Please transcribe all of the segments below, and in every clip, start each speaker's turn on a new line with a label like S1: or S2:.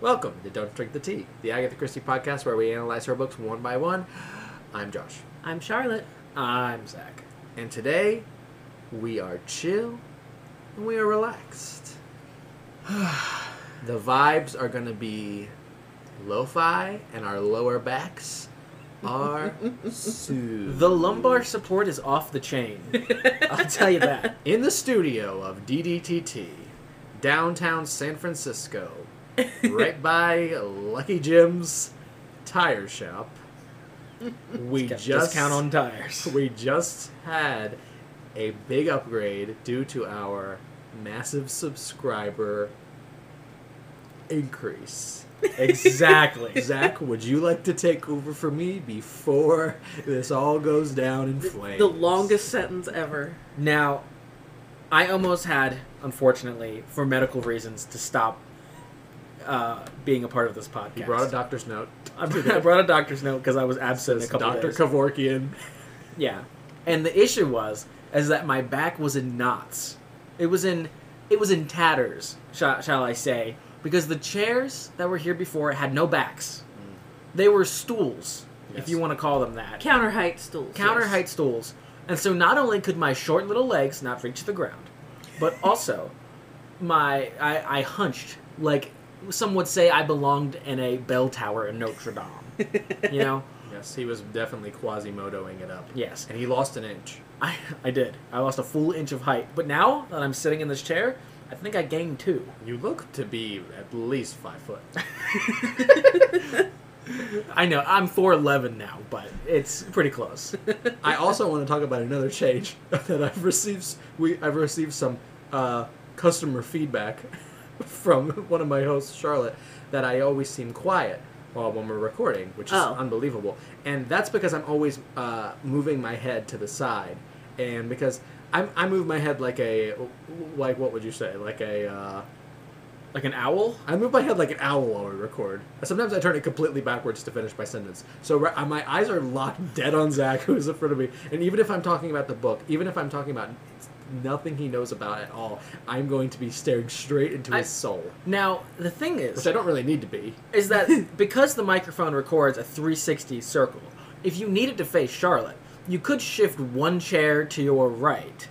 S1: Welcome to Don't Drink the Tea, the Agatha Christie podcast where we analyze her books one by one. I'm Josh.
S2: I'm Charlotte.
S3: I'm Zach.
S1: And today, we are chill and we are relaxed. the vibes are going to be lo fi, and our lower backs are soothed.
S3: The lumbar support is off the chain. I'll tell you that.
S1: In the studio of DDTT, downtown San Francisco, right by Lucky Jim's tire shop, we
S3: Just,
S1: just,
S3: count on tires.
S1: we just had a big upgrade due to our massive subscriber increase.
S3: exactly.
S1: Zach, would you like to take over for me before this all goes down in flames?
S2: The longest sentence ever.
S3: Now, I almost had, unfortunately, for medical reasons, to stop uh, being a part of this podcast.
S1: He brought a doctor's note.
S3: I br- I brought a doctor's note because I was absent
S1: Says
S3: a couple
S1: Dr.
S3: days.
S1: Kavorkian.
S3: Yeah. And the issue was is that my back was in knots. It was in it was in tatters, shall, shall I say, because the chairs that were here before had no backs. They were stools,
S1: Yes.
S3: if you want to call them that.
S2: Counter height stools.
S3: Counter
S2: yes.
S3: height stools. And so not only could my short little legs not reach the ground, but also my I, I hunched like some would say I belonged in a bell tower in Notre Dame. you know?
S1: Yes, he was definitely Quasimodoing it up.
S3: Yes.
S1: And he lost an inch.
S3: I, I did. I lost a full inch of height. But now that I'm sitting in this chair, I think I gained two.
S1: You look to be at least five foot.
S3: I know, I'm 4'11 now, but it's pretty close.
S1: I also want to talk about another change that I've received. We I've received some uh, customer feedback from one of my hosts, Charlotte, that I always seem quiet while when we're recording, which is
S2: Oh.
S1: unbelievable. And that's because I'm always uh, moving my head to the side, and because I'm, I move my head like a like what would you say like a uh,
S3: like an owl?
S1: I move my head like an owl while we record. Sometimes I turn it completely backwards to finish my sentence. So ra- uh, my eyes are locked dead on Zach, who is in front of me. And even if I'm talking about the book, even if I'm talking about nothing he knows about at all, I'm going to be staring straight into
S3: I-
S1: his soul,
S3: Now, the thing is,
S1: which I don't really need to be.
S3: is that because the microphone records a 360 circle, if you needed to face Charlotte, you could shift one chair to your right.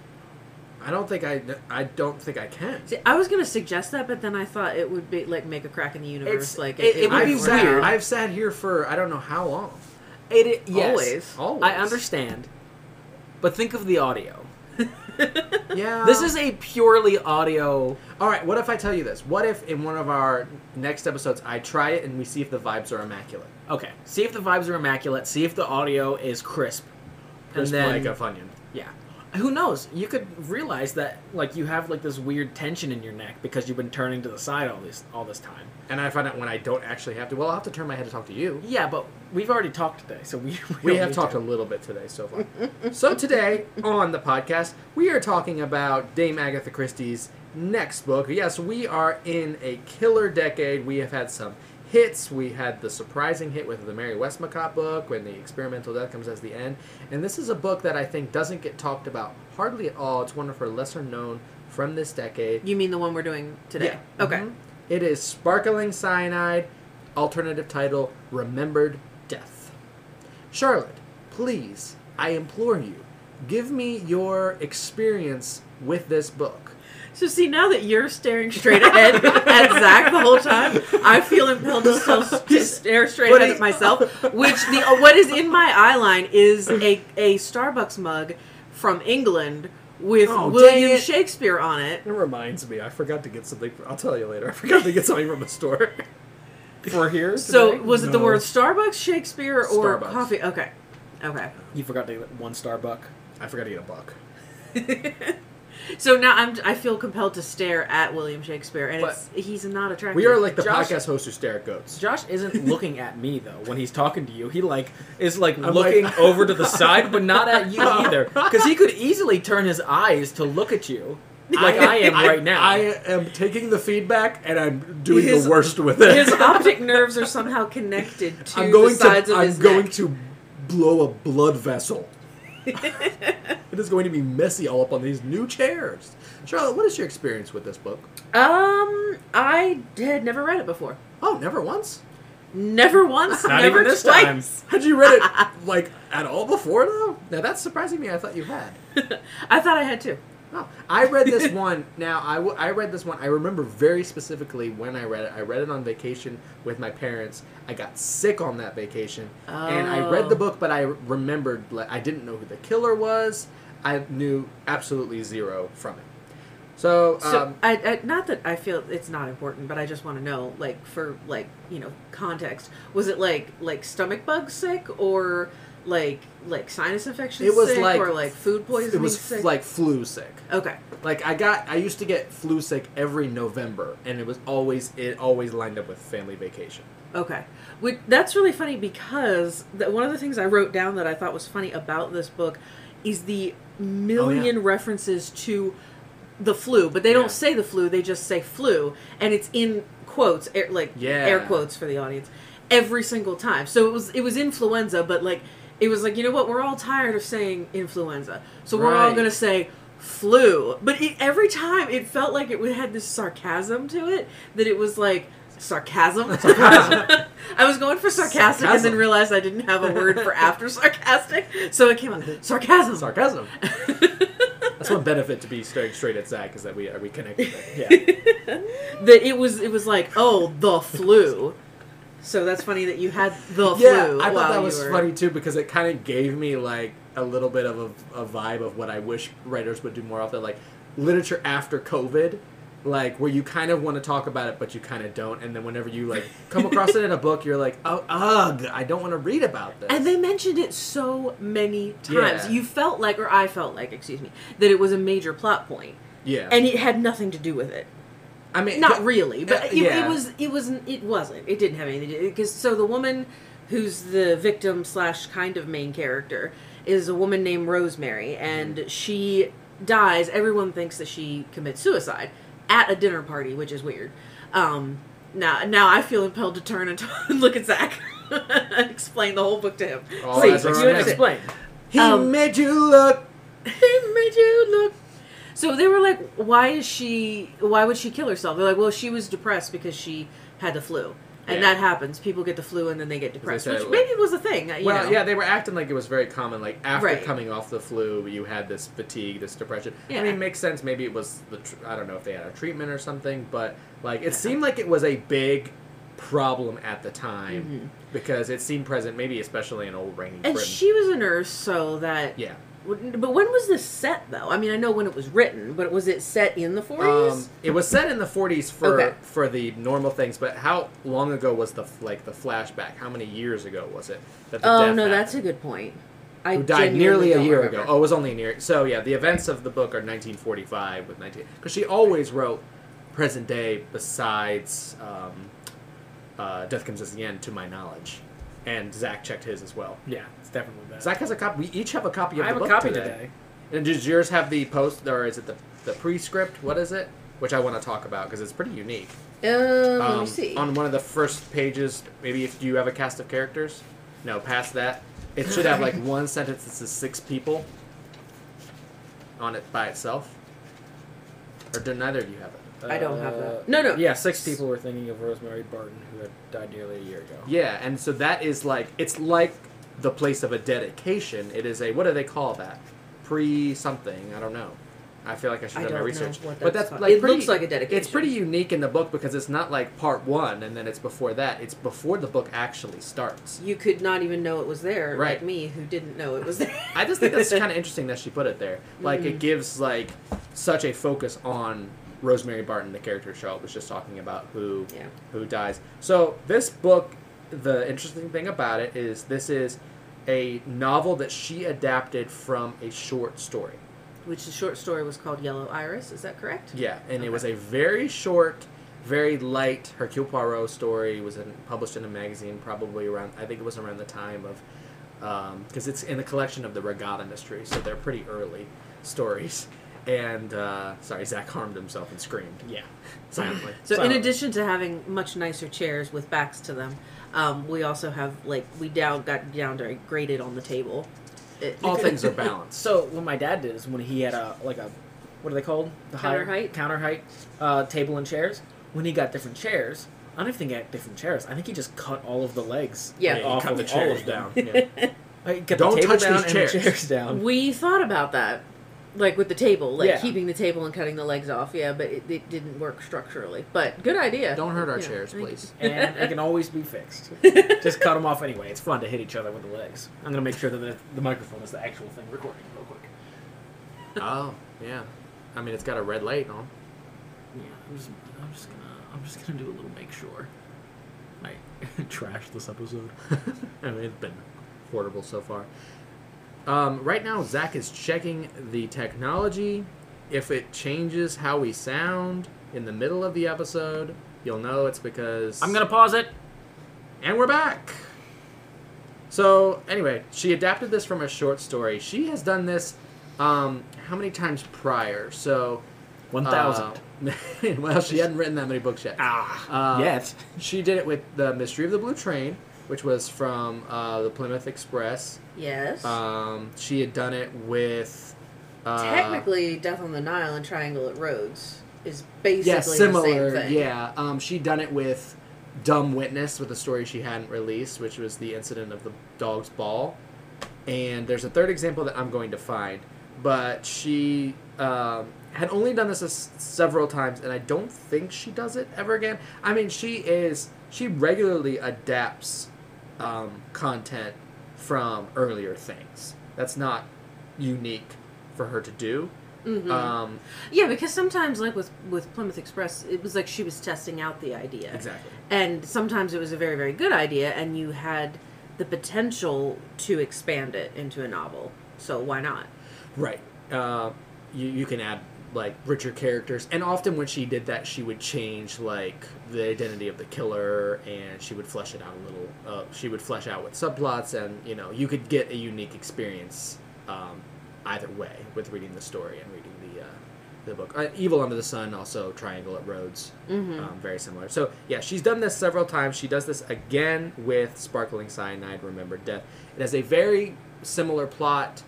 S1: I don't think I. I don't think I can.
S2: See, I was gonna suggest that, but then I thought it would be like make a crack in the universe.
S3: It's-
S2: like
S3: it- it would
S2: might
S3: be
S1: I've
S2: work.
S1: sat,
S3: weird.
S1: I've sat here for I don't know how long.
S3: It, it yes,
S2: Always.
S1: Always.
S3: I understand. But think of the audio.
S1: Yeah.
S3: This is a purely audio.
S1: all right. What if I tell you this? What if in one of our next episodes I try it and we see if the vibes are immaculate,
S3: Okay. See if the vibes are immaculate. See if the audio is crisp.
S1: crisp
S3: and then,
S1: like a funyun.
S3: yeah. Who knows? You could realize that like you have like this weird tension in your neck because you've been turning to the side all this all this time.
S1: And I find out when I don't actually have to. Well, I'll have to turn my head to talk to you.
S3: Yeah, but we've already talked today, so we
S1: We
S3: don't
S1: have
S3: need
S1: talked
S3: to.
S1: a little bit today so far. so today on the podcast, we are talking about Dame Agatha Christie's next book. Yes, we are in a killer decade. We have had some hits. We had the surprising hit with the Mary Westmacott book when the experimental death comes as the end. And this is a book that I think doesn't get talked about hardly at all. It's one of her lesser known from this decade.
S2: You mean the one we're doing today?
S1: Yeah.
S2: Okay.
S1: Mhm. It is Sparkling Cyanide, alternative title Remembered Death. Charlotte, please, I implore you, give me your experience with this book.
S2: So see, now that you're staring straight ahead at Zach the whole time, I feel impelled to still s- to stare straight
S1: But
S2: ahead
S1: it-
S2: at myself. Which the uh, what is in my eye line is a a Starbucks mug from England with
S1: Oh, dang
S2: William
S1: it.
S2: Shakespeare on it.
S1: It reminds me, I forgot to get something. I'll tell you later. I forgot to get something from the store.
S3: For here.
S2: So
S3: today?
S2: was it the
S1: No.
S2: word Starbucks, Shakespeare, or
S1: Starbucks.
S2: coffee? Okay, okay.
S3: you forgot to get one Starbuck.
S1: I forgot to get a book.
S2: So now I'm I feel compelled to stare at William Shakespeare, and
S1: But-
S2: it's, he's not attractive.
S1: We are like the
S3: Josh-
S1: podcast hosts who stare at goats.
S3: Josh isn't looking at me though when he's talking to you. He like is like
S1: I'm
S3: looking
S1: like-
S3: over to the side, but not at you either, because he could easily turn his eyes to look at you, like I, am right now.
S1: I am taking the feedback and I'm doing
S2: His-
S1: the worst with it.
S2: his optic nerves are somehow connected to
S1: I'm going
S2: the sides
S1: to.
S2: of
S1: I'm
S2: his
S1: going
S2: neck.
S1: to blow a blood vessel. it is going to be messy all up on these new chairs. Charlotte, what is your experience with this book?
S2: Um, I had never read it before.
S1: Oh, never once.
S2: Never once,
S3: Not
S2: never
S3: even this time.
S2: twice.
S1: Had you read it like at all before though? Now that's surprising me. I thought you had.
S2: I thought I had two.
S1: Oh, I read this one. Now I, w- I read this one. I remember very specifically when I read it. I read it on vacation with my parents. I got sick on that vacation, and I read the
S2: Oh.
S1: book, but I remembered like, I didn't know who the killer was. I knew absolutely zero from it. So,
S2: So
S1: um,
S2: I, I not that I feel it's not important, but I just want to know, like for like you know context, was it like like stomach bug sick or like like sinus infection?
S1: It was
S2: sick,
S1: like-
S2: or like food poisoning.
S1: it was
S2: sick?
S1: like flu sick.
S2: okay,
S1: Like I got, I used to get flu sick every November, and it was always it always lined up with family vacation.
S2: okay. Which, that's really funny because that one of the things I wrote down that I thought was funny about this book is the
S1: Oh,
S2: million references to the flu, but they
S1: Yeah.
S2: don't say the flu; they just say flu, and it's in quotes, air, like
S1: Yeah.
S2: air quotes for the audience, every single time. So it was it was influenza, but like it was like you know what? We're all tired of saying influenza, so we're all
S1: Right.
S2: gonna say flu. But it, every time it felt like it had this sarcasm to it that it was like. Sarcasm.
S1: Sarcasm.
S2: I was going for sarcastic and then
S1: Sarcasm.
S2: realized I didn't have a word for after sarcastic, so it came out sarcasm.
S1: Sarcasm. That's one benefit to be staring straight at Zach is that we are we connected. Yeah.
S2: that it was it was like oh the flu so that's funny that you had the
S1: Yeah,
S2: flu
S1: I thought
S2: while
S1: that
S2: you
S1: was
S2: were-
S1: funny too because it kind of gave me like a little bit of a, a vibe of what I wish writers would do more often, like literature after COVID, like where you kind of want to talk about it but you kind of don't, and then whenever you like come across it in a book, you're like, oh ugh, I don't want to read about this.
S2: and they mentioned it so many times
S1: Yeah.
S2: you felt like or i felt like excuse me that it was a major plot point
S1: yeah,
S2: and it had nothing to do with it
S1: I mean,
S2: not
S1: but-
S2: really but
S1: uh,
S2: it,
S1: yeah.
S2: it was it wasn't it wasn't it didn't have anything to do because so the woman who's the victim slash kind of main character is a woman named rosemary and she dies everyone thinks that she commits suicide at a dinner party which is weird um now now i feel impelled to turn and look at zach and explain the whole book to him
S1: All
S2: See,
S1: eyes are on
S2: you
S1: him.
S2: understand.
S3: Explain.
S1: He
S2: um,
S1: made you look.
S2: They made you look. So they were like, "Why is she? Why would she kill herself?" They're like, "Well, she was depressed because she had the flu,
S1: Yeah.
S2: and that happens. People get the flu and then they get depressed,
S1: said,
S2: which
S1: like-
S2: maybe was a thing. You
S1: Well,
S2: know.
S1: yeah, they were acting like it was very common. Like after
S2: Right.
S1: coming off the flu, you had this fatigue, this depression. I
S2: Yeah.
S1: mean, it makes sense. Maybe it was the tr- I don't know if they had a treatment or something, but like it
S2: Yeah.
S1: seemed like it was a big problem at the time because it seemed present. Maybe especially in old reigning
S2: Mm-hmm. And
S1: Britain.
S2: she was a nurse, so that.
S1: yeah,
S2: But when was this set though? I mean, I know when it was written, but was it set in the
S1: um,
S2: forties? Oh,
S1: it was set in the 40s for
S2: Okay.
S1: for the normal things, but how long ago was the f- like the flashback? How many years ago was it? That the
S2: oh
S1: death
S2: no,
S1: happened?
S2: that's a good point. I
S1: who died
S2: genuinely
S1: nearly a
S2: don't
S1: year
S2: remember.
S1: ago. Oh, it was only an year. So yeah, the events of the book are 1945 with 19 because she always wrote present day besides um, uh, Death Comes at the End, to my knowledge, and Zach checked his as well.
S3: Yeah, it's definitely that.
S1: Zach has a copy. We each have a copy of
S3: I
S1: the
S3: have a
S1: book
S3: copy
S1: today.
S3: today.
S1: And does yours have the post or is it the the prescript? What is it? Which I want to talk about because it's pretty unique.
S2: Um, let me
S1: Um,
S2: see.
S1: On one of the first pages, maybe if do you have a cast of characters? No, past that. It should have like one sentence that says six people on it by itself. Or do neither of you have it?
S2: I don't have that.
S3: Uh,
S2: No, no.
S3: Yeah, six people were thinking of Rosemary Barton, who had died nearly a year ago.
S1: Yeah, and so that is like it's like the place of a dedication. It is a what do they call that? Pre something, I don't know. I feel like I should
S2: I
S1: have my
S2: don't know
S1: research.
S2: what
S1: but that's
S2: that's called.
S1: like
S2: It
S1: pretty-
S2: looks like a dedication.
S1: It's pretty unique in the book because it's not like part one and then it's before that. It's before the book actually starts.
S2: you could not even know it was there,
S1: Right.
S2: like me, who didn't know it was there.
S1: I just think that's kind of interesting that she put it there. Like it gives like such a focus on Rosemary Barton, the character Charlotte was just talking about, who
S2: Yeah.
S1: who dies. So this book, the interesting thing about it is this is a novel that she adapted from a short story.
S2: Which the short story was called Yellow Iris. Is that correct?
S1: Yeah, and it was a very short, very light Hercule Poirot story. It was in, published in a magazine probably around. I think it was around the time of, because it's in the collection of the Regatta mystery, so they're pretty early stories. And uh, sorry, Zach harmed himself and screamed
S3: Yeah.
S1: silently.
S2: So, in
S3: Silent.
S2: addition to having much nicer chairs with backs to them, um, we also have like we down got down to graded on the table. It-
S1: All things are balanced.
S3: So what my dad did is when he had a like a what are they called the higher-
S2: Counter height?
S3: counter height uh, table and chairs. When he got different chairs, I don't even think he had different chairs. I think he just cut all of the legs.
S2: Yeah.
S1: Yeah, he
S3: off
S1: cut
S3: of
S1: the
S3: all
S1: chairs
S3: of
S1: down.
S3: them.
S1: Yeah.
S3: Uh, he cut
S1: Don't
S3: the table
S1: touch
S3: down
S1: these
S3: and
S1: chairs.
S3: The chairs down.
S2: We thought about that, like with the table, like
S3: Yeah.
S2: keeping the table and cutting the legs off. Yeah, but it, it didn't work structurally. But good idea.
S1: Don't hurt our
S2: Yeah,
S1: chairs,
S2: I think-
S1: please.
S3: and it can always be fixed. Just cut them off anyway. It's fun to hit each other with the legs. I'm gonna make sure that the, the microphone is the actual thing recording real quick.
S1: Oh, yeah. I mean, it's got a red light on.
S3: Yeah, I'm just, I'm just gonna, I'm just gonna do a little make sure. I trash this episode.
S1: I mean, it's been affordable so far. Um, right now, Zach is checking the technology. If it changes how we sound in the middle of the episode, you'll know it's because
S3: I'm gonna pause it.
S1: And we're back. So anyway, she adapted this from a short story. She has done this. Um, how many times prior? So
S3: One
S1: uh,
S3: thousand.
S1: well, she hadn't written that many books yet.
S3: ah,
S1: Uh,
S3: yet.
S1: She did it with The Mystery of the Blue Train, which was from uh, the Plymouth Express.
S2: Yes.
S1: Um, she had done it with. Uh,
S2: Technically, Death on the Nile and Triangle at Rhodes is basically
S1: Yeah, similar.
S2: the same thing.
S1: Yeah. Um, she'd done it with Dumb Witness with a story she hadn't released, which was the incident of the dog's ball. And there's a third example that I'm going to find, but she um, had only done this s several times, and I don't think she does it ever again. I mean, she is she regularly adapts um, content from earlier things. That's not unique for her to do.
S2: Mhm.
S1: Um,
S2: Yeah, because sometimes, like with with Plymouth Express, it was like she was testing out the idea,
S1: exactly.
S2: and sometimes it was a very very good idea, and you had the potential to expand it into a novel. So why not?
S1: Right. Uh, you you can add like richer characters, and often when she did that, she would change like the identity of the killer, and she would flesh it out a little. Uh, she would flesh out with subplots, and you know you could get a unique experience um, either way with reading the story and reading the uh, the book. Uh, Evil Under the Sun, also Triangle at Rhodes,
S2: Mm-hmm.
S1: um, very similar. So yeah, she's done this several times. She does this again with Sparkling Cyanide, Remember Death. It has a very similar plot.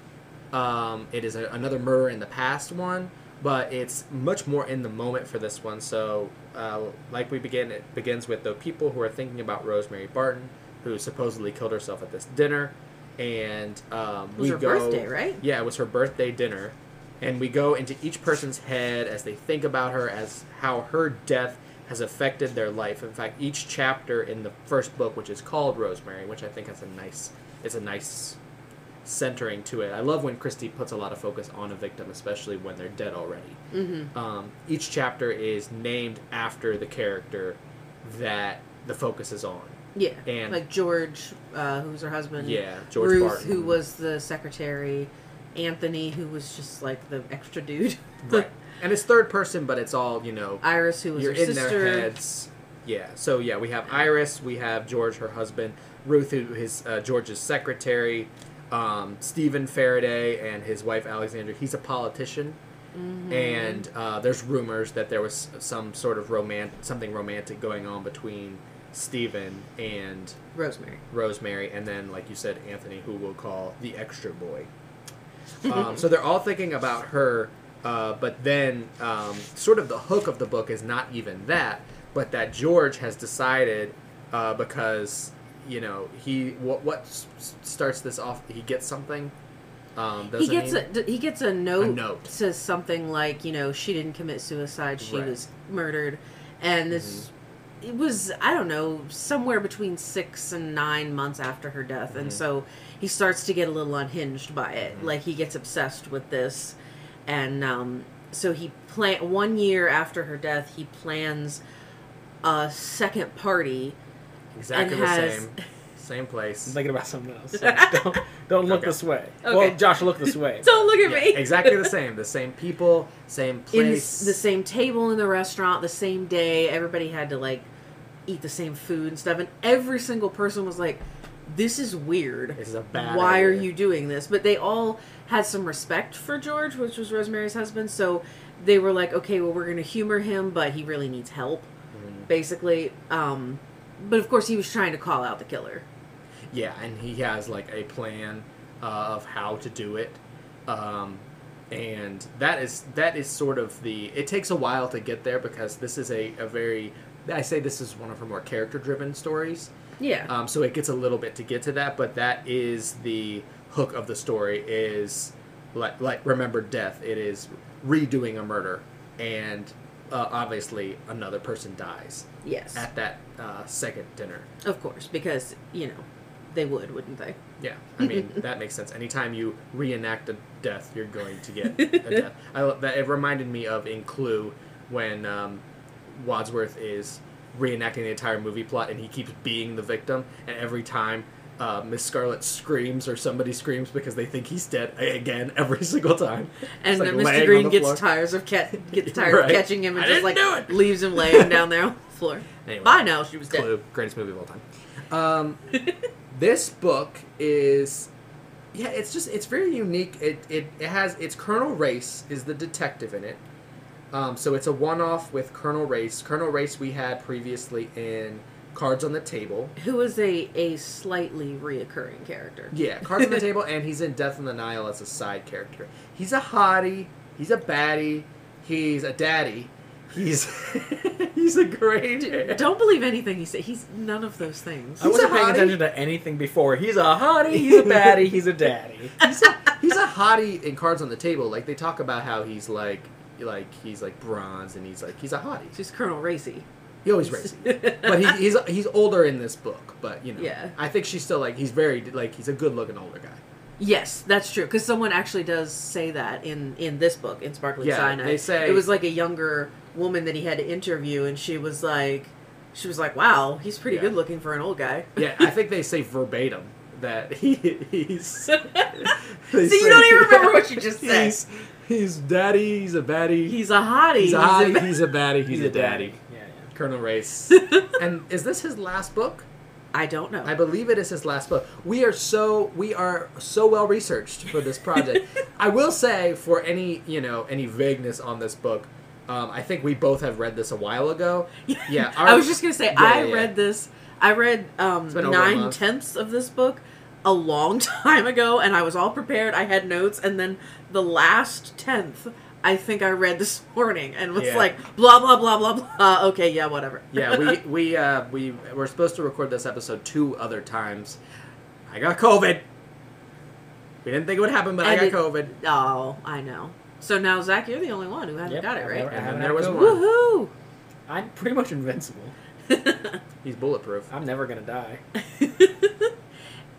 S1: Um, it is a, another murder in the past one, but it's much more in the moment for this one. So uh, like we begin, it begins with the people who are thinking about Rosemary Barton, who supposedly killed herself at this dinner, and um,
S2: It
S1: we
S2: was her
S1: go.
S2: birthday, right?
S1: Yeah, it was her birthday dinner. And we go into each person's head as they think about her, as how her death has affected their life. In fact, each chapter in the first book, which is called Rosemary, which I think has a nice, it's a nice centering to it. I love when Christie puts a lot of focus on a victim, especially when they're dead already.
S2: Mm-hmm.
S1: Um, each chapter is named after the character that the focus is on.
S2: Yeah,
S1: And-
S2: like George, uh, who's her husband.
S1: Yeah, George
S2: Ruth,
S1: Barton.
S2: who was the secretary. Anthony, who was just like the extra dude.
S1: right, and it's third person, but it's all you know
S2: Iris, who was
S1: you're
S2: her
S1: in
S2: sister.
S1: their heads. Yeah. So yeah, we have Iris, we have George, her husband, Ruth, who his uh, George's secretary, um, Stephen Faraday, and his wife Alexandra. He's a politician,
S2: Mm-hmm.
S1: and uh, there's rumors that there was some sort of romance, something romantic going on between Stephen and
S2: Rosemary.
S1: Rosemary, and then, like you said, Anthony, who we'll call the extra boy.
S2: Mm-hmm.
S1: Um, so they're all thinking about her, uh, but then um, sort of the hook of the book is not even that, but that George has decided uh, because you know he what what s- s- starts this off he gets something. Um,
S2: He
S1: doesn't
S2: gets a d- he gets a note,
S1: note.
S2: says something like you know she didn't commit suicide she
S1: Right. Mm-hmm.
S2: was murdered, and this it was I don't know somewhere between six and nine months after her death, and
S1: Mm-hmm.
S2: so he starts to get a little unhinged by it. Like he gets obsessed with this, and um, so he plan one year after her death he plans a second party
S1: exactly
S2: and
S1: the
S2: has-
S1: same same
S3: I'm
S1: place
S3: thinking about something else. don't, don't look
S1: Okay.
S3: this way.
S2: Okay.
S3: Well, Josh, look this way.
S2: Don't look at
S1: Yeah,
S2: me.
S1: exactly the same the same people same
S2: in the,
S1: place
S2: the same table in the restaurant the same day everybody had to like eat the same food and stuff and every single person was like this is weird
S1: This is a bad
S2: why are
S1: idea."
S2: you doing this but they all had some respect for george which was rosemary's husband so they were like okay well we're gonna humor him but he really needs help
S1: Mm-hmm.
S2: basically um but of course he was trying to call out the killer
S1: Yeah, and he has like a plan uh, of how to do it. Um, and that is that is sort of the it takes a while to get there because this is a, a very i say this is one of her more character driven stories
S2: Yeah.
S1: um, so it gets a little bit to get to that but that is the hook of the story is like like remember death it is redoing a murder and uh, obviously another person dies
S2: yes.
S1: at that uh, second dinner
S2: Of course, because, you know, they would, wouldn't they?
S1: yeah, I mean that makes sense. Anytime you reenact a death, you're going to get a death. I love that. It reminded me of in Clue when um, Wadsworth is reenacting the entire movie plot, and he keeps being the victim. And every time uh, Miss Scarlet screams or somebody screams because they think he's dead a- again, every single time.
S2: And
S1: It's
S2: then
S1: like laying
S2: Mr.
S1: on
S2: Green
S1: the
S2: gets
S1: floor.
S2: tires of cat gets tired
S1: Right.
S2: of catching him and
S1: I
S2: just
S1: didn't
S2: like
S1: do it.
S2: leaves him laying down there on the floor.
S1: Anyway.
S2: By now she was dead.
S1: Clue, greatest movie of all time. Um, this book is, yeah, it's just it's very unique. It it, it has it's Colonel Race is the detective in it. Um, so it's a one-off with Colonel Race. Colonel Race we had previously in Cards on the Table.
S2: Who is a a slightly reoccurring character.
S1: Yeah, Cards on the Table, and he's in Death on the Nile as a side character. He's a hottie. He's a baddie. He's a daddy. He's he's a great.
S2: Don't believe anything he said. He's none of those things.
S3: I
S1: He's
S3: wasn't
S1: a
S3: paying
S1: hottie.
S3: attention to anything before. He's a hottie, he's a baddie, he's a daddy.
S1: he's a, he's a hottie in Cards on the Table. Like they talk about how he's like like he's like bronze and he's like he's a hottie.
S2: She's Colonel Racy.
S1: He always racy, but he, he's he's older in this book. But you know,
S2: Yeah.
S1: I think she's still like he's very like he's a good looking older guy.
S2: Yes, that's true. Because someone actually does say that in in this book in Sparkling
S1: Yeah,
S2: Cyanide.
S1: they say-
S2: it was like a younger woman that he had to interview, and she was like, she was like, "Wow, he's pretty
S1: Yeah.
S2: good looking for an old guy."
S1: Yeah, I think they say verbatim that he he's.
S2: so you don't even remember what you just said.
S1: He's, he's daddy. He's a baddie.
S2: He's a hottie.
S1: he's a
S2: he's
S1: hottie.
S2: a-
S1: He's a baddie. He's, a, daddy.
S3: Yeah, yeah.
S1: Colonel Race. and is this his last book?
S2: I don't know.
S1: I believe it is his last book. We are so we are so well researched for this project. I will say for any you know any vagueness on this book, um, I think we both have read this a while ago. Yeah,
S2: I
S1: our-
S2: was just gonna say
S1: yeah,
S2: I
S1: yeah.
S2: read this. I read um,
S1: been over a
S2: nine
S1: month.
S2: tenths of this book a long time ago, and I was all prepared. I had notes, and then the last tenth, I think I read this morning, and was
S1: Yeah.
S2: like, blah blah blah blah blah. Okay, yeah, whatever.
S1: Yeah, we we uh, we were supposed to record this episode two other times. I got COVID. We didn't think it would happen, but I
S2: And
S1: got COVID.
S2: oh, I know. So now Zach, you're the only one who hasn't
S3: Yep,
S2: got it
S3: I've
S2: right.
S3: never-
S1: And then
S3: I've
S1: there
S3: never
S1: was
S3: got
S1: one.
S3: it.
S2: Woohoo!
S3: I'm pretty much invincible.
S1: He's bulletproof.
S3: I'm never gonna die.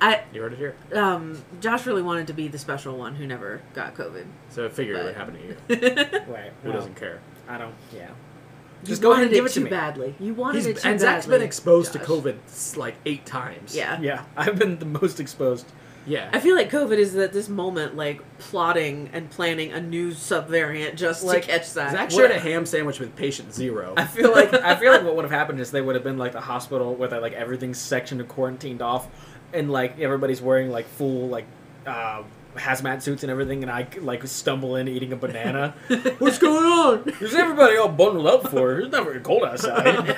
S2: I
S1: You heard it here,
S2: um, Josh really wanted to be the special one who never got COVID.
S1: so I figured it would
S2: But-
S1: happen to you.
S2: you
S3: Wait,
S1: Who
S3: well,
S1: doesn't care?
S3: I don't. Yeah. Just go ahead and
S2: wanted
S3: give it to
S2: too
S3: me.
S2: badly. You wanted
S1: He's,
S2: it too
S1: and Zach's
S2: badly,
S1: been exposed
S2: Josh.
S1: to COVID s- like eight times.
S2: Yeah.
S3: Yeah, I've been the most exposed.
S1: yeah.
S2: I feel like COVID is at this moment like plotting and planning a new subvariant just
S3: Like,
S2: to catch that.
S1: Zach
S3: What-
S1: shared a ham sandwich with patient zero.
S3: I feel like I feel like what would have happened is they would have been like the hospital where they like everything's sectioned and quarantined off, and like everybody's wearing like full like uh, hazmat suits and everything, and I like stumble in eating a banana.
S1: What's going on?
S3: There's everybody all bundled up for. It's not very cold outside.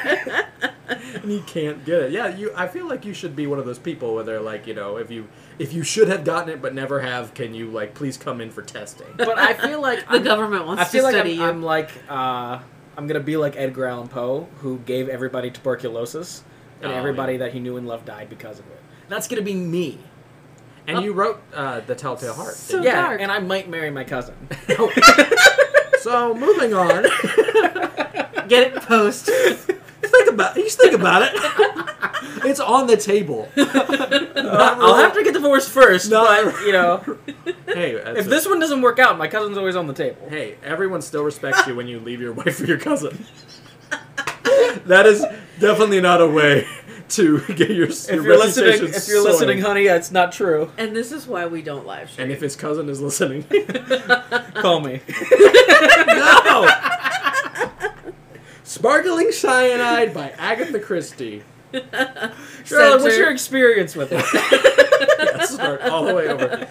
S1: And he can't get it. Yeah, you. I feel like you should be one of those people where they're like, you know, if you if you should have gotten it but never have, can you like please come in for testing?
S3: but I feel like
S2: the
S3: I'm-
S2: government wants
S3: I feel
S2: to
S3: like I'm,
S2: study
S3: I'm
S2: you.
S3: like uh, I'm gonna be like Edgar Allan Poe, who gave everybody tuberculosis, and
S1: Oh,
S3: everybody
S1: yeah.
S3: that he knew and loved died because of it. That's gonna be me.
S1: And you wrote uh, the Telltale Heart.
S2: So-
S1: didn't
S3: yeah,
S2: dark.
S3: and I might marry my cousin.
S1: you? so moving on.
S2: Get it post.
S1: think about you just think about it. it's on the table.
S3: I'll have to get divorced first,
S1: No,
S3: but you know,
S1: Hey,
S3: if this one doesn't work out, my cousin's always on the table.
S1: hey, everyone still respects you when you leave your wife for your cousin. that is definitely not a way to get your,
S3: If
S1: your
S3: you're listening,
S1: reputation
S3: if you're
S1: soiled.
S3: listening, honey, that's not true.
S2: and this is why we don't live stream.
S1: And if his cousin is listening,
S3: Call me.
S1: no. Sparkling Cyanide by Agatha Christie.
S3: Charlotte, what's
S2: Censored.
S3: your experience with it?
S1: Yeah, start all the way over.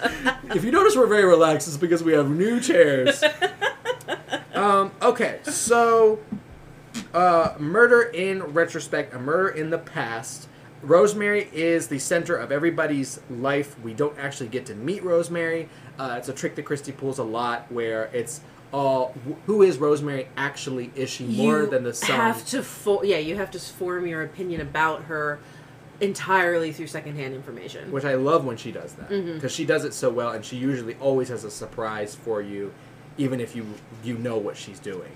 S1: If you notice, we're very relaxed. It's because we have new chairs. Um, okay, so uh, murder in retrospect, a murder in the past. Rosemary is the center of everybody's life. We don't actually get to meet Rosemary. Uh, it's a trick that Christie pulls a lot, where it's all wh- who is Rosemary actually? Is she more
S2: you
S1: than the son?
S2: have to fo- yeah you have to form your opinion about her entirely through secondhand information
S1: which I love when she does that because
S2: Mm-hmm.
S1: she does it so well, and she usually always has a surprise for you, even if you you know what she's doing.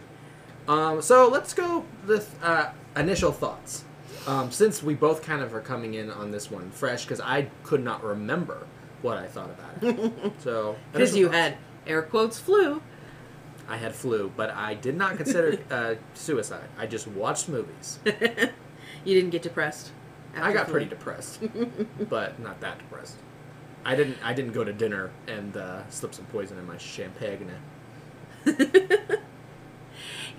S1: Um, so let's go with uh, initial thoughts, um, since we both kind of are coming in on this one fresh because I could not remember what I thought about it. so
S2: because
S1: initial
S2: you
S1: thoughts.
S2: had air quotes flu
S1: I had flu, but I did not consider uh, suicide. I just watched movies.
S2: you didn't get depressed
S1: I got pretty
S2: depressed.
S1: depressed, but not that depressed. I didn't. I didn't go to dinner and uh, slip some poison in my champagne.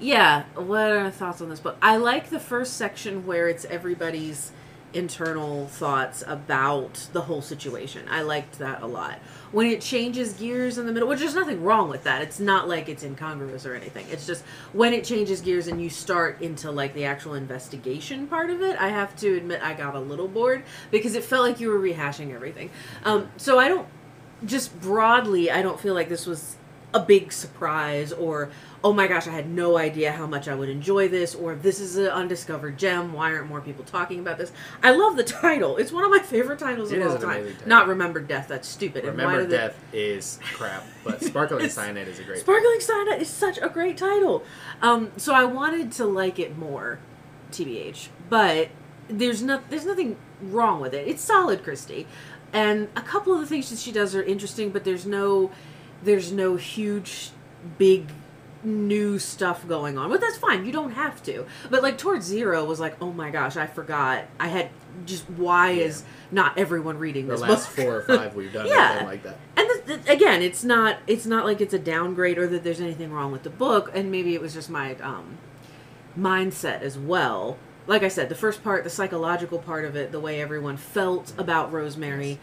S2: yeah what are our thoughts on this book i like the first section where it's everybody's internal thoughts about the whole situation i liked that a lot when it changes gears in the middle which there's nothing wrong with that it's not like it's incongruous or anything it's just when it changes gears and you start into like the actual investigation part of it i have to admit i got a little bored because it felt like you were rehashing everything um, so i don't just broadly, I don't feel like this was a big surprise or oh my gosh, I had no idea how much I would enjoy this or this is an undiscovered gem. Why aren't more people talking about this? I love the title. It's one of my favorite titles
S1: It
S2: of
S1: is
S2: all
S1: an
S2: time.
S1: amazing title.
S2: Not Remember Death. That's stupid. And why
S1: Remember,
S2: do they-
S1: death is crap, but sparkling cyanide is a great.
S2: Sparkling Cyanide is such a great title. Um, so I wanted to like it more, TBH. But there's not there's nothing wrong with it. It's solid, Christy. And a couple of the things that she does are interesting, but there's no there's no huge big new stuff going on. But that's fine. You don't have to. But like towards zero was like, oh my gosh, I forgot. I had just why is not everyone reading
S1: The
S2: this
S1: last
S2: book?
S1: four or five we've done
S2: Yeah.
S1: something like that.
S2: and th- th- again it's not it's not like it's a downgrade or that there's anything wrong with the book and maybe it was just my um mindset as well like i said the first part the psychological part of it the way everyone felt about rosemary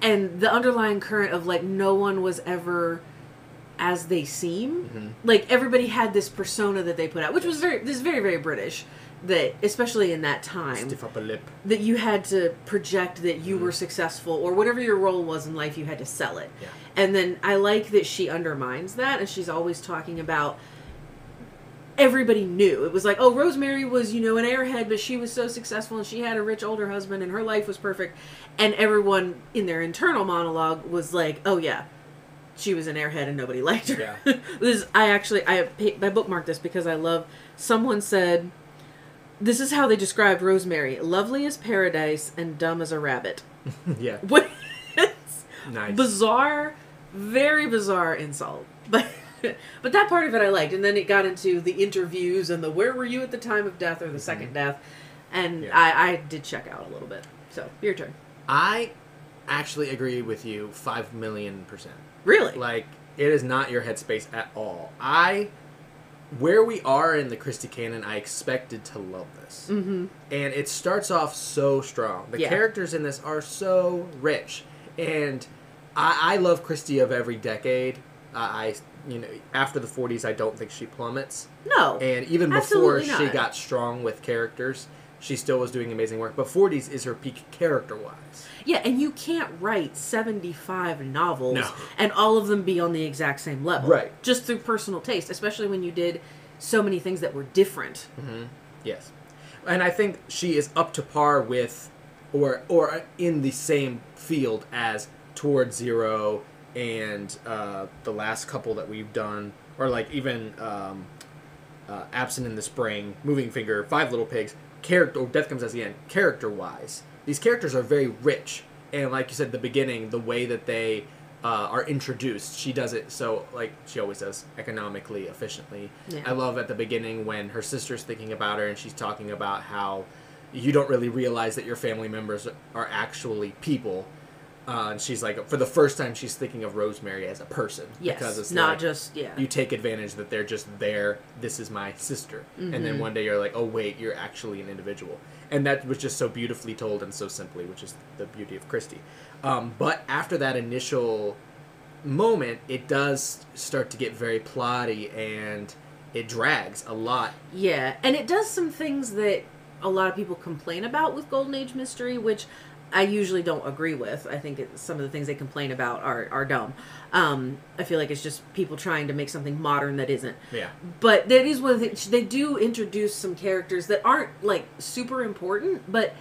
S2: and the underlying current of like no one was ever as they seem like everybody had this persona that they put out which was very this is very very british that especially in that time
S1: Stiff upper lip.
S2: that you had to project that you were successful or whatever your role was in life you had to sell it
S1: Yeah.
S2: and then i like that she undermines that and she's always talking about everybody knew it was like oh rosemary was you know an airhead but she was so successful and she had a rich older husband and her life was perfect and everyone in their internal monologue was like oh yeah she was an airhead and nobody liked her
S1: Yeah.
S2: this is, i actually I, pa- I bookmarked this because i love someone said this is how they described Rosemary: lovely as paradise and dumb as a rabbit.
S1: yeah,
S2: What?
S1: nice.
S2: bizarre, very bizarre insult. But but that part of it I liked, and then it got into the interviews and the where were you at the time of death or the second death, and
S1: Mm-hmm. Yeah.
S2: I I did check out a little bit. So your turn.
S1: I actually agree with you five million percent.
S2: Really?
S1: Like it is not your headspace at all. I, where we are in the Christie canon, I expected to love this.
S2: mm-hmm.
S1: and it starts off so strong. The
S2: Yeah.
S1: characters in this are so rich, and I, I love Christie of every decade. Uh, I, you know, after the '40s, I don't think she plummets,
S2: No.
S1: and even before
S2: Absolutely
S1: she
S2: not.
S1: got strong with characters, she still was doing amazing work. But '40s is her peak character-wise.
S2: Yeah, and you can't write 75 novels
S1: No.
S2: and all of them be on the exact same level.
S1: Right.
S2: Just through personal taste, especially when you did so many things that were different.
S1: Mm-hmm. Yes, and I think she is up to par with, or or in the same field as Toward Zero and uh, the last couple that we've done, or like even um, uh, Absent in the Spring, Moving Finger, Five Little Pigs. Character, or Death Comes at the End. Character wise, these characters are very rich, and like you said, at the beginning, the way that they. Uh, are introduced. She does it so like she always does, economically, efficiently.
S2: Yeah.
S1: I love at the beginning when her sister's thinking about her and she's talking about how you don't really realize that your family members are actually people. Uh, and she's like, for the first time, she's thinking of Rosemary as a person.
S2: Yes.
S1: Because it's
S2: not
S1: like,
S2: just, yeah.
S1: You take advantage that they're just there. This is my sister. And then one day you're like, oh, wait, you're actually an individual. And that was just so beautifully told and so simply, which is the beauty of Christie. Um, but after that initial moment, it does start to get very plotty and it drags a lot.
S2: Yeah, and it does some things that a lot of people complain about with Golden Age mystery, which I usually don't agree with. I think it, some of the things they complain about are are dumb. Um, I feel like it's just people trying to make something modern that isn't.
S1: Yeah.
S2: But that is one of the things they do introduce some characters that aren't like super important, but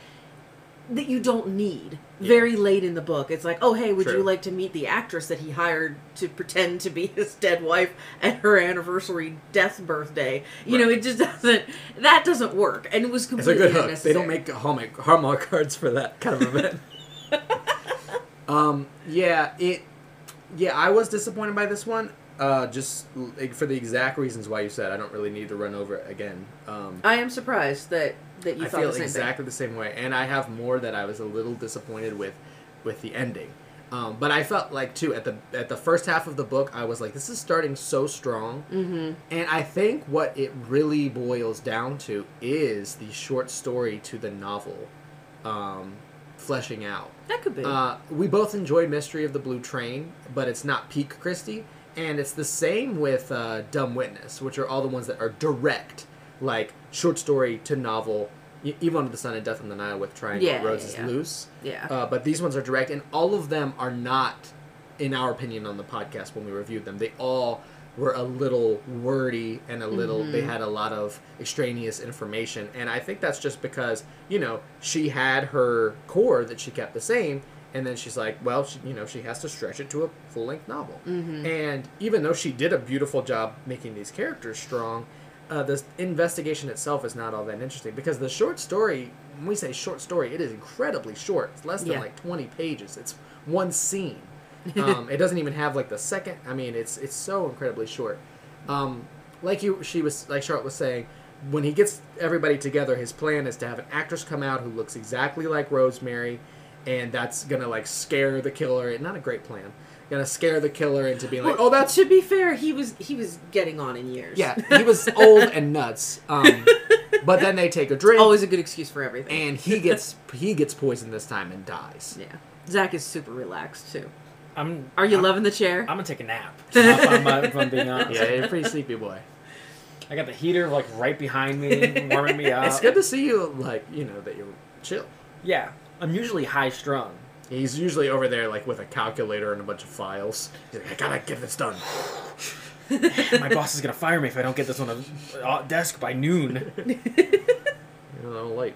S2: that you don't need.
S1: Yeah.
S2: Very late in the book, it's like, oh hey, would
S1: True.
S2: you like to meet the actress that he hired to pretend to be his dead wife at her anniversary death birthday? You know,
S1: Right.
S2: it just doesn't. That doesn't work, and it was
S1: It's a
S2: completely
S1: good hook. They
S2: unnecessary.
S1: don't make Hallmark, Hallmark cards for that kind of event. um, yeah, it. Yeah, I was disappointed by this one. Uh, just like, for the exact reasons why you said I don't really need to run over it again. Um,
S2: I am surprised that that you
S1: I
S2: thought
S1: feel
S2: the same
S1: exactly the same way, and I have more that I was a little disappointed with, with the ending. Um, but I felt like too at the at the first half of the book, I was like, this is starting so strong,
S2: thing.
S1: and I think what it really boils down to is the short story to the novel, um, fleshing out.
S2: hmm That could be.
S1: Uh, we both enjoyed Mystery of the Blue Train, but it's not peak Christie, and it's the same with uh, Dumb Witness, which are all the ones that are direct, like short story to novel. E- Even Under the Sun and Death on the Nile with Triangle
S2: Yeah,
S1: Roads
S2: yeah,
S1: is
S2: yeah.
S1: loose,
S2: yeah.
S1: uh, but these ones are direct, and all of them are not, in our opinion, on the podcast when we reviewed them. They all were a little wordy and a little. They had a lot of extraneous information, and I think that's just because you know she had her core that she kept the same, and then she's like, well, she, you know, she has to stretch it to a full length novel, and even though she did a beautiful job making these characters strong. Uh, the investigation itself is not all that interesting because the short story, when we say short story, it is incredibly short. It's less than
S2: Yeah.
S1: like 20 pages. It's one scene. Um, it doesn't even have like the second. I mean, it's it's so incredibly short. Um, like you, she was like Charlotte was saying, when he gets everybody together, his plan is to have an actress come out who looks exactly like Rosemary, and that's gonna like scare the killer. Not a great plan. Gonna scare the killer into being like,
S2: Well,
S1: oh, that's
S2: to be fair, he was he was getting on in years.
S1: yeah. He was old and nuts. Um, but then they take a drink,
S2: always a good excuse for everything.
S1: and he gets he gets poisoned this time and dies.
S2: yeah, Zach is super relaxed too.
S3: I'm.
S2: Are you
S3: I'm,
S2: loving the chair?
S3: I'm gonna take a nap. if, I'm, uh, if I'm being honest.
S1: Yeah, you're a pretty sleepy boy.
S3: I got the heater like right behind me, warming me up.
S1: It's good to see you, like, you know, that you're chill.
S3: Yeah, I'm usually high strung.
S1: He's usually over there, like, with a calculator and a bunch of files. He's like, I gotta get this done.
S3: My boss is gonna fire me if I don't get this on the uh, desk by noon.
S1: You're a little late.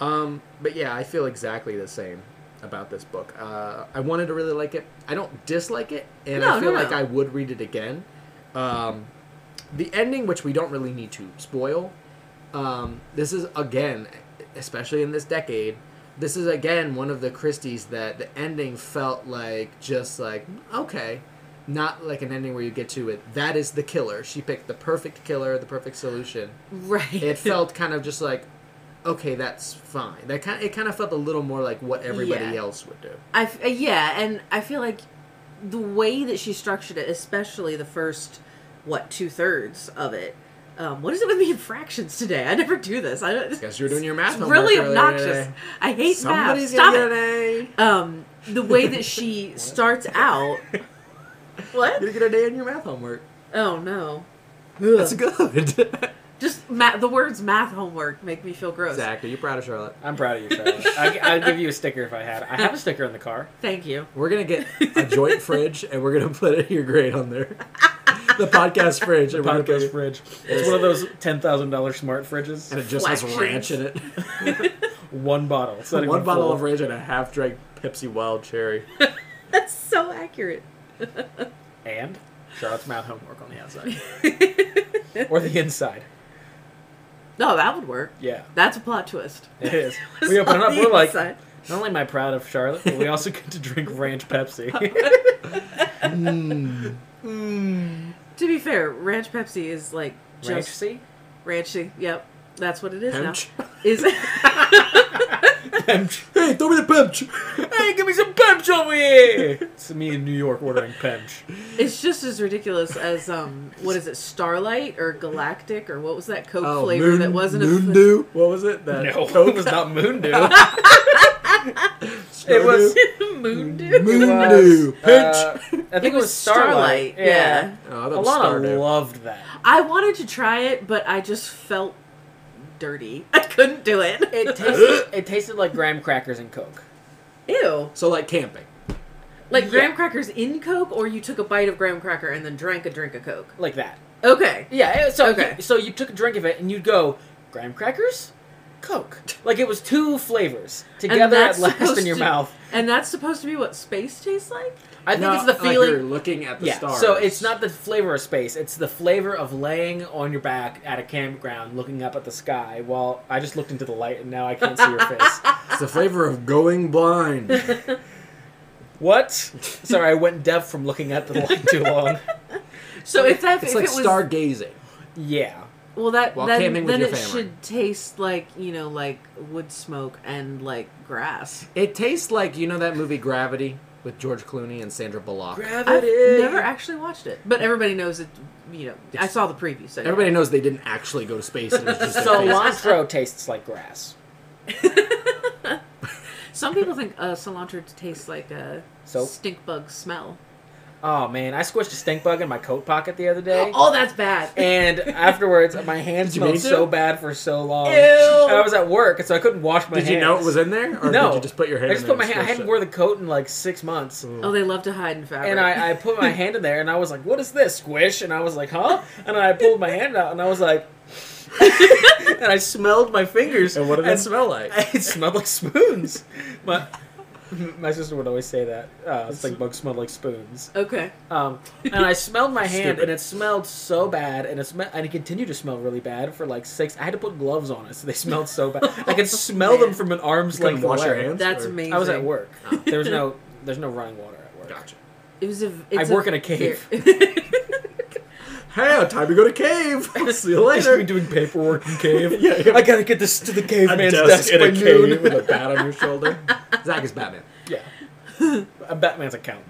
S1: Um, but yeah, I feel exactly the same about this book. Uh, I wanted to really like it. I don't dislike it, and
S2: No,
S1: I feel
S2: no,
S1: like
S2: no.
S1: I would read it again. Um, the ending, which we don't really need to spoil, um, this is again, especially in this decade, this is again one of the Christies that the ending felt like just like okay, not like an ending where you get to it. That is the killer. She picked the perfect killer, the perfect solution
S2: right.
S1: it felt kind of just like okay that's fine that kind it kind of felt a little more like what everybody
S2: Yeah.
S1: else would do
S2: I f- uh, yeah, and I feel like the way that she structured it, especially the first what two thirds of it. Um, what is it with me in fractions today? I never do this. I don't.
S1: because you're doing your math
S2: It's
S1: homework
S2: really
S1: earlier
S2: obnoxious.
S1: today.
S2: I hate
S1: somebody's
S2: math. Stop
S1: gonna
S2: it.
S1: get an
S2: Um, the way that she starts out.
S1: a
S2: What?
S1: you're gonna get an a in your math homework
S2: Oh no.
S1: that's
S2: Ugh.
S1: good
S2: Just ma- the words math homework make me feel gross.
S1: zach are you proud of charlotte
S3: I'm proud of you, Charlie. I, I'd give you a sticker if I had. it. I have a sticker in the car.
S2: Thank you.
S1: we're gonna get a joint fridge and we're gonna put your grade on there the podcast fridge and, we're gonna put
S3: Podcast
S1: it-
S3: fridge. It's one of those ten thousand dollars smart fridges.
S1: and it just has ranch in it
S3: One bottle. It's not even
S1: one bottle
S3: full.
S1: of ranch and a half drink pepsi wild cherry
S2: That's so accurate.
S3: and Charlotte's mouth homework on the outside or the inside.
S2: No, that would work.
S3: Yeah,
S2: That's a plot twist.
S3: it is. We open it up.
S2: On the
S3: We're like,
S2: inside.
S3: not only am I proud of Charlotte, but we also get to drink ranch Pepsi.
S1: Mm.
S2: to be fair, Ranch Pepsi is like
S3: ranch
S2: just
S3: C.
S2: ranchy. Yep, that's what it is
S1: Ranch.
S2: now. Is
S3: Pemch.
S1: hey throw me the pinch
S3: Hey, give me some Pemch over here. It's me in New York ordering Pemch.
S2: it's just as ridiculous as um, what is it, Starlight or Galactic or what was that Coke flavor that wasn't
S1: Oh, Moon
S2: a
S1: Dew? What was it? That
S3: No, it
S1: Coke?
S3: was not Moon Dew.
S1: Moon
S3: it was-
S1: Dew?
S2: Moon Dew?
S1: Moon
S3: was,
S1: Dew. Pinch.
S3: uh, I think
S2: It was Starlight. Yeah.
S1: oh, that was Star
S3: Alana
S1: Dew.
S3: loved that.
S2: I wanted to try it, but I just felt dirty. I couldn't do it.
S3: It tasted it tasted like graham crackers and coke.
S2: Ew.
S1: So like camping.
S2: Like graham
S3: Yeah.
S2: crackers in Coke, or you took a bite of graham cracker and then drank a drink of Coke?
S3: Like that.
S2: Okay.
S3: Yeah, it- so
S2: Okay.
S3: you, so you took a drink of it and you'd go graham crackers, coke. Like it was two flavors together at
S2: that's
S3: last in
S2: supposed
S3: your
S2: to-
S3: mouth.
S2: And that's supposed to be what space tastes like?
S3: I think
S1: No,
S3: it's the
S1: like
S3: feeling
S1: you're looking at the
S3: yeah.
S1: stars.
S3: So it's not the flavor of space; it's the flavor of laying on your back at a campground, looking up at the sky. While I just looked into the light, and now I can't see your face.
S1: It's the flavor of going blind.
S3: What? Sorry, I went deaf from looking at the light too long.
S2: So if that
S1: It's
S2: if
S1: like
S2: it was
S1: stargazing.
S3: Yeah.
S2: well that
S1: while
S2: then,
S1: camping with
S2: then
S1: your
S2: it
S1: family.
S2: should taste like you know like wood smoke and like grass.
S1: It tastes like you know that movie Gravity with George Clooney and Sandra Bullock.
S2: I've never actually watched it, but everybody knows it. You know, I saw the preview. So
S1: Everybody knows they didn't actually go to space. It was just their
S3: So
S1: faces.
S3: cilantro tastes like grass.
S2: Some people think uh, cilantro tastes like a
S3: Soap?
S2: stink bug smell.
S3: Oh man, I squished a stink bug in my coat pocket the other day.
S2: Oh, that's bad.
S3: And afterwards, my hands
S1: Did you
S3: smelled
S1: need to?
S3: so bad for so long.
S2: Ew.
S3: And I was at work, and so I couldn't wash my
S1: Did
S3: hands.
S1: you know it was in there, or
S3: no.
S1: did you just put your hand?
S3: I just
S1: in
S3: put my
S1: there
S3: hand. I
S1: and
S3: hadn't
S1: squished
S3: worn the coat in like six months.
S1: it?
S2: oh, they love to hide in fabric.
S3: And I, I put my hand in there, and I was like, "What is this squish?" And I was like, "Huh?" And I pulled my hand out, and I was like, and I smelled my fingers.
S1: And what did it smell like?
S3: It smelled like spoons. My my sister would always say that. Uh, it's like bugs smell like spoons.
S2: okay.
S3: Um, and I smelled my hand,
S1: Stupid.
S3: and it smelled so bad, and it smelled, and it continued to smell really bad for like six. I had to put gloves on it, so they smelled so bad. I could smell them from an arm's
S1: You couldn't
S3: length
S1: wash
S3: away.
S1: your hands?
S2: That's
S1: Or-
S2: amazing.
S3: I was at work.
S1: Oh.
S3: There was no, there's no running water at work.
S1: Gotcha.
S2: It was a. it's
S3: work in a cave.
S1: Hey, time to go to cave. See you
S3: I should be
S1: later.
S3: doing paperwork in cave.
S1: Yeah, yeah.
S3: I gotta get this to the caveman's
S1: A
S3: desk,
S1: in
S3: by
S1: a cave
S3: noon.
S1: with a bat on your shoulder. Zach is Batman.
S3: yeah, a Batman's accountant.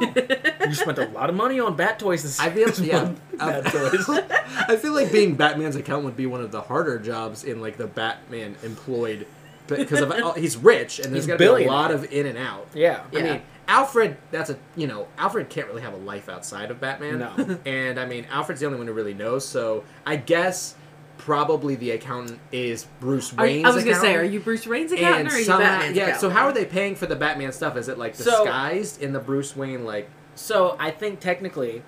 S3: you spent a lot of money on bat toys this,
S1: I feel
S3: this
S1: yeah.
S3: month.
S1: I- I feel like being Batman's accountant would be one of the harder jobs in like the Batman employed because of oh, he's rich and there's
S3: He's
S1: got to be a
S3: billionaire.
S1: lot of in and out.
S3: Yeah.
S1: I
S2: Yeah.
S1: mean, Alfred. That's a you know, Alfred can't really have a life outside of Batman.
S3: No.
S1: and I mean, Alfred's the only one who really knows. So I guess probably the accountant is Bruce
S2: Are
S1: Wayne's.
S2: you- I was gonna say,
S1: accountant.
S2: are you Bruce Wayne's accountant
S1: And
S2: or are you
S1: somehow-
S2: Batman's
S1: yeah. So
S2: accountant?
S1: how are they paying for the Batman stuff? Is it like
S3: So-
S1: disguised in the Bruce Wayne like?
S3: So I think technically,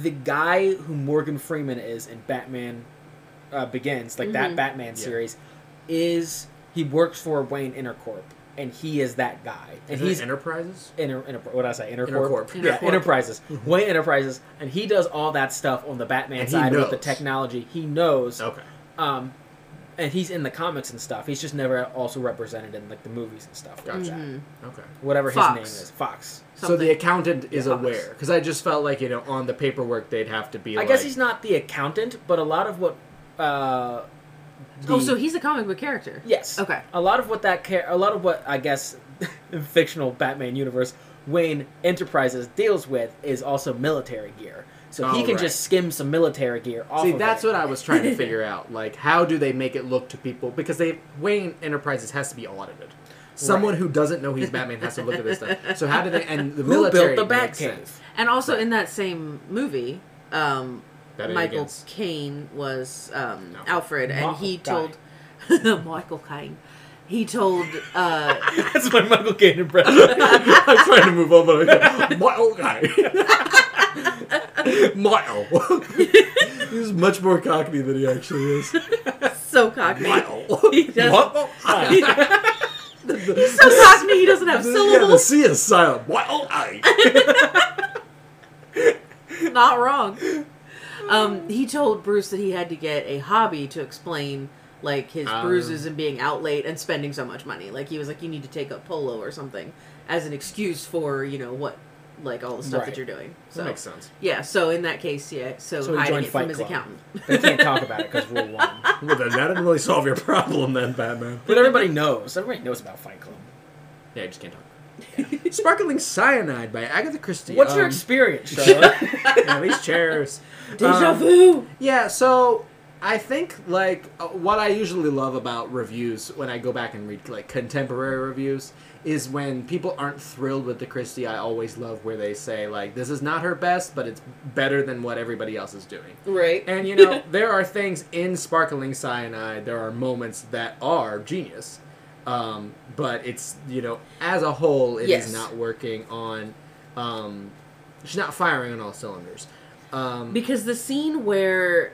S3: the guy who Morgan Freeman is in Batman uh, Begins, like that
S2: Mhm.
S3: Batman
S1: Yeah.
S3: series, is he works for Wayne Intercorp, and he is that guy, and
S1: Is it
S3: he's
S1: Enterprises.
S3: Inter, Inter, what did I say? Intercorp.
S1: Intercorp. Mm-hmm.
S3: Yeah,
S2: Intercorp.
S3: Enterprises. Wayne Enterprises, and he does all that stuff on the Batman
S1: And he
S3: side with the
S1: knows.
S3: technology. He knows,
S1: Okay.
S3: um, and he's in the comics and stuff. He's just never also represented in like the movies and stuff. like
S1: Gotcha.
S3: that.
S2: Mhm.
S1: Okay.
S3: Whatever
S2: Fox.
S3: his name is, Fox.
S1: So the
S2: Something.
S1: accountant is
S2: Yeah.
S1: aware because I just felt like you know on the paperwork they'd have to be.
S3: I
S1: like,
S3: guess he's not the accountant, but a lot of what. Uh,
S2: oh,
S3: the-
S2: so he's a comic book character.
S3: yes.
S2: Okay.
S3: A lot of what that care, a lot of what I guess, in fictional Batman universe, Wayne Enterprises deals with is also military gear. So he
S1: Oh,
S3: can
S1: right.
S3: just skim some military gear off.
S1: See,
S3: of
S1: that's
S3: it.
S1: what I was trying to figure out. Like, how do they make it look to people? Because they Wayne Enterprises has to be audited. Someone
S3: Right.
S1: who doesn't know he's Batman has to look at this stuff. So how do they? And the
S3: Who
S1: military
S3: built the
S1: makes
S3: Batcave?
S1: sense.
S2: And also in that same movie, um,
S1: Batman
S2: Michael
S1: Begins.
S2: Caine was um,
S1: No.
S2: Alfred, and
S3: Michael
S2: he
S3: Caine.
S2: told Michael Caine. He told uh,
S3: That's my Michael Caine impression.
S1: I was trying to move on, but I go, my old guy. my old. he's much more cockney than he actually is.
S2: so cockney.
S1: My old.
S2: He doesn't.
S1: My old.
S2: He's so cockney. He doesn't have
S1: Yeah, the
S2: syllables.
S1: C is silent. Why oh I?
S2: Not wrong. Um, he told Bruce that he had to get a hobby to explain like his
S1: Um.
S2: bruises and being out late and spending so much money. Like he was like, you need to take up polo or something as an excuse for you know what, like all the stuff
S3: Right.
S2: that you're doing. So
S1: That makes sense.
S2: Yeah, so in that case, yeah, so,
S3: So he
S2: hiding
S3: joined
S2: it
S3: Fight
S2: from his
S3: Club.
S2: accountant.
S3: they can't talk about it because rule one.
S1: Well, then that didn't really solve your problem, then, Batman.
S3: But everybody knows. Everybody knows about Fight Club.
S1: Yeah, I just can't talk. Sparkling Cyanide by Agatha Christie.
S3: What's your
S1: Um,
S3: experience, Charlotte?
S1: yeah, these chairs.
S2: Deja
S1: Um,
S2: vu.
S1: Yeah, so I think like uh, what I usually love about reviews when I go back and read like contemporary reviews is when people aren't thrilled with the Christie. I always love where they say like this is not her best, but it's better than what everybody else is doing.
S2: Right.
S1: And you know, there are things in Sparkling Cyanide. There are moments that are genius, um, but it's you know, as a whole, it is
S2: Yes.
S1: not working on. Um, she's not firing on all cylinders. Um,
S2: because the scene where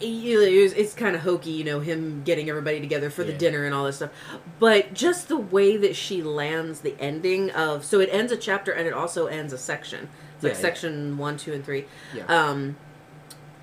S2: you know, it was- it's kind of hokey, you know, him getting everybody together for the
S1: Yeah.
S2: dinner and all this stuff. But just the way that she lands the ending of so it ends a chapter and it also ends a section. It's like
S1: Yeah, yeah.
S2: section one, two, and three.
S1: yeah.
S2: Um,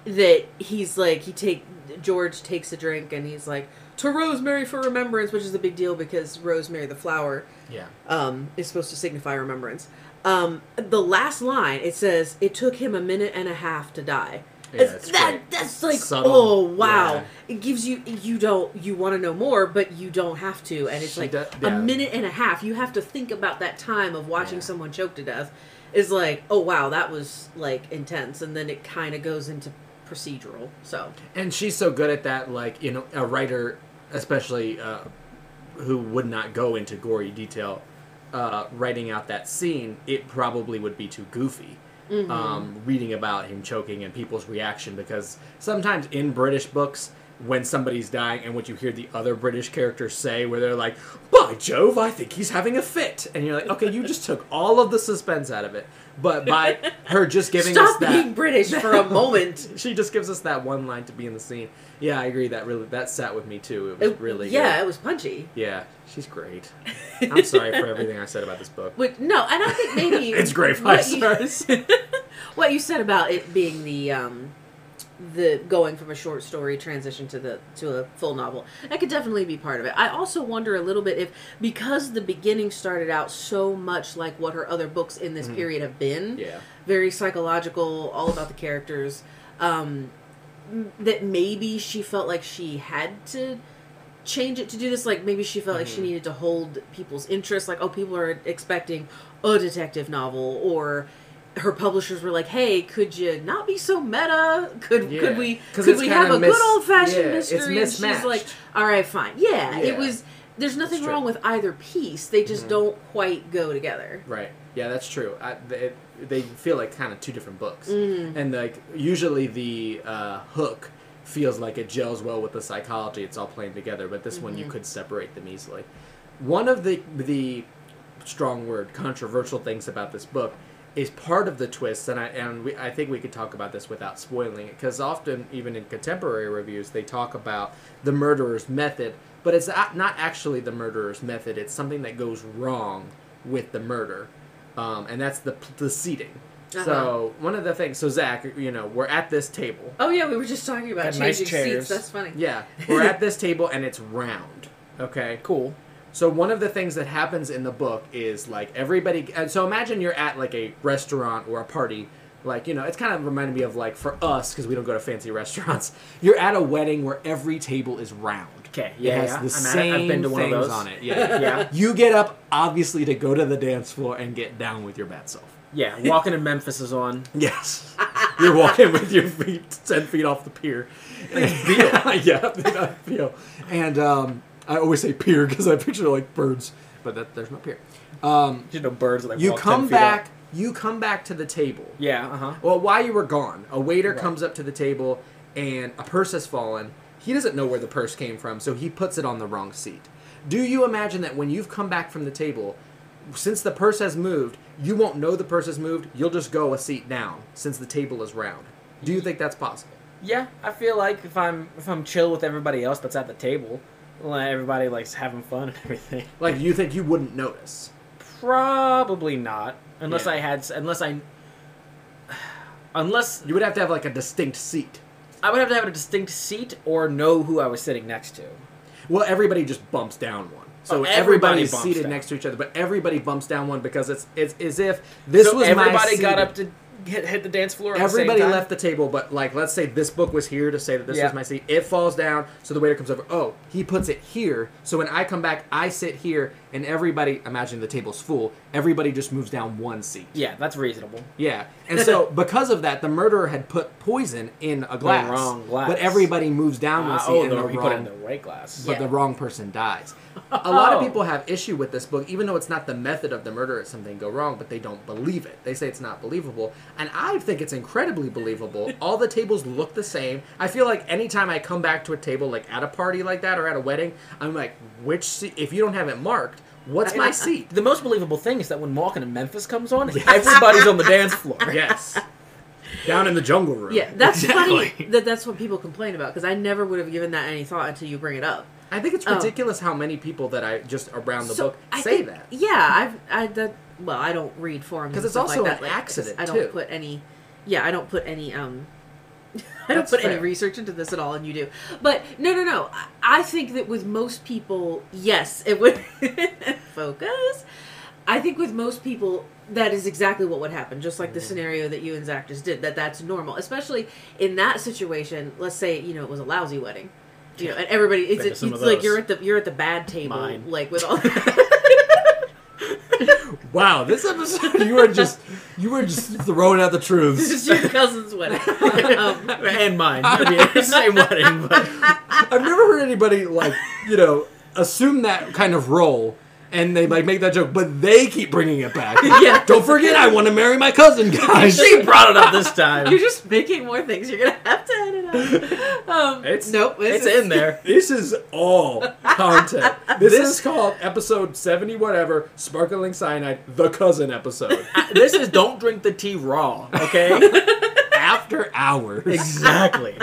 S2: that he's like he take George takes a drink and he's like to Rosemary for remembrance, which is a big deal because Rosemary the flower
S1: yeah.
S2: um, is supposed to signify remembrance. Um, the last line it says it took him a minute and a half to die.
S1: Yeah,
S2: It's-
S1: it's
S2: that
S1: great.
S2: that's like
S1: Subtle.
S2: oh wow!
S1: Yeah.
S2: It gives you you don't you want to know more, but you don't have to, and it's
S1: She
S2: like
S1: does-
S2: a
S1: yeah.
S2: minute and a half. You have to think about that time of watching
S1: Yeah.
S2: someone choke to death. Is like oh wow that was like intense, and then it kind of goes into procedural. So
S1: And she's so good at that, like, you know, a writer, especially uh, who would not go into gory detail, uh, writing out that scene, it probably would be too goofy.
S2: Mm-hmm.
S1: Um, reading about him choking and people's reaction because sometimes in British books, when somebody's dying and what you hear the other British characters say, where they're like, "By Jove, I think he's having a fit," and you're like, "Okay, you just took all of the suspense out of it." But by her just giving us
S2: stop
S1: that,
S2: being British for a moment.
S1: she just gives us that one line to be in the scene. Yeah, I agree. That really that sat with me too. It was
S2: It-
S1: really
S2: yeah,
S1: good.
S2: it was punchy.
S1: yeah. She's great. I'm sorry for everything I said about this book.
S2: But no, and I think maybe
S1: It's great
S2: what
S1: five stars.
S2: You, what you said about it being the um, the going from a short story transition to the to a full novel that could definitely be part of it. I also wonder a little bit if because the beginning started out so much like what her other books in
S1: Mm-hmm.
S2: this period have been,
S1: Yeah.
S2: very psychological, all about the characters. Um, m- that maybe she felt like she had to change it to do this. Like maybe she felt
S1: Mm-hmm.
S2: like she needed to hold people's interest. Like oh, people are expecting a detective novel, or her publishers were like, hey, could you not be so meta? Could
S1: Yeah.
S2: could we
S1: 'Cause
S2: could
S1: it's
S2: we
S1: kinda
S2: have a
S1: mis-
S2: good old fashioned
S1: yeah, it's
S2: mystery? And she's
S1: mismatched.
S2: like, all right, fine, yeah,
S1: Yeah.
S2: it was. There's nothing
S1: true. Mm-hmm.
S2: wrong with either piece. They just don't quite go together.
S1: Right. Yeah, that's true. I, they, they feel like kind of two different books,
S2: Mm.
S1: and like usually the uh, hook feels like it gels well with the psychology. It's all playing together, but this
S2: Mm-hmm.
S1: one you could separate them easily. One of the the strong word controversial things about this book is part of the twist, and I and we, I think we could talk about this without spoiling it because often even in contemporary reviews they talk about the murderer's method, but it's a- not actually the murderer's method. It's something that goes wrong with the murder, um, and that's the p- the seating.
S2: Uh-huh.
S1: So one of the things, so Zach, you know, we're at this table.
S2: Oh yeah, we were just talking about
S3: Got
S2: changing
S3: nice
S2: seats.
S3: chairs.
S2: That's funny.
S1: Yeah, we're at this table and it's round. Okay.
S3: Cool.
S1: So one of the things that happens in the book is like everybody. And so imagine you're at like a restaurant or a party. Like you know, it's kind of reminded me of like for us because we don't go to fancy restaurants. You're at a wedding where every table is round.
S3: Okay,
S1: It
S3: yeah,
S1: has
S3: yeah.
S1: the
S3: I'm at it.
S1: same
S3: I've been to one of
S1: things
S3: those.
S1: on it. Yeah.
S3: Yeah.
S1: you get up obviously to go to the dance floor and get down with your bad self.
S3: Yeah. Walking to Memphis is on.
S1: Yes. You're walking with your feet ten feet off the pier. yeah, the peel. And um, I always say pier because I picture like birds, but that, there's no pier. Um,
S3: You know, birds that like
S1: you
S3: walk 10
S1: come
S3: feet up.
S1: back. You come back to the table.
S3: Yeah. Uh huh.
S1: Well, while you were gone, a waiter
S3: Right.
S1: comes up to the table and a purse has fallen. He doesn't know where the purse came from, so he puts it on the wrong seat. Do you imagine that when you've come back from the table, since the purse has moved, you won't know the purse has moved, you'll just go a seat down since the table is round? Do you think that's possible?
S3: Yeah, I feel like if I'm if I'm chill with everybody else that's at the table, like everybody likes having fun and everything.
S1: Like, you think you wouldn't notice?
S3: Probably not, unless
S1: Yeah.
S3: I had s- unless I unless
S1: You would have to have, like, a distinct seat.
S3: I would have to have a distinct seat or know who I was sitting next to.
S1: Well, everybody just bumps down one. So
S3: Oh, everybody
S1: everybody's
S3: bumps
S1: seated
S3: down.
S1: next to each other, but everybody bumps down one because it's it's as if this
S3: so
S1: was my
S3: everybody got
S1: seat.
S3: up to hit, hit the dance floor.
S1: Everybody
S3: at the same time.
S1: left the table, but like, let's say this book was here to say that this
S3: Yeah.
S1: was my seat. It falls down, so the waiter comes over. Oh, he puts it here. So when I come back, I sit here, and everybody. Imagine the table's full. everybody just moves down one seat.
S3: Yeah, that's reasonable.
S1: Yeah, and so because of that, the murderer had put poison in a glass,
S3: wrong glass.
S1: but everybody moves down one
S3: Uh,
S1: seat,
S3: oh,
S1: and
S3: no,
S1: the
S3: he
S1: wrong,
S3: put it in the right glass.
S1: but
S2: Yeah.
S1: the wrong person dies. A lot of
S3: Oh.
S1: people have issue with this book, even though it's not the method of the murder or something go wrong, but they don't believe it. They say it's not believable, and I think it's incredibly believable. All the tables look the same. I feel like anytime I come back to a table, like at a party like that or at a wedding, I'm like, which seat? If you don't have it marked, what's my seat?
S3: The most believable thing is that when Walking in Memphis comes on, everybody's on the dance floor.
S1: yes, down in the jungle room.
S2: Yeah, that's
S1: Exactly.
S2: funny that that's what people complain about because I never would have given that any thought until you bring it up.
S1: I think it's
S2: Oh.
S1: ridiculous how many people that I just around the
S2: So,
S1: book
S2: I
S1: say
S2: think-
S1: that.
S2: Yeah, I've I that well, I don't read forums
S1: 'Cause
S2: and
S1: it's
S2: stuff
S1: also
S2: like that.
S1: an
S2: like, I just-
S1: accident,
S2: I don't
S1: too.
S2: put any. Yeah, I don't put any. um I don't
S1: That's
S2: put any
S1: fair.
S2: research into this at all, and you do. But no, no, no. I, I think that with most people, yes, it would focus. I think with most people, that is exactly what would happen. Just like the
S1: Mm-hmm.
S2: scenario that you and Zach just did, that that's normal, especially in that situation. Let's say you know it was a lousy wedding, you know, and everybody
S3: Been
S2: it's,
S3: to
S2: it's
S3: some of
S2: like
S3: those.
S2: you're at the you're at the bad table,
S3: Mine.
S2: like with all.
S1: Wow, this episode you were just you were just throwing out the
S2: This
S1: truths.
S2: is your cousin's wedding. Um,
S3: and mine. I mean, it's the same wedding, but
S1: I've never heard anybody like you know assume that kind of role, and they like make that joke, but they keep bringing it back.
S2: Yeah.
S1: Don't forget, I want to marry my cousin, guys.
S3: she brought it up this time.
S2: you're just making more things. You're gonna have to edit out. Um,
S1: It's-
S2: nope. this
S3: It's
S2: is-
S3: in there.
S1: This is all content. This, is called episode seventy whatever, sparkling cyanide, the cousin episode,
S3: This is don't drink the tea raw, okay?
S1: after hours.
S3: exactly.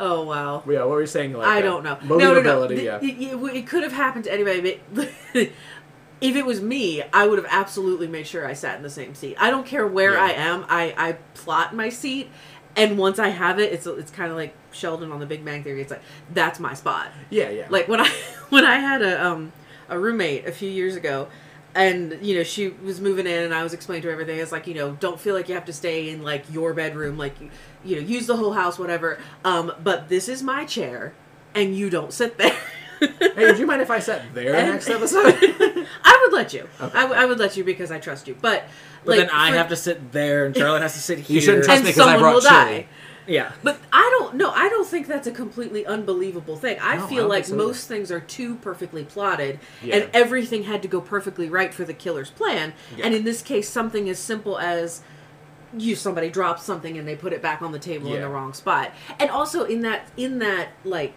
S2: Oh wow.
S1: Yeah, what were you saying? Like
S2: I
S1: that?
S2: don't know. No, no, no.
S1: Believability.
S2: The-
S1: Yeah.
S2: the- It, it could have happened to anybody. But if it was me, I would have absolutely made sure I sat in the same seat. I don't care where
S1: Yeah.
S2: I am. I, I plot my seat, and once I have it, it's it's kind of like Sheldon on The Big Bang Theory. It's like that's my spot.
S1: yeah, yeah.
S2: like when I when I had a um a roommate a few years ago, and you know she was moving in, and I was explaining to her everything. It's like you know don't feel like you have to stay in like your bedroom, like you- you know use the whole house, whatever. Um, but this is my chair, and you don't sit there.
S1: hey, would you mind if I sat there
S2: And-
S1: next episode?
S2: I would let you.
S1: Okay.
S2: I, w- I would let you because I trust you. But
S3: But
S2: like,
S3: then I
S2: for-
S3: have to sit there, and Charlotte has to sit here.
S1: You shouldn't trust
S2: and
S1: me 'cause I
S2: someone
S1: brought
S2: will
S1: chili.
S2: die.
S3: Yeah.
S2: But I don't know. I don't think that's a completely unbelievable thing. I
S1: No, I
S2: feel
S1: don't
S2: like
S1: think so
S2: most things are too perfectly plotted,
S1: Yeah.
S2: and everything had to go perfectly right for the killer's plan.
S1: Yeah.
S2: And in this case, something as simple as you somebody drops something and they put it back on the table in
S1: Yeah.
S2: the wrong spot. And also in that in that like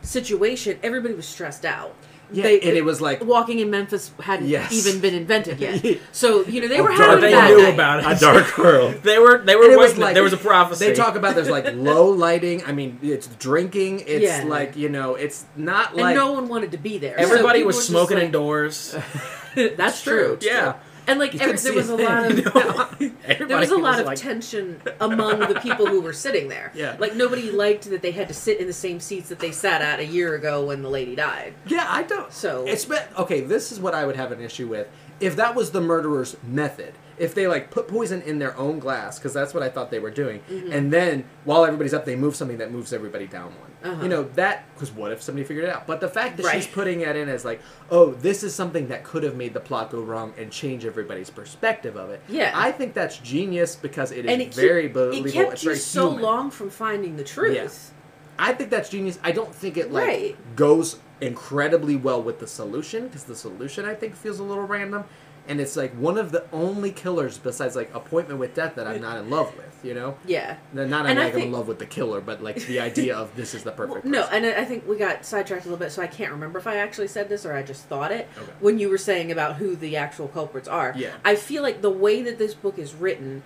S2: situation, everybody was stressed out.
S1: Yeah, and it was like-
S2: walking in Memphis hadn't
S1: Yes.
S2: even been invented
S1: Yeah. Oh,
S2: yet. So you know they
S1: A
S2: were
S1: dark
S2: having
S3: They
S2: a bad
S1: world.
S3: knew
S2: night.
S3: about it.
S1: A dark world.
S3: They were they
S1: And
S3: were
S1: it was
S3: waiting.
S1: like-
S3: there was a prophecy.
S1: They talk about there's like low lighting. I mean, it's drinking. It's
S2: Yeah.
S1: like you know, it's not
S2: and
S1: like
S2: no one wanted to be there. So
S3: Everybody
S2: people were
S3: was
S2: just
S3: smoking
S2: like-
S3: indoors.
S2: That's true.
S1: Yeah.
S2: And like
S1: You
S2: every,
S1: couldn't
S2: there
S1: see
S2: was
S1: a
S2: a
S1: thing,
S2: lot of
S1: you know?
S2: there was
S3: Everybody
S2: a lot of
S3: like,
S2: tension among the people who were sitting there.
S1: Yeah.
S2: Like nobody liked that they had to sit in the same seats that they sat at a year ago when the lady died.
S1: Yeah, I don't.
S2: So-
S1: it's been- okay. This is what I would have an issue with if that was the murderer's method. If they like put poison in their own glass, because that's what I thought they were doing,
S2: Mm-hmm.
S1: and then while everybody's up, they move something that moves everybody down one.
S2: Uh-huh.
S1: You know that because what if somebody figured it out? But the fact that she's
S2: Right.
S1: putting it in as like, oh, this is something that could have made the plot go wrong and change everybody's perspective of it.
S2: Yeah.
S1: I think that's genius because it is
S2: and it, keep-
S1: very believable.
S2: it kept
S1: it's
S2: you
S1: very
S2: so
S1: human.
S2: long from finding the truth.
S1: I think that's genius. I don't think it like
S2: Right.
S1: goes incredibly well with the solution because the solution I think feels a little random, and it's like one of the only killers besides like Appointment with Death that I'm not in love with. You know,
S2: Yeah.
S1: No, not I'm
S2: And I
S1: like, I'm in
S2: think-
S1: love with the killer, but like the idea of this is the perfect.
S2: No,
S1: person.
S2: and I I think we got sidetracked a little bit, so I can't remember if I actually said this or I just thought it
S1: Okay.
S2: when you were saying about who the actual culprits are.
S1: Yeah.
S2: I feel like the way that this book is written,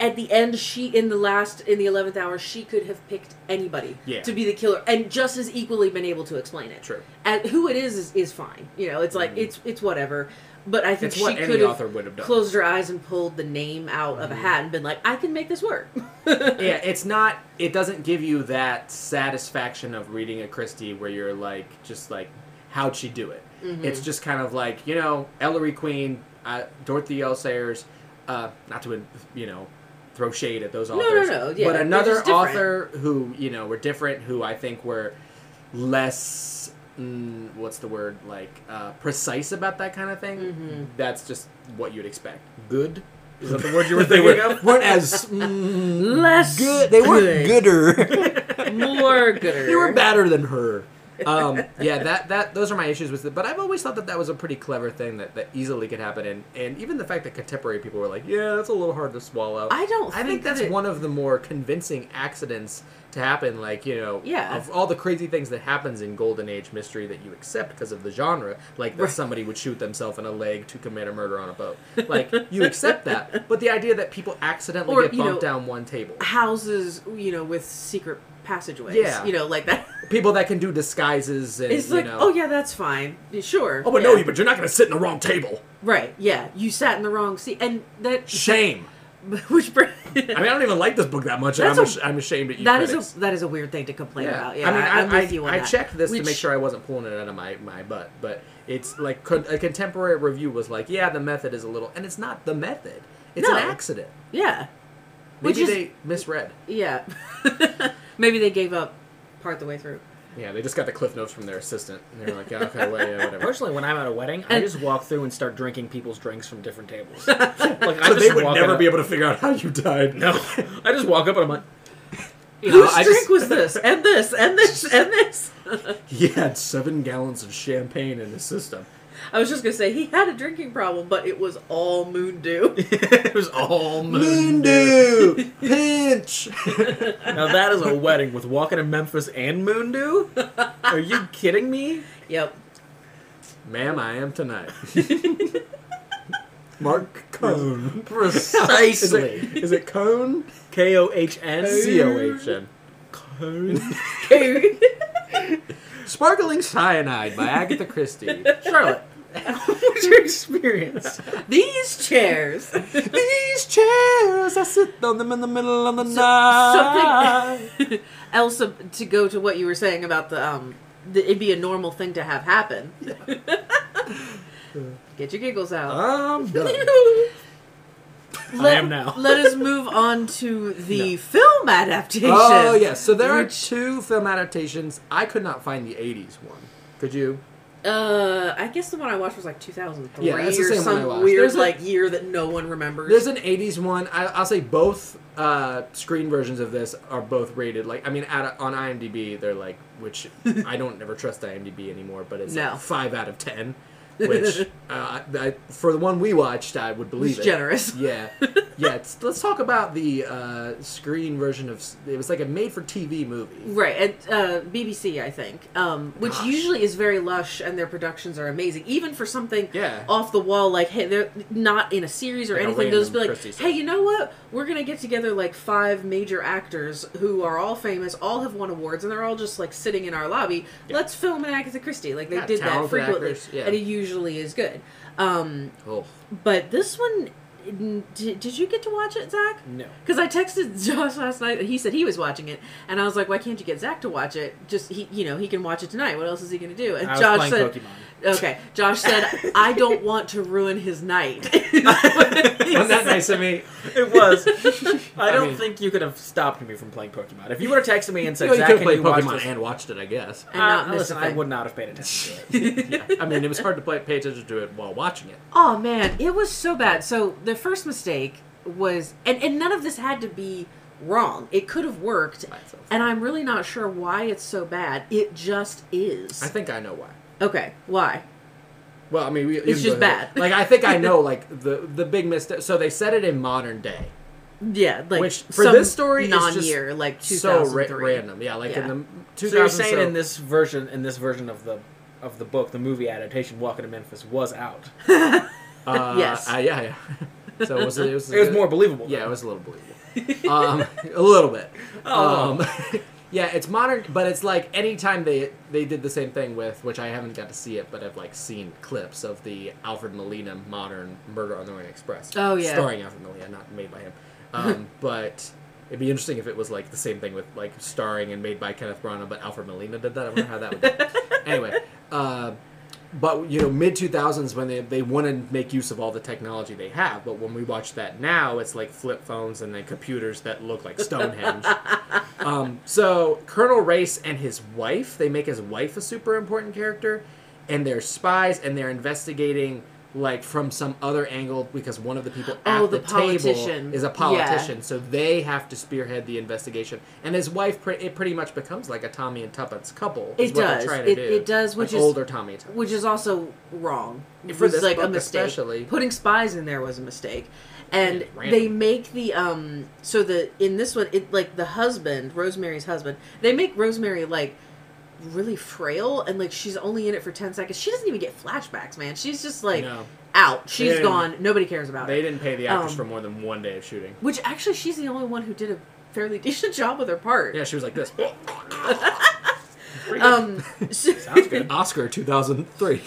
S2: at the end, she in the last in the eleventh hour, she could have picked anybody
S1: Yeah.
S2: to be the killer, and just as equally been able to explain it.
S1: True. Mm-hmm.
S2: And who it is is, is fine. You know, it's like it's it's whatever. But I think
S1: It's
S2: she
S1: what
S2: could
S1: any
S2: have
S1: author Mm-hmm. would have done.
S2: closed her eyes and pulled the name out of a hat and been like, "I can make this work."
S1: yeah, it's not. It doesn't give you that satisfaction of reading a Christie where you're like, just like, how'd she do it?
S2: Mm-hmm.
S1: It's just kind of like you know, Ellery Queen, uh, Dorothy L. Sayers. Uh, not to you know, throw shade at those
S2: no,
S1: authors.
S2: no, yeah,
S1: but
S2: they're
S1: another
S2: just different.
S1: author who you know were different, who I think were less mm, what's the word like uh, precise about that kind of thing,
S2: Mm-hmm.
S1: that's just what you'd expect. Good is that the word you were
S3: They
S1: thinking
S3: were-
S1: of?
S4: weren't as mm,
S2: Less
S4: good. They weren't
S2: good.
S4: gooder.
S2: More gooder.
S4: they were badder than her.
S1: um, yeah, that that those are my issues with it. But I've always thought that that was a pretty clever thing that, that easily could happen, and and even the fact that contemporary people were like, yeah, that's a little hard to swallow.
S2: I don't.
S1: I think
S2: that
S1: that's
S2: it-
S1: one of the more convincing accidents to happen. Like you know,
S2: Yeah.
S1: of all the crazy things that happens in golden age mystery that you accept because of the genre, like that
S2: Right.
S1: somebody would shoot themselves in a leg to commit a murder on a boat. Like you accept that, but the idea that people accidentally
S2: Or,
S1: get
S2: you
S1: bumped
S2: know-
S1: down one table,
S2: houses, you know, with secret passageways.
S1: Yeah.
S2: You know, like that.
S1: people that can do disguises, and
S2: It's
S1: you
S2: like,
S1: know,
S2: oh yeah, that's fine. Sure.
S1: oh, but
S2: yeah.
S1: no, you- but you're not gonna sit in the wrong table.
S2: Right. Yeah. You sat in the wrong seat, and that
S1: Shame.
S2: which brings.
S1: I mean, I don't even like this book that much. and
S2: That's
S1: I'm,
S2: a-
S1: ash- I'm ashamed at you.
S2: That is
S1: critics.
S2: a that is a weird thing to complain about. Yeah,
S1: I mean, I,
S2: am
S1: I,
S2: with you on
S1: I
S2: that.
S1: checked this to make
S2: Which-
S1: sure I wasn't pulling it out of my, my butt, but it's like con- a contemporary review was like, yeah, the method is a little, and it's not the method. It's
S2: No.
S1: an accident.
S2: Yeah, Which
S1: Maybe
S2: is-
S1: they misread.
S2: yeah. Maybe they gave up part the way through.
S1: Yeah, they just got the cliff notes from their assistant, and they were like, yeah, okay, well, yeah, whatever.
S3: Personally, when I'm at a wedding, I
S2: And-
S3: just walk through and start drinking people's drinks from different tables. like, I
S1: so
S3: just
S1: they would
S3: walk
S1: never
S3: up-
S1: be able to figure out how you died.
S3: No, I just walk up and I'm like, you know,
S2: Whose
S3: I
S2: drink
S3: just
S2: was this? And this? And this? And this?
S1: he had seven gallons of champagne in his system.
S2: I was just gonna say he had a drinking problem, but it was all moon dew.
S3: it was all moon.
S1: Moondew! Pinch!
S3: Now that is a wedding with walking in Memphis and moon dew. Are you kidding me?
S2: yep.
S1: Ma'am, I am tonight. Mark Cone. Is
S3: Precisely.
S1: it, is it Cone?
S3: K O H N
S1: C O H N.
S3: Cone.
S1: Sparkling Cyanide by Agatha Christie.
S3: Charlotte, what was your experience?
S2: These chairs.
S1: These chairs, I sit on them in the middle of the night.
S2: Something else ab- to go to what you were saying about the um, the, it'd be a normal thing to have happen. Get your giggles out.
S1: I'm done.
S2: Let-
S3: am now.
S2: let us move on to the film adaptation.
S1: Oh, yes. So there are
S2: Which-
S1: two film adaptations. I could not find the 80s one. Could you?
S2: Uh, I guess the one I watched was like 2003
S1: Yeah, that's the
S2: or
S1: same one I
S2: some
S1: watched.
S2: weird
S1: There's a-
S2: like year that no one remembers.
S1: There's an 80s one. I, I'll say both uh, screen versions of this are both rated. Like, I mean, at, on IMDb, they're like, which I don't never trust IMDb anymore, but it's
S2: No.
S1: like 5 out of 10. Which, uh, I, for the one we watched, I would believe
S2: It's
S1: it.
S2: generous.
S1: Yeah, yeah. It's, let's talk about the uh, screen version of. s- It was like a made-for-TV movie.
S2: Right, at uh, BBC, I think, um, which
S1: Gosh.
S2: usually is very lush, and their productions are amazing. Even for something
S1: Yeah.
S2: off the wall, like hey, they're not in a series or
S1: Like a
S2: anything. They'll just be
S1: random
S2: like,
S1: Christie stuff.
S2: hey, you know what? We're gonna get together like five major actors who are all famous, all have won awards, and they're all just like sitting in our lobby.
S1: Yeah.
S2: Let's film an Agatha Christie. Like they
S1: Yeah,
S2: did that
S1: talented
S2: frequently,
S1: actors, yeah.
S2: and it usually is good. Um,
S1: Oh,
S2: but this one, n- did, did you get to watch it, Zach?
S3: No.
S2: Because I texted Josh last night, and he said he was watching it, and I was like, "Why can't you get Zach to watch it? Just he, you know, he can watch it tonight. What else is he going to do?" And
S3: I was
S2: Josh
S3: playing
S2: said,
S3: Pokemon.
S2: "Okay." Josh said, "I don't want to ruin his night."
S1: wasn't that nice of me?
S3: It was. I don't
S1: mean-
S3: think you could have stopped me from playing Pokemon. If you would have texted me and
S1: You,
S3: said,
S1: know, you
S3: Zach,
S1: could have
S3: can
S1: played
S3: you watch
S1: Pokemon
S3: this?
S1: and watched it, I guess.
S2: And not
S3: Uh,
S2: miss a
S3: listen, I
S2: thing.
S3: would not have paid attention to it.
S1: Yeah. I mean, it was hard to play, pay attention to it while watching it.
S2: Oh man, it was so bad. So the first mistake was, and and none of this had to be wrong. It could have worked,
S1: By itself.
S2: and I'm really not sure why it's so bad. It just is.
S1: I think I know why.
S2: okay, why?
S1: Well, I mean, we,
S2: It's
S1: you can
S2: just
S1: go ahead.
S2: bad.
S1: Like, I think I know. Like the the big mistake. So they set it in modern day.
S2: Yeah, like
S1: Which, for
S2: some
S1: this story, is just
S2: non-year, like
S1: So
S2: 2003.
S1: ra- random. Yeah, like
S2: Yeah.
S1: in the 2000s.
S3: So you're saying in this version, in this version of the of the book, the movie adaptation, Walking to Memphis was out.
S1: uh,
S2: Yes.
S1: uh, yeah, yeah. So it was it was,
S3: It was more believable.
S1: Yeah, it
S3: though.
S1: was a little believable. um, a little bit.
S3: Oh.
S1: Um, yeah, it's modern, but it's like anytime they they did the same thing with, which I haven't got to see it, but I've like seen clips of the Alfred Molina modern Murder on the Orient Express.
S2: Oh, yeah.
S1: starring Alfred Molina, not made by him. Um, but it'd be interesting if it was like the same thing with like starring and made by Kenneth Branagh, but Alfred Molina did that. I wonder how that would. Go. anyway. Uh, but you know, mid two thousands when they they want to make use of all the technology they have. But when we watch that now, it's like flip phones and then computers that look like Stonehenge. um, so Colonel Race and his wife, they make his wife a super important character, and they're spies and they're investigating like from some other angle because one of the people at
S2: Oh,
S1: the,
S2: the
S1: table
S2: politician.
S1: is a
S2: Yeah.
S1: politician so they have to spearhead the investigation. And his wife, pre- it pretty much becomes like a Tommy and Tuppence couple. is
S2: It
S1: what they're
S2: does.
S1: trying to
S2: It-
S1: do.
S2: it does,
S1: An
S2: which is-
S1: older Tommy and Tuppence.
S2: which is also wrong. It
S1: For
S2: was
S1: this
S2: like a
S1: book
S2: mistake.
S1: especially.
S2: Putting spies in there was a mistake, and
S1: Random.
S2: they make the um. So the in this one, it like the husband, Rosemary's husband, they make Rosemary like really frail and like she's only in it for 10 seconds she doesn't even get flashbacks man she's just like
S1: No.
S2: out She's
S1: didn't-
S2: gone nobody cares about
S1: They
S2: her
S1: didn't pay the actress
S2: Um,
S1: for more than one day of shooting.
S2: which actually she's the only one who did a fairly decent job with her part
S1: Yeah, she was like this.
S2: um so-
S1: Sounds good.
S4: Oscar 2003.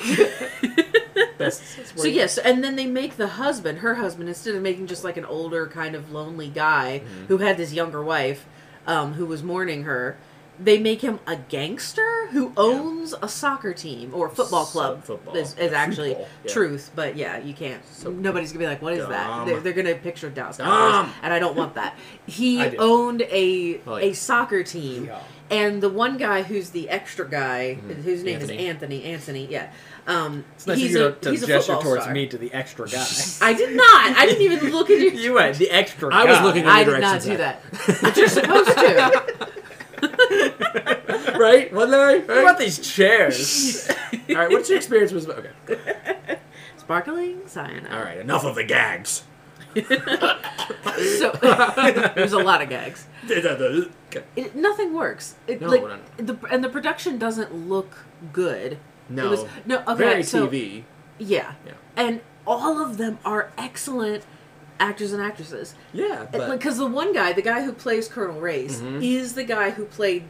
S2: So yes, and then they make the husband, her husband, instead of making just like an older kind of lonely guy
S1: Mm-hmm.
S2: who had this younger wife, um, who was mourning her, they make him a gangster who owns a soccer team or football
S1: So-
S2: club.
S1: football.
S2: is,
S1: Yeah,
S2: is actually
S1: football, yeah.
S2: truth, but yeah, you can't. Nobody's gonna be like, "What is
S1: Dumb.
S2: that?" They're, they're gonna picture Dallas
S1: Dumb.
S2: Cowboys, and I don't want that. He
S1: I do.
S2: owned a
S1: Oh, yeah.
S2: a soccer team.
S1: Yeah.
S2: And the one guy who's the extra guy, whose name
S1: Anthony.
S2: is Anthony. Anthony, yeah. Um,
S3: Mm-hmm. It's nice
S2: he's
S3: of you
S2: a,
S3: to, to
S2: he's a
S3: gesture
S2: football
S3: towards
S2: star.
S3: me to the extra guy.
S2: I did not. I didn't even look at your.
S3: you went the extra.
S1: I was
S3: guy.
S1: looking at-
S2: I did not do that. But you're supposed to.
S1: right? One day?
S3: What about
S1: Right?
S3: these chairs?
S1: All right, what's your experience with. Okay.
S2: Sparkling cyanide.
S1: All right, enough of the gags.
S2: So there's a lot of gags.
S1: Okay.
S2: It, nothing works. It,
S1: No,
S2: like,
S1: no,
S2: The, and the production doesn't look good.
S1: No.
S2: It was, no. Okay.
S1: Very
S2: so,
S1: TV.
S2: Yeah.
S1: Yeah.
S2: And all of them are excellent actors and actresses.
S1: Yeah, but.
S2: Because the one guy, the guy who plays Colonel Race,
S1: Mhm.
S2: is the guy who played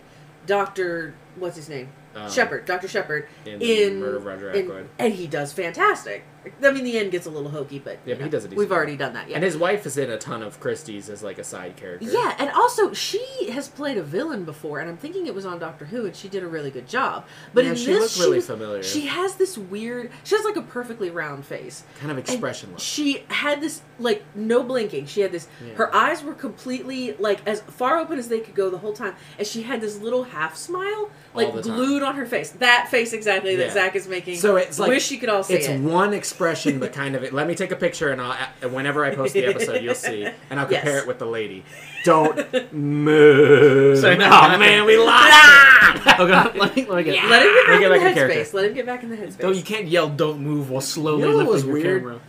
S2: Doctor. What's his name?
S1: um,
S2: Shepard, Doctor Shepard,
S1: in
S2: in,
S1: the Murder of Roger
S2: in-
S1: Ackroyd.
S2: and he does fantastic. I mean, the end gets a little hokey, but
S1: Yeah,
S2: you
S1: but he
S2: know,
S1: does a decent
S2: We've
S1: job.
S2: already done that, yeah.
S1: And his wife is in a ton of Christie's as like a side character.
S2: yeah, and also she has played a villain before, and I'm thinking it was on Doctor Who, and she did a really good job. But
S1: Yeah,
S2: in
S1: she
S2: this,
S1: looked
S2: she
S1: really
S2: was-
S1: familiar.
S2: She has this weird. She has like a perfectly round face.
S1: Kind of
S2: And
S1: expressionless.
S2: She had this like no blinking. She had this.
S1: Yeah.
S2: Her eyes were completely like as far open as they could go the whole time, and she had this little half smile like
S1: the time.
S2: glued on her face. That face exactly that
S1: Yeah.
S2: Zach is making.
S1: So it's like-
S2: wish you could all see
S1: It's
S2: it.
S1: one expression, but kind of. Let me take a picture, and I'll. and Whenever I post the episode, you'll see, and I'll compare
S2: Yes.
S1: it with the lady. Don't move.
S3: So
S1: oh
S3: now-
S1: man, we lost. it.
S3: okay, let me, let me get,
S2: Let him
S3: let me
S2: get back
S3: get
S2: in the
S3: back in character.
S2: headspace. Let him get back in the headspace.
S3: No, you can't yell "Don't move" while slowly
S1: You know what
S3: lifting
S1: was
S3: your
S1: weird?
S3: camera.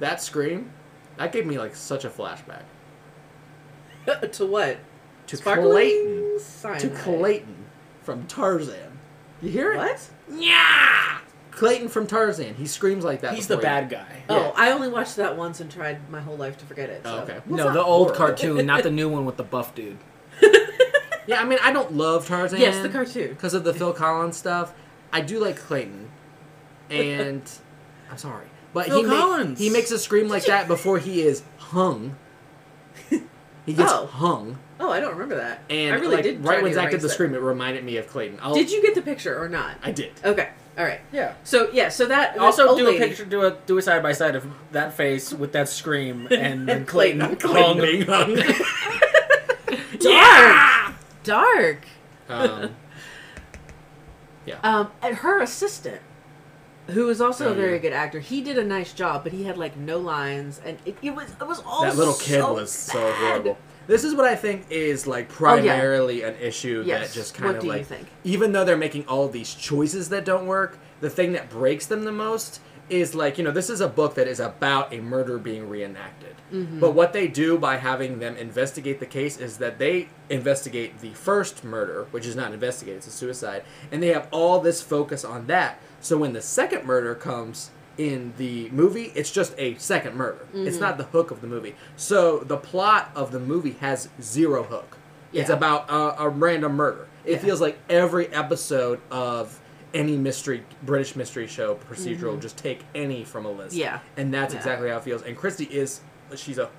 S1: that scream, that gave me like such a flashback
S2: to what?
S1: to
S2: Sparkling
S1: Clayton.
S2: cyanide.
S1: To Clayton from Tarzan. You hear it?
S2: What?
S1: Yeah. Clayton from Tarzan. He screams like that.
S3: He's the
S1: before you-
S3: bad guy.
S1: Yeah.
S2: Oh, I only watched that once and tried my whole life to forget it.
S1: Oh,
S2: So.
S1: okay. Well, it's
S3: No,
S1: not
S3: the old
S1: horrible.
S3: cartoon, not the new one with the buff dude.
S1: Yeah, I mean, I don't love Tarzan.
S2: Yes, the cartoon.
S1: because of the Phil Collins stuff. I do like Clayton, and I'm sorry, but he
S3: Phil
S1: ma-
S3: Collins.
S1: he makes a scream like that before he is hung. He gets
S2: Oh.
S1: hung,
S2: Oh, I don't remember that.
S1: and
S2: I really
S1: like,
S2: did. try
S1: right
S2: to
S1: when Zach did
S2: erase
S1: the
S2: that.
S1: scream, it reminded me of Clayton. I'll,
S2: Did you get the picture or not?
S1: I did.
S2: Okay. All right.
S3: Yeah.
S2: So yeah. So that
S3: Also,
S2: old
S3: do a
S2: lady-
S3: picture, do a do a side by side of that face with that scream and then Clayton,
S2: Clayton.
S1: Clayton
S3: Kong.
S1: being hung.
S2: Dark. Dark.
S1: um,
S2: Um, and her assistant, who is also
S1: Oh,
S2: a very
S1: yeah.
S2: good actor, he did a nice job, but he had like no lines, and it, it was it was all
S1: that little kid
S2: Oh, so
S1: was so
S2: bad.
S1: horrible. This is what I think is like
S2: Oh, yeah.
S1: primarily an issue
S2: Yes.
S1: that just kind
S2: What
S1: of
S2: do you
S1: like
S2: think?
S1: even though they're making all these choices that don't work, the thing that breaks them the most is like, you know, this is a book that is about a murder being reenacted. But what they do by having them investigate the case is that they investigate the first murder, which is not investigated, it's a suicide, and they have all this focus on that. So when the second murder comes in the movie, it's just a second murder. It's not the hook of the movie. So the plot of the movie has zero hook. It's
S2: Yeah.
S1: about about a, a random murder. It
S2: Yeah.
S1: feels like every episode of any mystery British mystery show procedural just take any from a list.
S2: Mm-hmm. Yeah.
S1: and that's
S2: Yeah.
S1: exactly how it feels. And Christie is she's a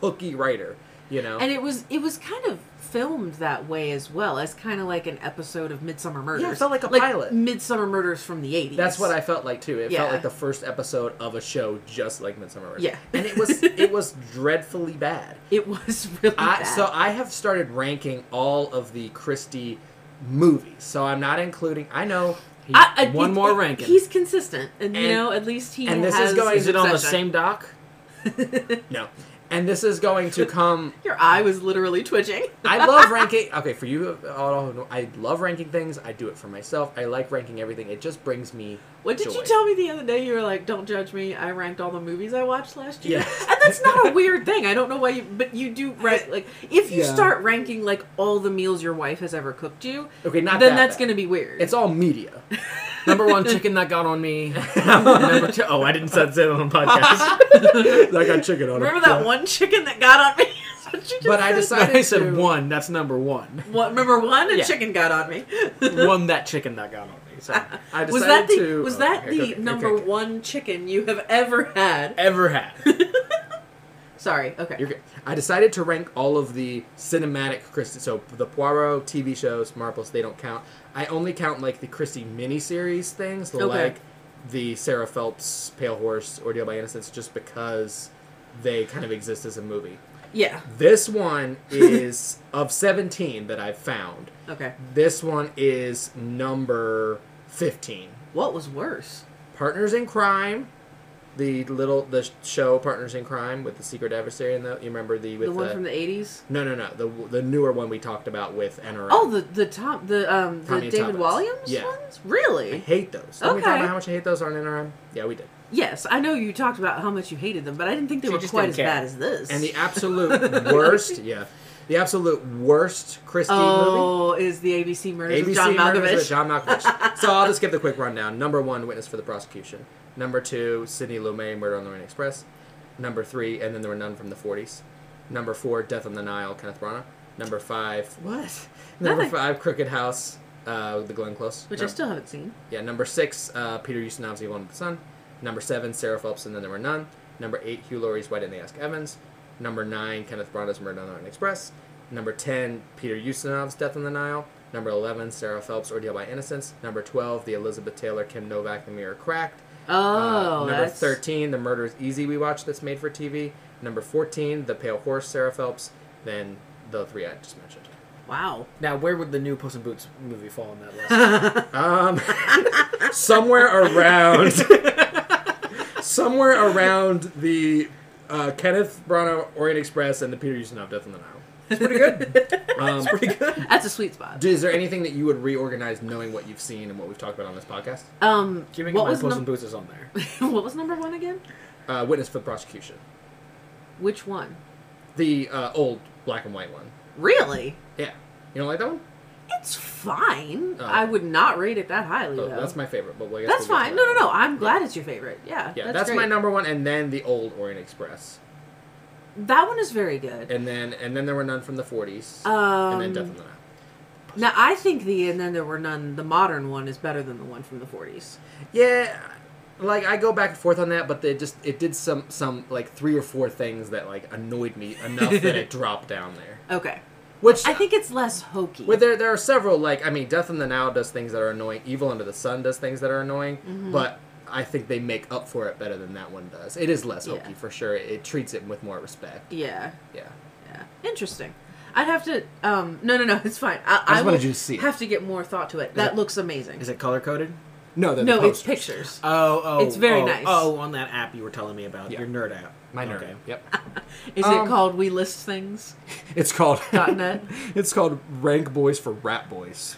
S1: hooky writer. You know,
S2: And it was it was kind of filmed that way as well as kind of like an episode of Midsummer Murders.
S1: felt like a pilot.
S2: Midsummer Murders from the eighties.
S1: That's what I felt like too. It
S2: Yeah.
S1: felt like the first episode of a show just like Midsummer Murders.
S2: Yeah.
S1: and it was it was dreadfully bad.
S2: It was really
S1: I
S2: bad.
S1: so I have started ranking all of the Christie movies. So I'm not including. I know. He,
S2: I- I-
S3: one
S2: he-
S3: more ranking.
S2: He's consistent, and, you
S1: And-
S2: know at least he
S1: and this is
S2: has
S1: going-
S3: Is it on the
S2: obsession.
S3: same dock?
S1: no, and this is going to come.
S2: Your eye was literally twitching.
S1: I love ranking. Okay, for you, all who know, I love ranking things. I do it for myself. I like ranking everything. It just brings me.
S2: What did
S1: joy.
S2: you tell me the other day? You were like, "Don't judge me. I ranked all the movies I watched last year."
S1: Yeah.
S2: And that's not a weird thing. I don't know why you but you do right like if you
S4: Yeah.
S2: start ranking like all the meals your wife has ever cooked you,
S1: Okay, not
S2: then
S1: that
S2: that's
S1: bad.
S2: going to be weird.
S1: It's all media.
S3: Number one, chicken that got on me. Number two, oh, I didn't say that on the podcast.
S4: I got chicken on
S2: Remember
S4: it.
S2: that one chicken that got on me? That's what you just
S1: But I
S2: said.
S1: decided.
S3: I said
S1: to-
S3: one. That's number one.
S2: What, remember one? A
S3: Yeah.
S2: chicken got on me.
S3: One that chicken that got on me. So
S1: I decided
S2: was that the
S1: to,
S2: was
S1: oh,
S2: that
S1: here,
S2: the
S1: go- here, go-
S2: number
S1: go- go.
S2: one chicken you have ever had?
S3: ever had.
S2: Sorry. Okay.
S1: You're good. I decided to rank all of the cinematic Christie. So the Poirot TV shows, Marples, they don't count. I only count like the Christie miniseries things,
S2: Okay.
S1: like the Sarah Phelps Pale Horse Ordeal by Innocence, just because they kind of exist as a movie.
S2: yeah.
S1: This one is of 17 that I've found.
S2: Okay.
S1: This one is number 15.
S2: What was worse?
S1: Partners in Crime, the little the show Partners in Crime with the secret adversary and the you remember the with
S2: the one from the eighties.
S1: no, no, no. The the newer one we talked about with NRL.
S2: Oh, the the top the um the
S1: Tommy and
S2: David
S1: Toppins.
S2: Walliams
S1: Yeah.
S2: ones.
S1: I
S2: Really?
S1: hate those. Didn't we talk
S2: Okay.
S1: about how much I hate those on NRM? Yeah, we did.
S2: Yes, I know you talked about how much you hated them, but I didn't think they
S3: She
S2: were
S3: just
S2: quite
S3: didn't
S2: as
S3: care.
S2: bad as this.
S1: And the absolute worst, yeah, the absolute worst Christie movie.
S2: oh is the ABC murders of John
S1: Murders with
S2: Malkovich.
S1: John Malkovich. so I'll just give the quick rundown. Number one, Witness for the Prosecution. Number two, Sidney Lumet, Murder on the Orient Express. Number three, and then there were none from the 40s. Number four, Death on the Nile, Kenneth Branagh. Number five,
S3: What?
S1: number
S2: Nothing.
S1: five, Crooked House, uh, the Glenn Close.
S2: Which I
S1: Num-
S2: still haven't seen.
S1: Yeah, number six, uh, Peter Ustinovsky, One with the Sun. Number seven, Sarah Phelps, and then there were none. Number eight, Hugh Laurie's Why Didn't They Ask Evans. Number nine, Kenneth Branagh's Murder on the Orient Express. Number ten, Peter Ustinov's Death on the Nile. Number eleven, Sarah Phelps' Ordeal by Innocence. Number twelve, the Elizabeth Taylor Kim Novak The Mirror Cracked. Uh,
S2: Oh,
S1: number
S2: that's
S1: 13, The Murder is Easy we watched that's made for TV. Number 14, The Pale Horse, Sarah Phelps. Then the three I just mentioned.
S2: wow.
S3: Now, where would the new Puss in Boots movie fall on that list?
S1: Um, somewhere around, somewhere around the uh, Kenneth Branagh Orient Express and the Peter Ustinov Death on the Nile. It's pretty good. Um, pretty good.
S2: That's a sweet spot.
S1: Is there anything that you would reorganize, knowing what you've seen and what we've talked about on this podcast?
S2: Um,
S3: Giving
S2: what
S3: my
S2: was
S3: Puss
S2: num-
S3: in Boots is on there.
S2: what was number one again?
S1: Uh, Witness for the prosecution,
S2: Which one?
S1: the uh, old black and white one.
S2: Really?
S1: Yeah, you don't like that one?
S2: It's fine.
S1: Oh.
S2: I would not rate it that highly
S1: Oh,
S2: though.
S1: that's my favorite. But well, I guess
S2: That's
S1: we'll get
S2: fine.
S1: to
S2: No, no,
S1: that
S2: no.
S1: one.
S2: I'm glad it's your favorite. Yeah.
S1: Yeah, that's,
S2: great.
S1: my number one, and then the old Orient Express,
S2: That one is very good.
S1: and then and then there were none from the '40s,
S2: Um,
S1: and then Death on the Nile.
S2: now I think the and then there were none. The modern one is better than the one from the 40s.
S1: Yeah, like I go back and forth on that, but they just it did some some like three or four things that like annoyed me enough that it dropped down there.
S2: Okay,
S1: Which
S2: I think it's less hokey.
S1: well, there there are several like I mean, Death in the Now does things that are annoying. Evil Under the Sun does things that are annoying,
S2: Mm-hmm.
S1: but. I think they make up for it better than that one does. It is less
S2: Yeah.
S1: hokey for sure. It, treats it with more respect.
S2: yeah,
S1: Yeah.
S2: yeah, interesting. I'd have to. Um, no, no, no. It's fine. I,
S1: I just
S2: will
S1: wanted you to see it.
S2: Have to get more thought to it. that
S1: it-
S2: looks amazing.
S3: Is it color coded?
S1: No, they're
S2: no,
S1: the
S2: it's
S1: posters.
S2: pictures.
S3: Oh, oh,
S2: It's very
S3: oh,
S2: nice.
S3: Oh, on that app you were telling me about
S1: Yeah.
S3: your nerd app.
S1: My nerd.
S3: Okay.
S1: Yep.
S2: Is
S1: um,
S2: it called We List Things?
S1: it's called
S2: Dot net.
S1: It's called Rank Boys for Rat Boys.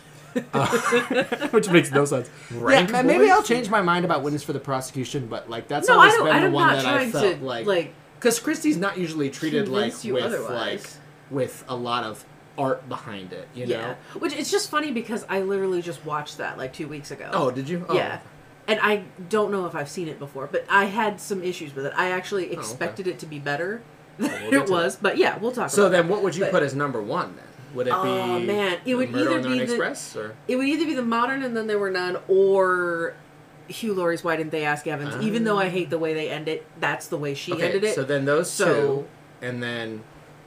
S1: Uh, which makes no sense.
S3: Rank
S1: yeah, ma- maybe
S3: Boys?
S1: I'll change my mind about witness for the prosecution, but like that's
S2: No, I
S1: always
S2: don't.
S1: been the
S2: I'm
S1: one
S2: not
S1: that I
S2: trying
S1: felt
S2: to
S1: like
S2: like.
S1: because Christie's not usually treated like
S2: Convince you
S1: with like
S2: otherwise.
S1: with a lot of art behind it, you
S2: yeah,
S1: know.
S2: which it's just funny because I literally just watched that like two weeks ago.
S1: Oh, did you? Oh.
S2: Yeah. And I don't know if I've seen it before, but I had some issues with it. I actually expected it to be better than
S1: Oh, we'll get
S2: it
S1: to
S2: was, but yeah, we'll talk
S1: So
S2: about
S1: then, what would you
S2: But-
S1: put as number one then? Would it
S2: Oh,
S1: be
S2: man. It
S1: The
S2: would
S1: Murder
S2: either
S1: on the
S2: be
S1: Orient
S2: the-
S1: Express or
S2: it. It would either be the modern and then there were none or Hugh Laurie's Why Didn't They Ask Evans? Even though I hate the way they end it, that's the way she
S1: Ah. okay,
S2: ended it.
S1: so then those
S2: So-
S1: two, and then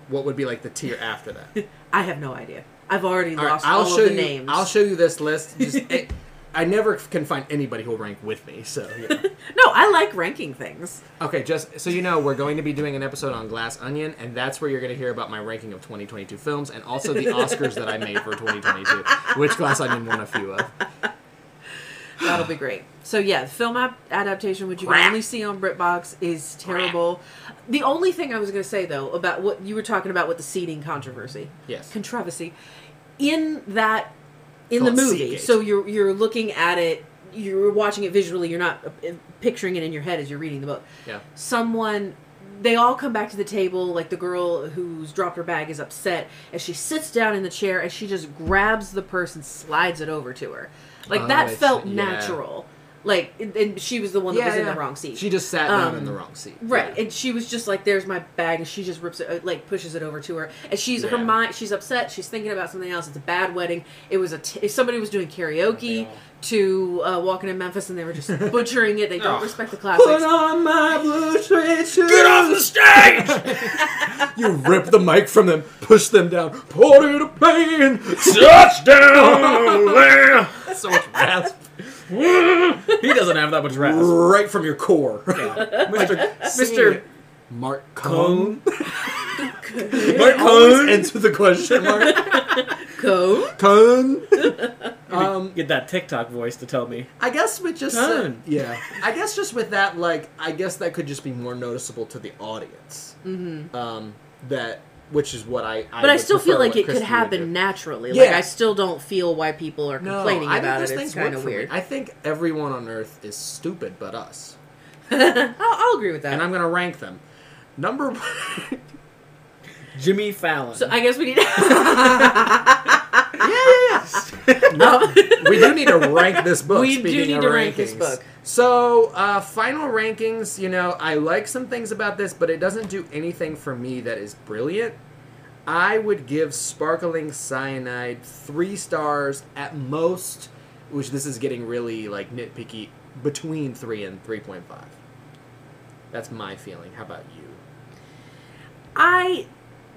S1: what would be like the tier after that.
S2: I have no idea. I've already
S1: All right,
S2: lost
S1: I'll
S2: all
S1: show
S2: of the
S1: you.
S2: names.
S1: I'll show you this list. Just, it, I never can find anybody who'll rank with me. So you know.
S2: no, I like ranking things.
S1: okay, just so you know, we're going to be doing an episode on Glass Onion, and that's where you're going to hear about my ranking of 2022 films and also the Oscars that I made for 2022, which Glass Onion won a few of.
S2: That'll be great. So yeah, the film ap- adaptation, which you can
S1: Crap.
S2: only see on BritBox, is terrible. The only thing I was going to say though about what you were talking about with the seating controversy,
S1: Yes.
S2: controversy, in that in
S1: Call
S2: the
S1: it
S2: movie.
S1: Seagate.
S2: So you're you're looking at it, you're watching it visually. You're not uh, picturing it in your head as you're reading the book.
S1: Yeah.
S2: someone they all come back to the table like the girl who's dropped her bag is upset as she sits down in the chair and she just grabs the purse and slides it over to her like
S1: Oh,
S2: that
S1: I
S2: felt
S1: see. Yeah.
S2: natural like and- and she was the one that was in the wrong seat
S1: She just sat down in
S2: Um,
S1: the wrong seat.
S2: right
S1: Yeah.
S2: and she was just like there's my bag and she just rips it uh, like pushes it over to her and she's her
S1: Yeah.
S2: mind she's upset she's thinking about something else it's a bad wedding it was a t- if somebody was doing karaoke to uh, walking in memphis and they were just butchering it they don't
S1: Oh.
S2: respect the classics
S3: on my blue suede shoes.
S4: Get off the stage!
S1: You rip the mic from them, push them down, pour it a pain.
S4: Touchdown! Lamb!
S1: So much rasp
S3: He doesn't have that much rasp.
S1: right from your core. Mr.
S2: Mr.
S1: Mark Cone.
S4: Mark
S1: Always
S4: Cohn.
S1: Answer the question, Mark
S2: Cone?
S1: Cone. Um,
S3: Get that TikTok voice to tell me.
S1: I guess with just
S3: Cone.
S1: yeah, I guess just with that, like, I guess that could just be more noticeable to the audience. Mm-hmm. Um, that which is what I.
S2: But I,
S1: would
S2: still feel
S1: prefer
S2: like
S1: what
S2: it could
S1: Christy would do.
S2: happen naturally. Like
S1: Yeah.
S2: I still don't feel why people are complaining
S1: I think
S2: about
S1: those
S2: it. It's
S1: things work
S2: kind of
S1: for me.
S2: weird.
S1: I think everyone on Earth is stupid, but us.
S2: I'll, I'll agree with that.
S1: and I'm gonna rank them. Number one.
S3: Jimmy Fallon.
S2: so I guess we need. yeah, yeah,
S1: we do need to rank this book.
S2: We do
S1: speaking
S2: need
S1: of
S2: to
S1: rankings.
S2: rank this book.
S1: So, uh, final rankings. You know, I like some things about this, but it doesn't do anything for me that is brilliant. I would give Sparkling Cyanide three stars at most, which this is getting really like nitpicky. Between three and three point five. That's my feeling. How about you?
S2: I.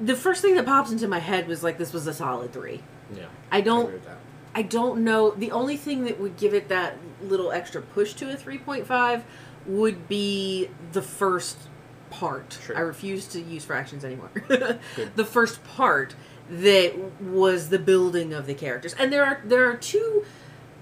S2: The first thing that pops into my head was like this was a solid three.
S1: Yeah.
S2: I don't.
S1: agree with that.
S2: I don't know. The only thing that would give it that little extra push to a 3.5 would be the first part.
S1: Sure.
S2: I refuse to use fractions anymore. the first part that was the building of the characters. And there are there are two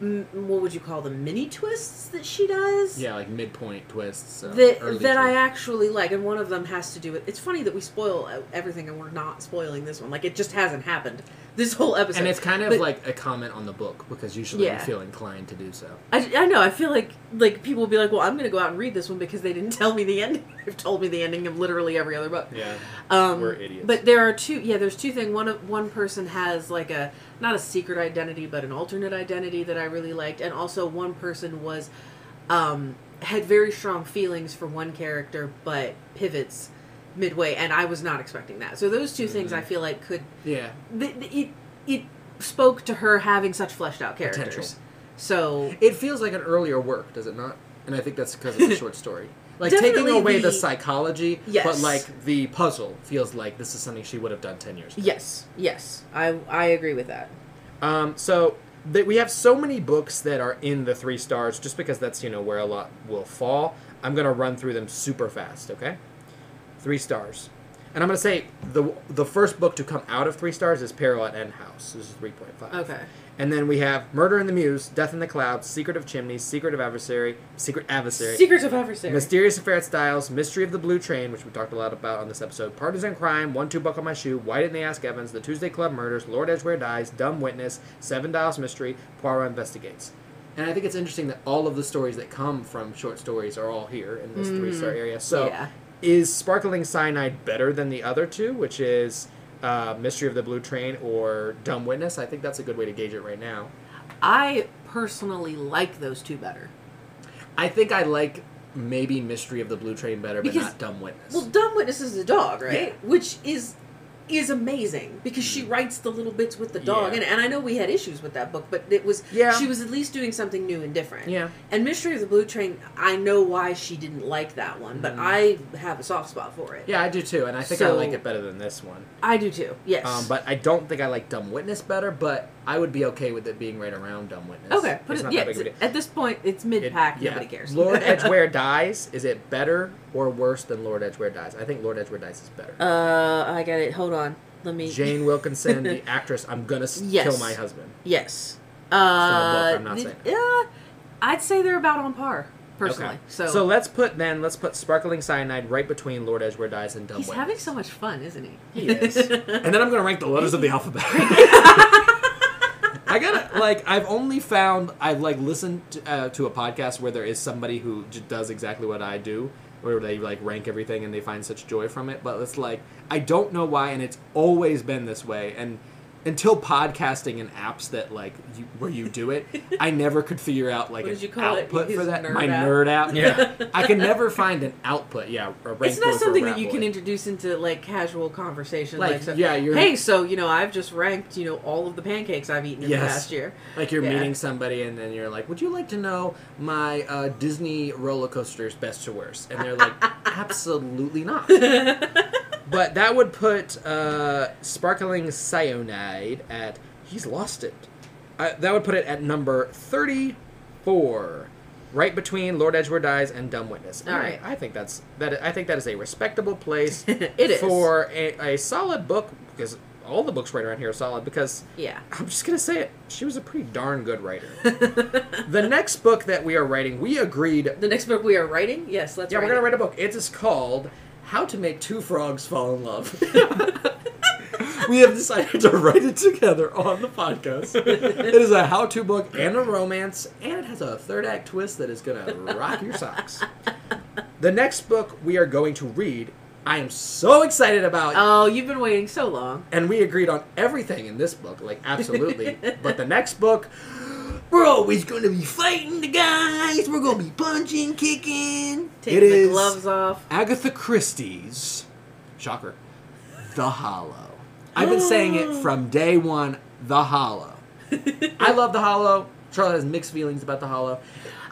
S2: m- what would you call them mini twists that she does?
S1: Yeah, like midpoint twists. uh,
S2: that
S1: early
S2: that I
S1: twists.
S2: actually like, and one of them has to do with. It's funny that we spoil everything, and we're not spoiling this one. Like it just hasn't happened. This whole episode,
S1: And it's kind of
S2: But-
S1: like a comment on the book because usually
S2: Yeah.
S1: we feel inclined to do so.
S2: I, I know. I feel like like people will be like, "Well, I'm going to go out and read this one because they didn't tell me the ending. They've told me the ending of literally every other book."
S1: Yeah.
S2: Um,
S1: We're idiots.
S2: But there are two. Yeah, there's two things. One of one person has like a not a secret identity, but an alternate identity that I really liked, and also one person was um, had very strong feelings for one character, but pivots midway, and I was not expecting that. So those 2 things
S1: Mm-hmm.
S2: I feel like could
S1: Yeah.
S2: th- th- it it spoke to her having such fleshed out characters.
S1: Potential.
S2: So
S1: It feels like an earlier work, does it not? And I think that's because it's a short story. Like taking
S2: Definitely
S1: away the,
S2: the-
S1: psychology, but
S2: Yes.
S1: like the puzzle feels like this is something she would have done ten years. ago.
S2: Yes, yes, I I agree with that.
S1: Um, so that we have so many books that are in the three stars, just because that's you know where a lot will fall. I'm gonna run through them super fast, okay? Three stars, and I'm gonna say the the first book to come out of three stars is Peril at End House. This is three point five.
S2: Okay.
S1: And then we have Murder in the Muse, Death in the Clouds, Secret of Chimneys, Secret of Adversary, Secret Adversary,
S2: Secrets of Adversary.
S1: Mysterious Affair at Styles, Mystery of the Blue Train, which we talked a lot about on this episode, Partisan Crime, One Two Buckle My Shoe, Why Didn't They Ask Evans, The Tuesday Club Murders, Lord Edgware Dies, Dumb Witness, Seven Dials Mystery, Poirot Investigates. And I think it's interesting that all of the stories that come from short stories are all here in this three star area. So
S2: Yeah.
S1: is Sparkling Cyanide better than the other two, which is uh, Mystery of the Blue Train or Dumb Witness? I think that's a good way to gauge it right now.
S2: I personally like those two better.
S1: I think I like maybe Mystery of the Blue Train better, but
S2: Because-
S1: not Dumb Witness.
S2: Well, Dumb Witness is a dog, right?
S1: Yeah.
S2: Which is is amazing because she writes the little bits with the
S1: Mm.
S2: dog
S1: Yeah.
S2: in it. And I know we had issues with that book, but it was
S1: Yeah.
S2: she was at least doing something new and different.
S1: Yeah.
S2: And Mystery of the Blue Train, I know why she didn't like that one,
S1: Mm.
S2: but I have a soft spot for it.
S1: Yeah, I do too, and I think I
S2: So-
S1: like it better than this one.
S2: I do too. Yes.
S1: Um, but I don't think I like Dumb Witness better, but I would be okay with it being right around Dumb Witness.
S2: okay, put
S1: It's
S2: it
S1: not
S2: yeah,
S1: that big of a
S2: it's-
S1: deal.
S2: at this point it's
S1: It-
S2: mid pack,
S1: yeah.
S2: nobody cares.
S1: Lord Edgeware Dies, is it better or worse than Lord Edgeware Dies? I think Lord Edgeware Dies is better.
S2: Uh I got it. Hold on. Let me
S1: Jane Wilkinson, the actress, I'm gonna s-
S2: Yes.
S1: kill my husband.
S2: Yes.
S1: not a
S2: Uh,
S1: book, I'm not saying that.
S2: yeah, I'd say they're about on par, personally.
S1: Okay.
S2: So,
S1: let's put then let's put Sparkling Cyanide right between Lord Edgeware Dies and Dumb
S2: he's
S1: Witness.
S2: having so much fun, isn't he?
S1: He is. and then I'm gonna rank the letters of the alphabet. I gotta like I've only found I've like listened to, uh, to a podcast where there is somebody who j- does exactly what I do, where they like rank everything and they find such joy from it. But it's like I don't know why, and it's always been this way. And until podcasting and apps that like you, where you do it, I never could figure out like
S2: What
S1: an
S2: did you call it?
S1: output for
S2: His
S1: that.
S2: nerd
S1: My
S2: app?
S1: nerd app.
S3: Yeah.
S1: I can never find an output. Yeah, a rank
S2: It's not
S1: boy for
S2: something
S1: Rat
S2: that you can
S1: Boy.
S2: introduce into like casual conversation,
S1: Like,
S2: like, so,
S1: yeah, you're-
S2: Hey, so you know, I've just ranked you know all of the pancakes I've eaten in the
S1: Yes.
S2: past year.
S1: Like you're
S2: Yeah.
S1: meeting somebody, and then you're like, "Would you like to know my uh, Disney roller coasters, best to worst?" And they're like, "Absolutely not." but that would put uh, Sparkling Cyanide at he's lost it. I, that would put it at number thirty-four, right between Lord Edgeward Dies and Dumb Witness.
S2: All right.
S1: I think that's that. I think that is a respectable place.
S2: It is.
S1: for a, a solid book because all the books right around here are solid because.
S2: Yeah.
S1: I'm just gonna say it. She was a pretty darn good writer. the next book that we are writing, we agreed.
S2: The next book we are writing, yes, let's.
S1: yeah,
S2: write
S1: we're gonna
S2: it.
S1: write a book. It is called "How to Make Two Frogs Fall in Love." we have decided to write it together on the podcast. it is a how-to book and a romance, and it has a third act twist that is gonna rock your socks. The next book we are going to read, I am so excited about.
S2: Oh, you've been waiting so long.
S1: And we agreed on everything in this book, like absolutely. but the next book, we're always going to be fighting the guys. We're going to be punching, kicking.
S2: Take
S1: It
S2: the
S1: is
S2: gloves off.
S1: Agatha Christie's, shocker, The Hollow. I've been saying it from day one. The Hollow. I love The Hollow. Charlotte has mixed feelings about The Hollow.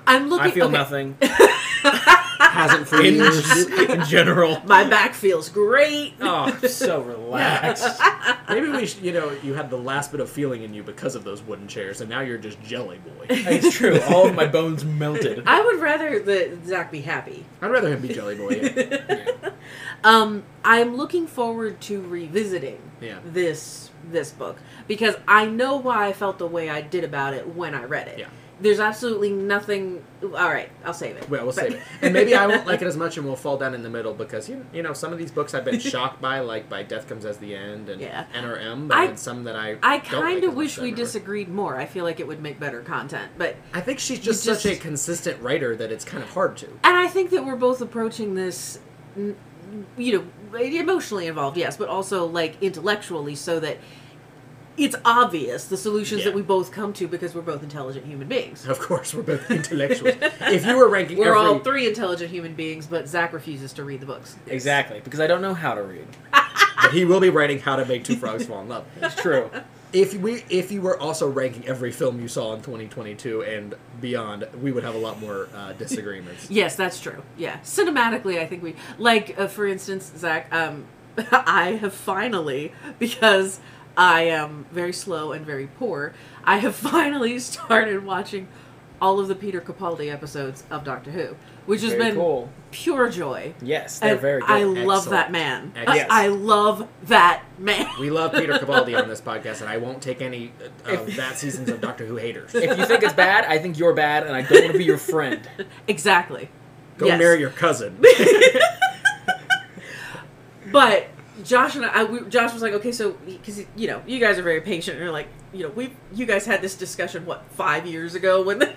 S2: I'm looking.
S3: I feel
S2: okay,
S3: nothing.
S1: Hasn't for
S4: in,
S1: years.
S4: in general.
S2: My back feels great.
S3: Oh, I'm so relaxed.
S1: Maybe we, should, you know, you had the last bit of feeling in you because of those wooden chairs, and now you're just jelly boy.
S3: it's true. All of my bones melted.
S2: I would rather that Zach be happy.
S1: I'd rather him be jelly boy. yeah.
S2: Um, I'm looking forward to revisiting
S1: Yeah.
S2: this this book because I know why I felt the way I did about it when I read it.
S1: Yeah.
S2: There's absolutely nothing. All right, I'll save it.
S1: Well, we'll
S2: But-
S1: save it. And maybe I won't like it as much, and we'll fall down in the middle because you you know some of these books I've been shocked by, like by Death Comes as the End and
S2: Yeah.
S1: NRM, but
S2: I-
S1: then some that I
S2: I
S1: don't
S2: kind
S1: like
S2: of
S1: as
S2: wish
S1: much as I
S2: we
S1: remember.
S2: disagreed more. I feel like it would make better content, but
S1: I think she's just,
S2: just-
S1: such a consistent writer that it's kind of hard to.
S2: and I think that we're both approaching this, n- you know, emotionally involved, yes, but also like intellectually, so that it's obvious the solutions
S1: Yeah.
S2: that we both come to because we're both intelligent human beings.
S1: Of course, we're both intellectuals. if you were ranking,
S2: We're
S1: every,
S2: all three intelligent human beings, but Zach refuses to read the books.
S3: Exactly, because I don't know how to read.
S1: but he will be writing How to Make Two Frogs Fall in Love.
S3: It's true.
S1: If we, if you were also ranking every film you saw in 2022 and beyond, we would have a lot more uh, disagreements.
S2: Yes, that's true. Yeah, cinematically, I think we like, uh, for instance, Zach. Um, I have finally, because I am very slow and very poor, I have finally started watching all of the Peter Capaldi episodes of Doctor Who, which has
S3: Very
S2: been
S3: cool.
S2: pure joy.
S3: Yes, they're
S2: And
S3: very good.
S2: I love
S1: Excellent.
S2: that man.
S1: Excellent.
S2: I love that man.
S1: We love Peter Capaldi on this podcast, and I won't take any uh, of that seasons of Doctor Who haters.
S3: if you think it's bad, I think you're bad, and I don't want to be your friend.
S2: exactly.
S1: Go
S2: Yes.
S1: marry your cousin.
S2: But Josh and I, I we, Josh was like, okay, so because you know you guys are very patient, and you're like, you know, we you guys had this discussion what five years ago when the,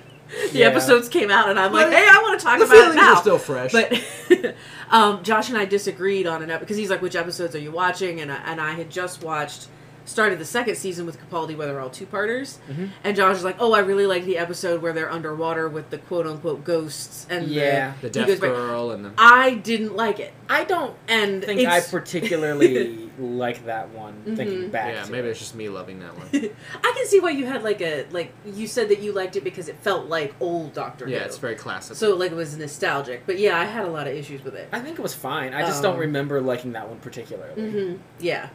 S2: the
S3: Yeah.
S2: episodes came out, and I'm like,
S1: Well,
S2: hey, I want to talk
S1: the
S2: about it
S1: feelings
S2: now.
S1: are still fresh.
S2: But uh, um, Josh and I disagreed on an episode because he's like, which episodes are you watching? And I, and I had just watched started the second season with Capaldi where they're all two parters.
S1: Mm-hmm.
S2: And Josh was like, Oh, I really like the episode where they're underwater with the quote unquote ghosts and the-
S3: Yeah.
S1: The
S2: he
S1: deaf
S2: goes back-
S1: girl and the.
S2: I didn't like it. I don't and
S3: I think I
S2: it's,
S3: particularly like that one. Thinking
S2: Mhm.
S3: back,
S1: Yeah,
S3: to
S1: maybe
S3: it.
S1: it's just me loving that one.
S2: I can see why you had like a like you said that you liked it because it felt like old Doctor
S1: Yeah,
S2: Who.
S1: it's very classic.
S2: so like it was nostalgic. But yeah, I had a lot of issues with it.
S3: I think it was fine. I just don't
S2: Um,
S3: remember liking that one particularly.
S2: hmm Yeah,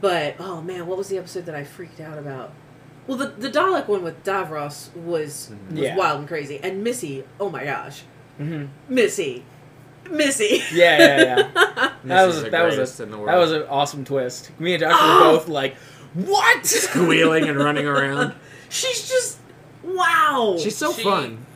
S2: but oh man, what was the episode that I freaked out about? Well, the the Dalek one with Davros was
S1: Mhm.
S2: was
S3: Yeah.
S2: wild and crazy, and Missy. Oh my gosh,
S3: Mhm.
S2: Missy, Missy.
S3: Yeah, yeah,
S2: yeah.
S3: That was
S1: Missy's
S3: a-
S1: the
S3: that was a-
S1: greatest in the world.
S3: That was an awesome twist. Me and Josh were
S2: Oh!
S3: both like, "What?"
S1: squealing and running around.
S2: She's just wow.
S1: She's so
S3: She-
S1: fun.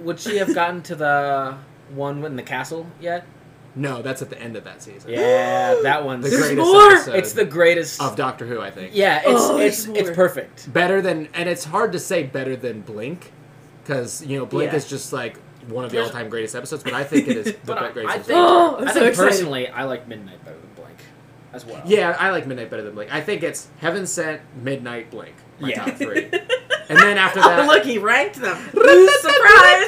S3: Would she have gotten to the one in the castle yet?
S1: No, that's at the end of that season.
S3: Yeah, that
S1: the
S3: one's.
S2: There's
S1: greatest
S2: more!
S1: episode
S3: It's the greatest.
S1: of Doctor Who, I think.
S3: yeah, it's
S2: Oh,
S3: it's
S2: there's
S3: it's
S2: more.
S3: perfect.
S1: Better than, and it's hard to say better than Blink, because you know Blink
S2: Yeah.
S1: is just like one of the
S3: There's-
S1: all-time greatest episodes. But I think it is the
S3: But I-
S1: greatest.
S3: I
S1: episode.
S3: think-
S2: oh, I'm
S3: I
S2: so
S3: think
S2: excited.
S3: personally, I like Midnight better than Blank, as well.
S1: Yeah, I like Midnight better than Blink. I think it's Heaven Sent, Midnight, Blink. My
S3: Yeah.
S1: top three. And then after
S2: oh,
S1: that,
S2: look, he ranked them. Surprise!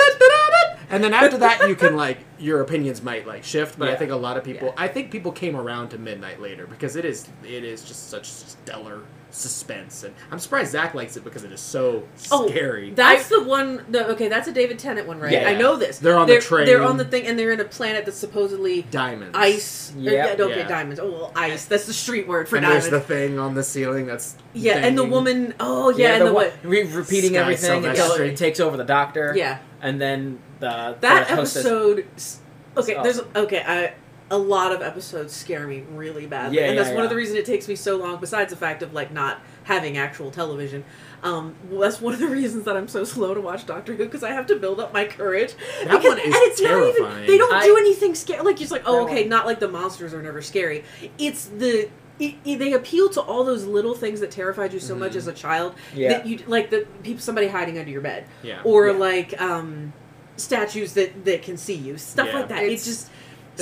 S1: and then after that, you can like your opinions might like shift. But I
S3: Yeah.
S1: think a lot of people,
S2: Yeah.
S1: I think people came around to Midnight later because it is it is just such stellar suspense, and I'm surprised Zach likes it because it is so
S2: Oh,
S1: scary.
S2: That's the one. No, okay, that's a David Tennant one, right?
S3: Yeah.
S2: I know this.
S1: They're on the
S2: they're,
S1: train.
S2: They're on the thing, and they're in a planet that's supposedly
S1: Diamonds,
S2: ice. or-
S3: Yep.
S2: yeah, don't
S1: Yeah.
S2: get diamonds. Oh, well, ice. That's the street word for
S1: and
S2: diamonds.
S1: there's the thing on the ceiling that's
S2: yeah, and the
S1: banging.
S2: woman. Oh, yeah, and the,
S3: one-
S2: what?
S3: re- repeating
S1: Sky
S3: everything until
S1: Silvestri.
S3: it takes over the doctor.
S2: Yeah,
S3: and then the
S2: that
S3: the hostess.
S2: episode. s- Okay,
S3: It's
S2: there's okay. I a lot of episodes scare me really badly,
S3: Yeah, yeah,
S2: and that's one
S3: yeah.
S2: of the reason it takes me so long. Besides the fact of like not having actual television, um, well, that's one of the reasons that I'm so slow to watch Doctor Who because I have to build up my courage.
S1: That
S2: Because-
S1: one is
S2: and it's Not even,
S1: terrifying.
S2: they don't
S3: I-
S2: do anything scary. Like it's like, oh,
S3: That
S2: okay,
S3: one.
S2: not like the monsters are never scary. It's the it, it- they appeal to all those little things that terrified you so much
S1: Mhm.
S2: as a child
S3: Mm-hmm. Yeah,
S2: that you like the people somebody hiding under your bed
S1: yeah.
S2: or
S3: Yeah.
S2: like um statues that that can see you stuff
S1: Yeah.
S2: like that it's,
S3: It's-
S2: just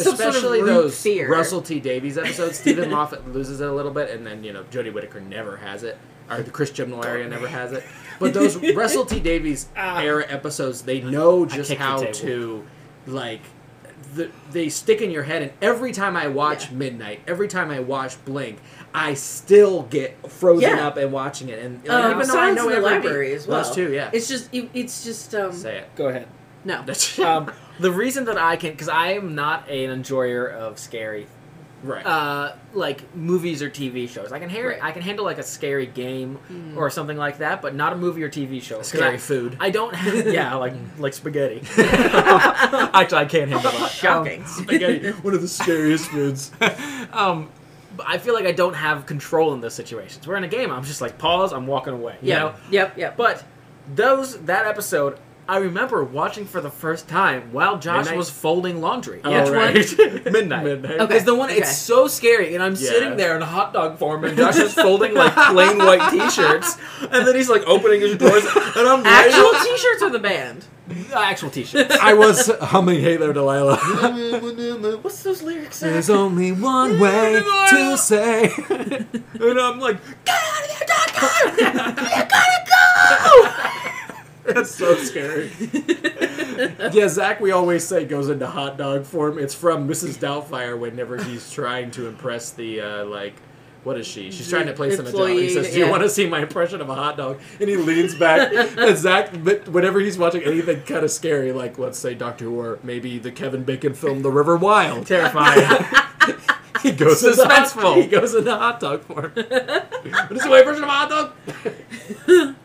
S2: some sort of
S1: Especially
S2: root
S1: those
S2: fear. Um,
S1: Russell T Davies episodes, Stephen Moffat loses it a little bit, and then you know Jodie Whittaker never has it, or the Chris Gimelaria never has it. But those Russell T Davies
S3: Ah.
S1: era episodes, they know
S3: I
S1: just
S3: kicked the
S1: how
S3: table.
S1: to like. The, they stick in your head, and every time I watch Midnight, every time I watch Blink, I still get frozen
S2: Yeah.
S1: up and watching it. And like,
S2: Um,
S1: even though I
S2: Silence
S1: know
S2: in the
S1: every beat-
S2: library as well
S1: those two, yeah,
S2: it's just it, it's just um
S1: say it.
S3: go ahead.
S2: no
S3: um, the reason that I can, because I am not an enjoyer of scary,
S1: right,
S3: uh, like movies or TV shows. I can hear,
S2: Right.
S3: I can handle like a scary game
S2: Mm.
S3: or something like that, but not a movie or TV show. 'Cause
S1: scary
S3: I,
S1: food.
S3: I don't have, yeah, like like spaghetti. Actually, I can't handle that.
S2: shocking
S1: Spaghetti, one of the scariest foods.
S3: um, but I feel like I don't have control in those situations. We're in a game. I'm just like pause. I'm walking away. You
S2: yeah
S3: know.
S2: yep yep
S3: But those that episode, I remember watching for the first time while Josh
S1: Midnight?
S3: was folding laundry.
S1: Oh,
S3: Which one?
S1: right.
S3: Midnight.
S1: Midnight.
S2: Okay.
S3: Because the one,
S2: okay.
S3: it's so scary, and I'm
S1: Yeah.
S3: sitting there in hot dog form, and Josh is folding like plain white t-shirts, and then he's like opening his drawers, and I'm
S2: actual t-shirts or the band
S3: writing- actual t-shirts.
S1: I was humming "Hey There, Delilah."
S2: what's those lyrics
S1: There's only one way to say.
S3: And I'm like,
S1: That's so scary. Yeah, Zach, we always say goes into hot dog form. It's from Mrs. Doubtfire whenever he's trying to impress the uh, like. What is she? She's trying to place him a job. He
S2: Employee,
S1: says, "Do you
S2: yeah.
S1: want to see my impression of a hot dog?" And he leans back. and Zach, but whenever he's watching anything kind of scary, like let's say Doctor Who or maybe the Kevin Bacon film The River Wild,
S3: terrifying.
S1: He goes in the hot-
S3: Suspenseful.
S1: he goes in the hot dog form. what is the white version of a hot dog?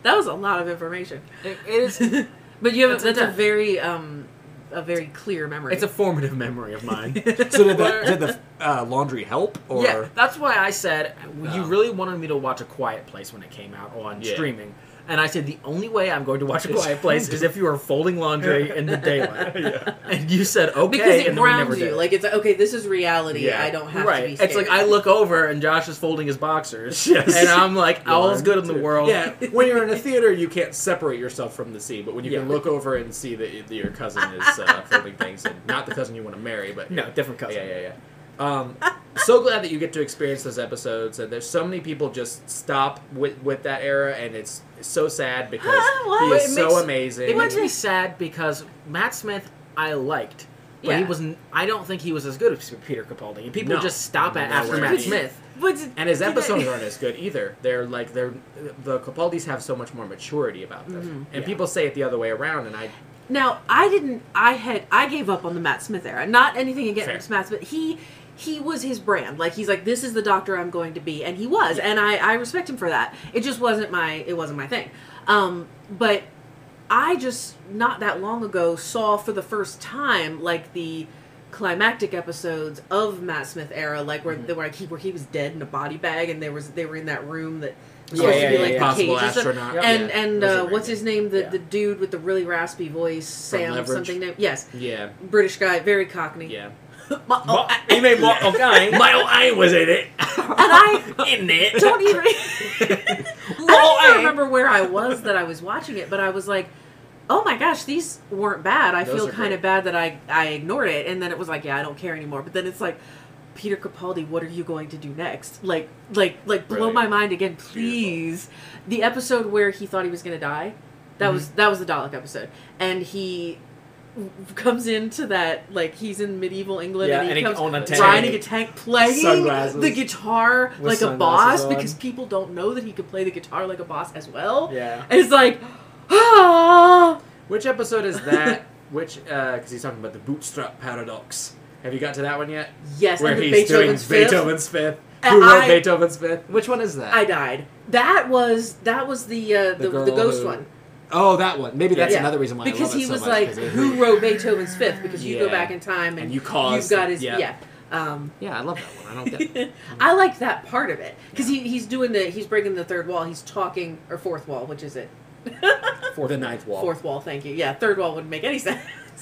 S2: that was a lot of information
S3: It- it is,
S2: but you have
S3: It's
S2: that's a
S3: intense.
S2: very um a very clear memory
S3: it's a formative memory of mine.
S1: So did the, did the uh, laundry help? Or
S3: Yeah, that's why I said you
S1: Oh.
S3: really wanted me to watch A Quiet Place when it came out on
S1: Yeah.
S3: streaming. And I said the only way I'm going to watch A Quiet Place is if you are folding laundry in the daylight.
S1: Yeah.
S3: And you said okay,
S2: because it
S3: and then we never
S2: grounds you
S3: did.
S2: like it's like, okay this is reality
S1: Yeah.
S2: i don't have to
S3: right.
S2: be scared.
S3: It's like I look over and Josh is folding his boxers,
S1: Yes.
S3: and I'm like, all's
S1: One,
S3: good in the
S1: two.
S3: world.
S1: Yeah, when you're in a theater, you can't separate yourself from the scene, but when you can
S3: Yeah.
S1: look over and see that your cousin is uh, filming things, and not the cousin you want to marry, but
S3: No, different cousin.
S1: yeah, yeah, yeah. Um, so glad that you get to experience those episodes. And there's so many people just stop with with that era, and it's so sad because
S2: What?
S1: he is
S3: It
S1: so
S3: makes-
S1: amazing.
S3: It makes me sad because Matt Smith I liked, but he
S2: Yeah.
S3: wasn't. I don't think he was as good as Peter Capaldi. And people
S1: No.
S3: just stop at
S1: No
S3: after
S1: way.
S3: Matt Smith.
S2: But
S1: and his
S2: did
S1: episodes
S2: they-
S1: aren't as good either. They're like they're the Capaldis have so much more maturity about them, and
S3: Yeah.
S1: people say it the other way around. And I
S2: Now I didn't. I had. I gave up on the Matt Smith era. Not anything against
S1: Fair.
S2: Matt Smith. He he was his brand. Like he's like this is the doctor I'm going to be, and he was, and I I respect him for that. It just wasn't my it wasn't my thing. Um, but I just not that long ago saw for the first time like the climactic episodes of Matt Smith era, like where they
S3: Mm-hmm.
S2: were like he where he was dead in a body bag, and there was they were in that room that. was
S3: Yeah,
S2: supposed
S3: yeah,
S2: to be
S3: yeah,
S2: like
S3: yeah.
S2: the cage
S1: possible
S2: or something.
S1: astronaut.
S3: Yep.
S2: And
S1: yeah.
S2: and
S1: Those are
S2: uh,
S1: very
S2: what's
S1: good.
S2: his name? The
S3: Yeah.
S2: the dude with the really raspy voice, Sam
S1: Leverage?
S2: something. Name. Yes,
S1: Yeah,
S2: British guy, very cockney.
S1: yeah.
S2: My- oh, I-
S3: He made more okay.
S4: My old eye was in it.
S2: and I
S4: In it.
S2: don't even. I
S3: Well,
S2: don't
S3: I-
S2: even remember where I was that I was watching it, but I was like, "Oh my gosh, these weren't bad." I
S1: Those
S2: feel
S1: are
S2: kind
S1: great.
S2: of bad that I I ignored it, and then it was like, "Yeah, I don't care anymore." But then it's like. Peter Capaldi, what are you going to do next? Like, like, like, blow
S1: Brilliant.
S2: my mind again, please. The episode where he thought he was going to die, that was that was the Dalek episode, and he comes into that like he's in medieval England
S3: Yeah,
S2: and he
S3: and he-
S2: comes
S3: on a tank.
S2: riding a tank, playing
S3: Sunglasses.
S2: the guitar
S3: With
S2: like a boss
S3: sunglasses on.
S2: because people don't know that he could play the guitar like a boss as well.
S3: Yeah.
S2: And it's like, ah,
S1: Which episode is that? Which because he's talking about the bootstrap paradox. Have you got to that one yet?
S2: yes,
S1: Where
S2: and the
S1: he's
S2: Beethoven's
S1: doing
S2: Fifth,
S1: Beethoven's Fifth.
S2: And
S1: Who wrote
S2: I-
S1: Beethoven's Fifth? Which one is that?
S2: I died. That was that was the uh, the,
S1: girl
S2: the, ghost
S1: who-
S2: one
S1: oh, that one. Maybe that's
S2: Yeah.
S1: another reason why
S2: because
S1: I love
S2: he
S1: it so
S2: was
S1: much,
S2: like,
S1: 'cause it-
S2: who wrote Beethoven's Fifth? Because you
S1: Yeah.
S2: go back in time and,
S1: And you caused-
S2: have got his
S1: yeah.
S2: yeah. Um,
S1: Yeah, I love that one. I don't get.
S2: I like that part of it because he, he's doing the he's breaking the third wall. He's talking or fourth wall, which is it?
S1: For the ninth wall.
S2: Fourth wall. Thank you. Yeah, third wall wouldn't make any sense.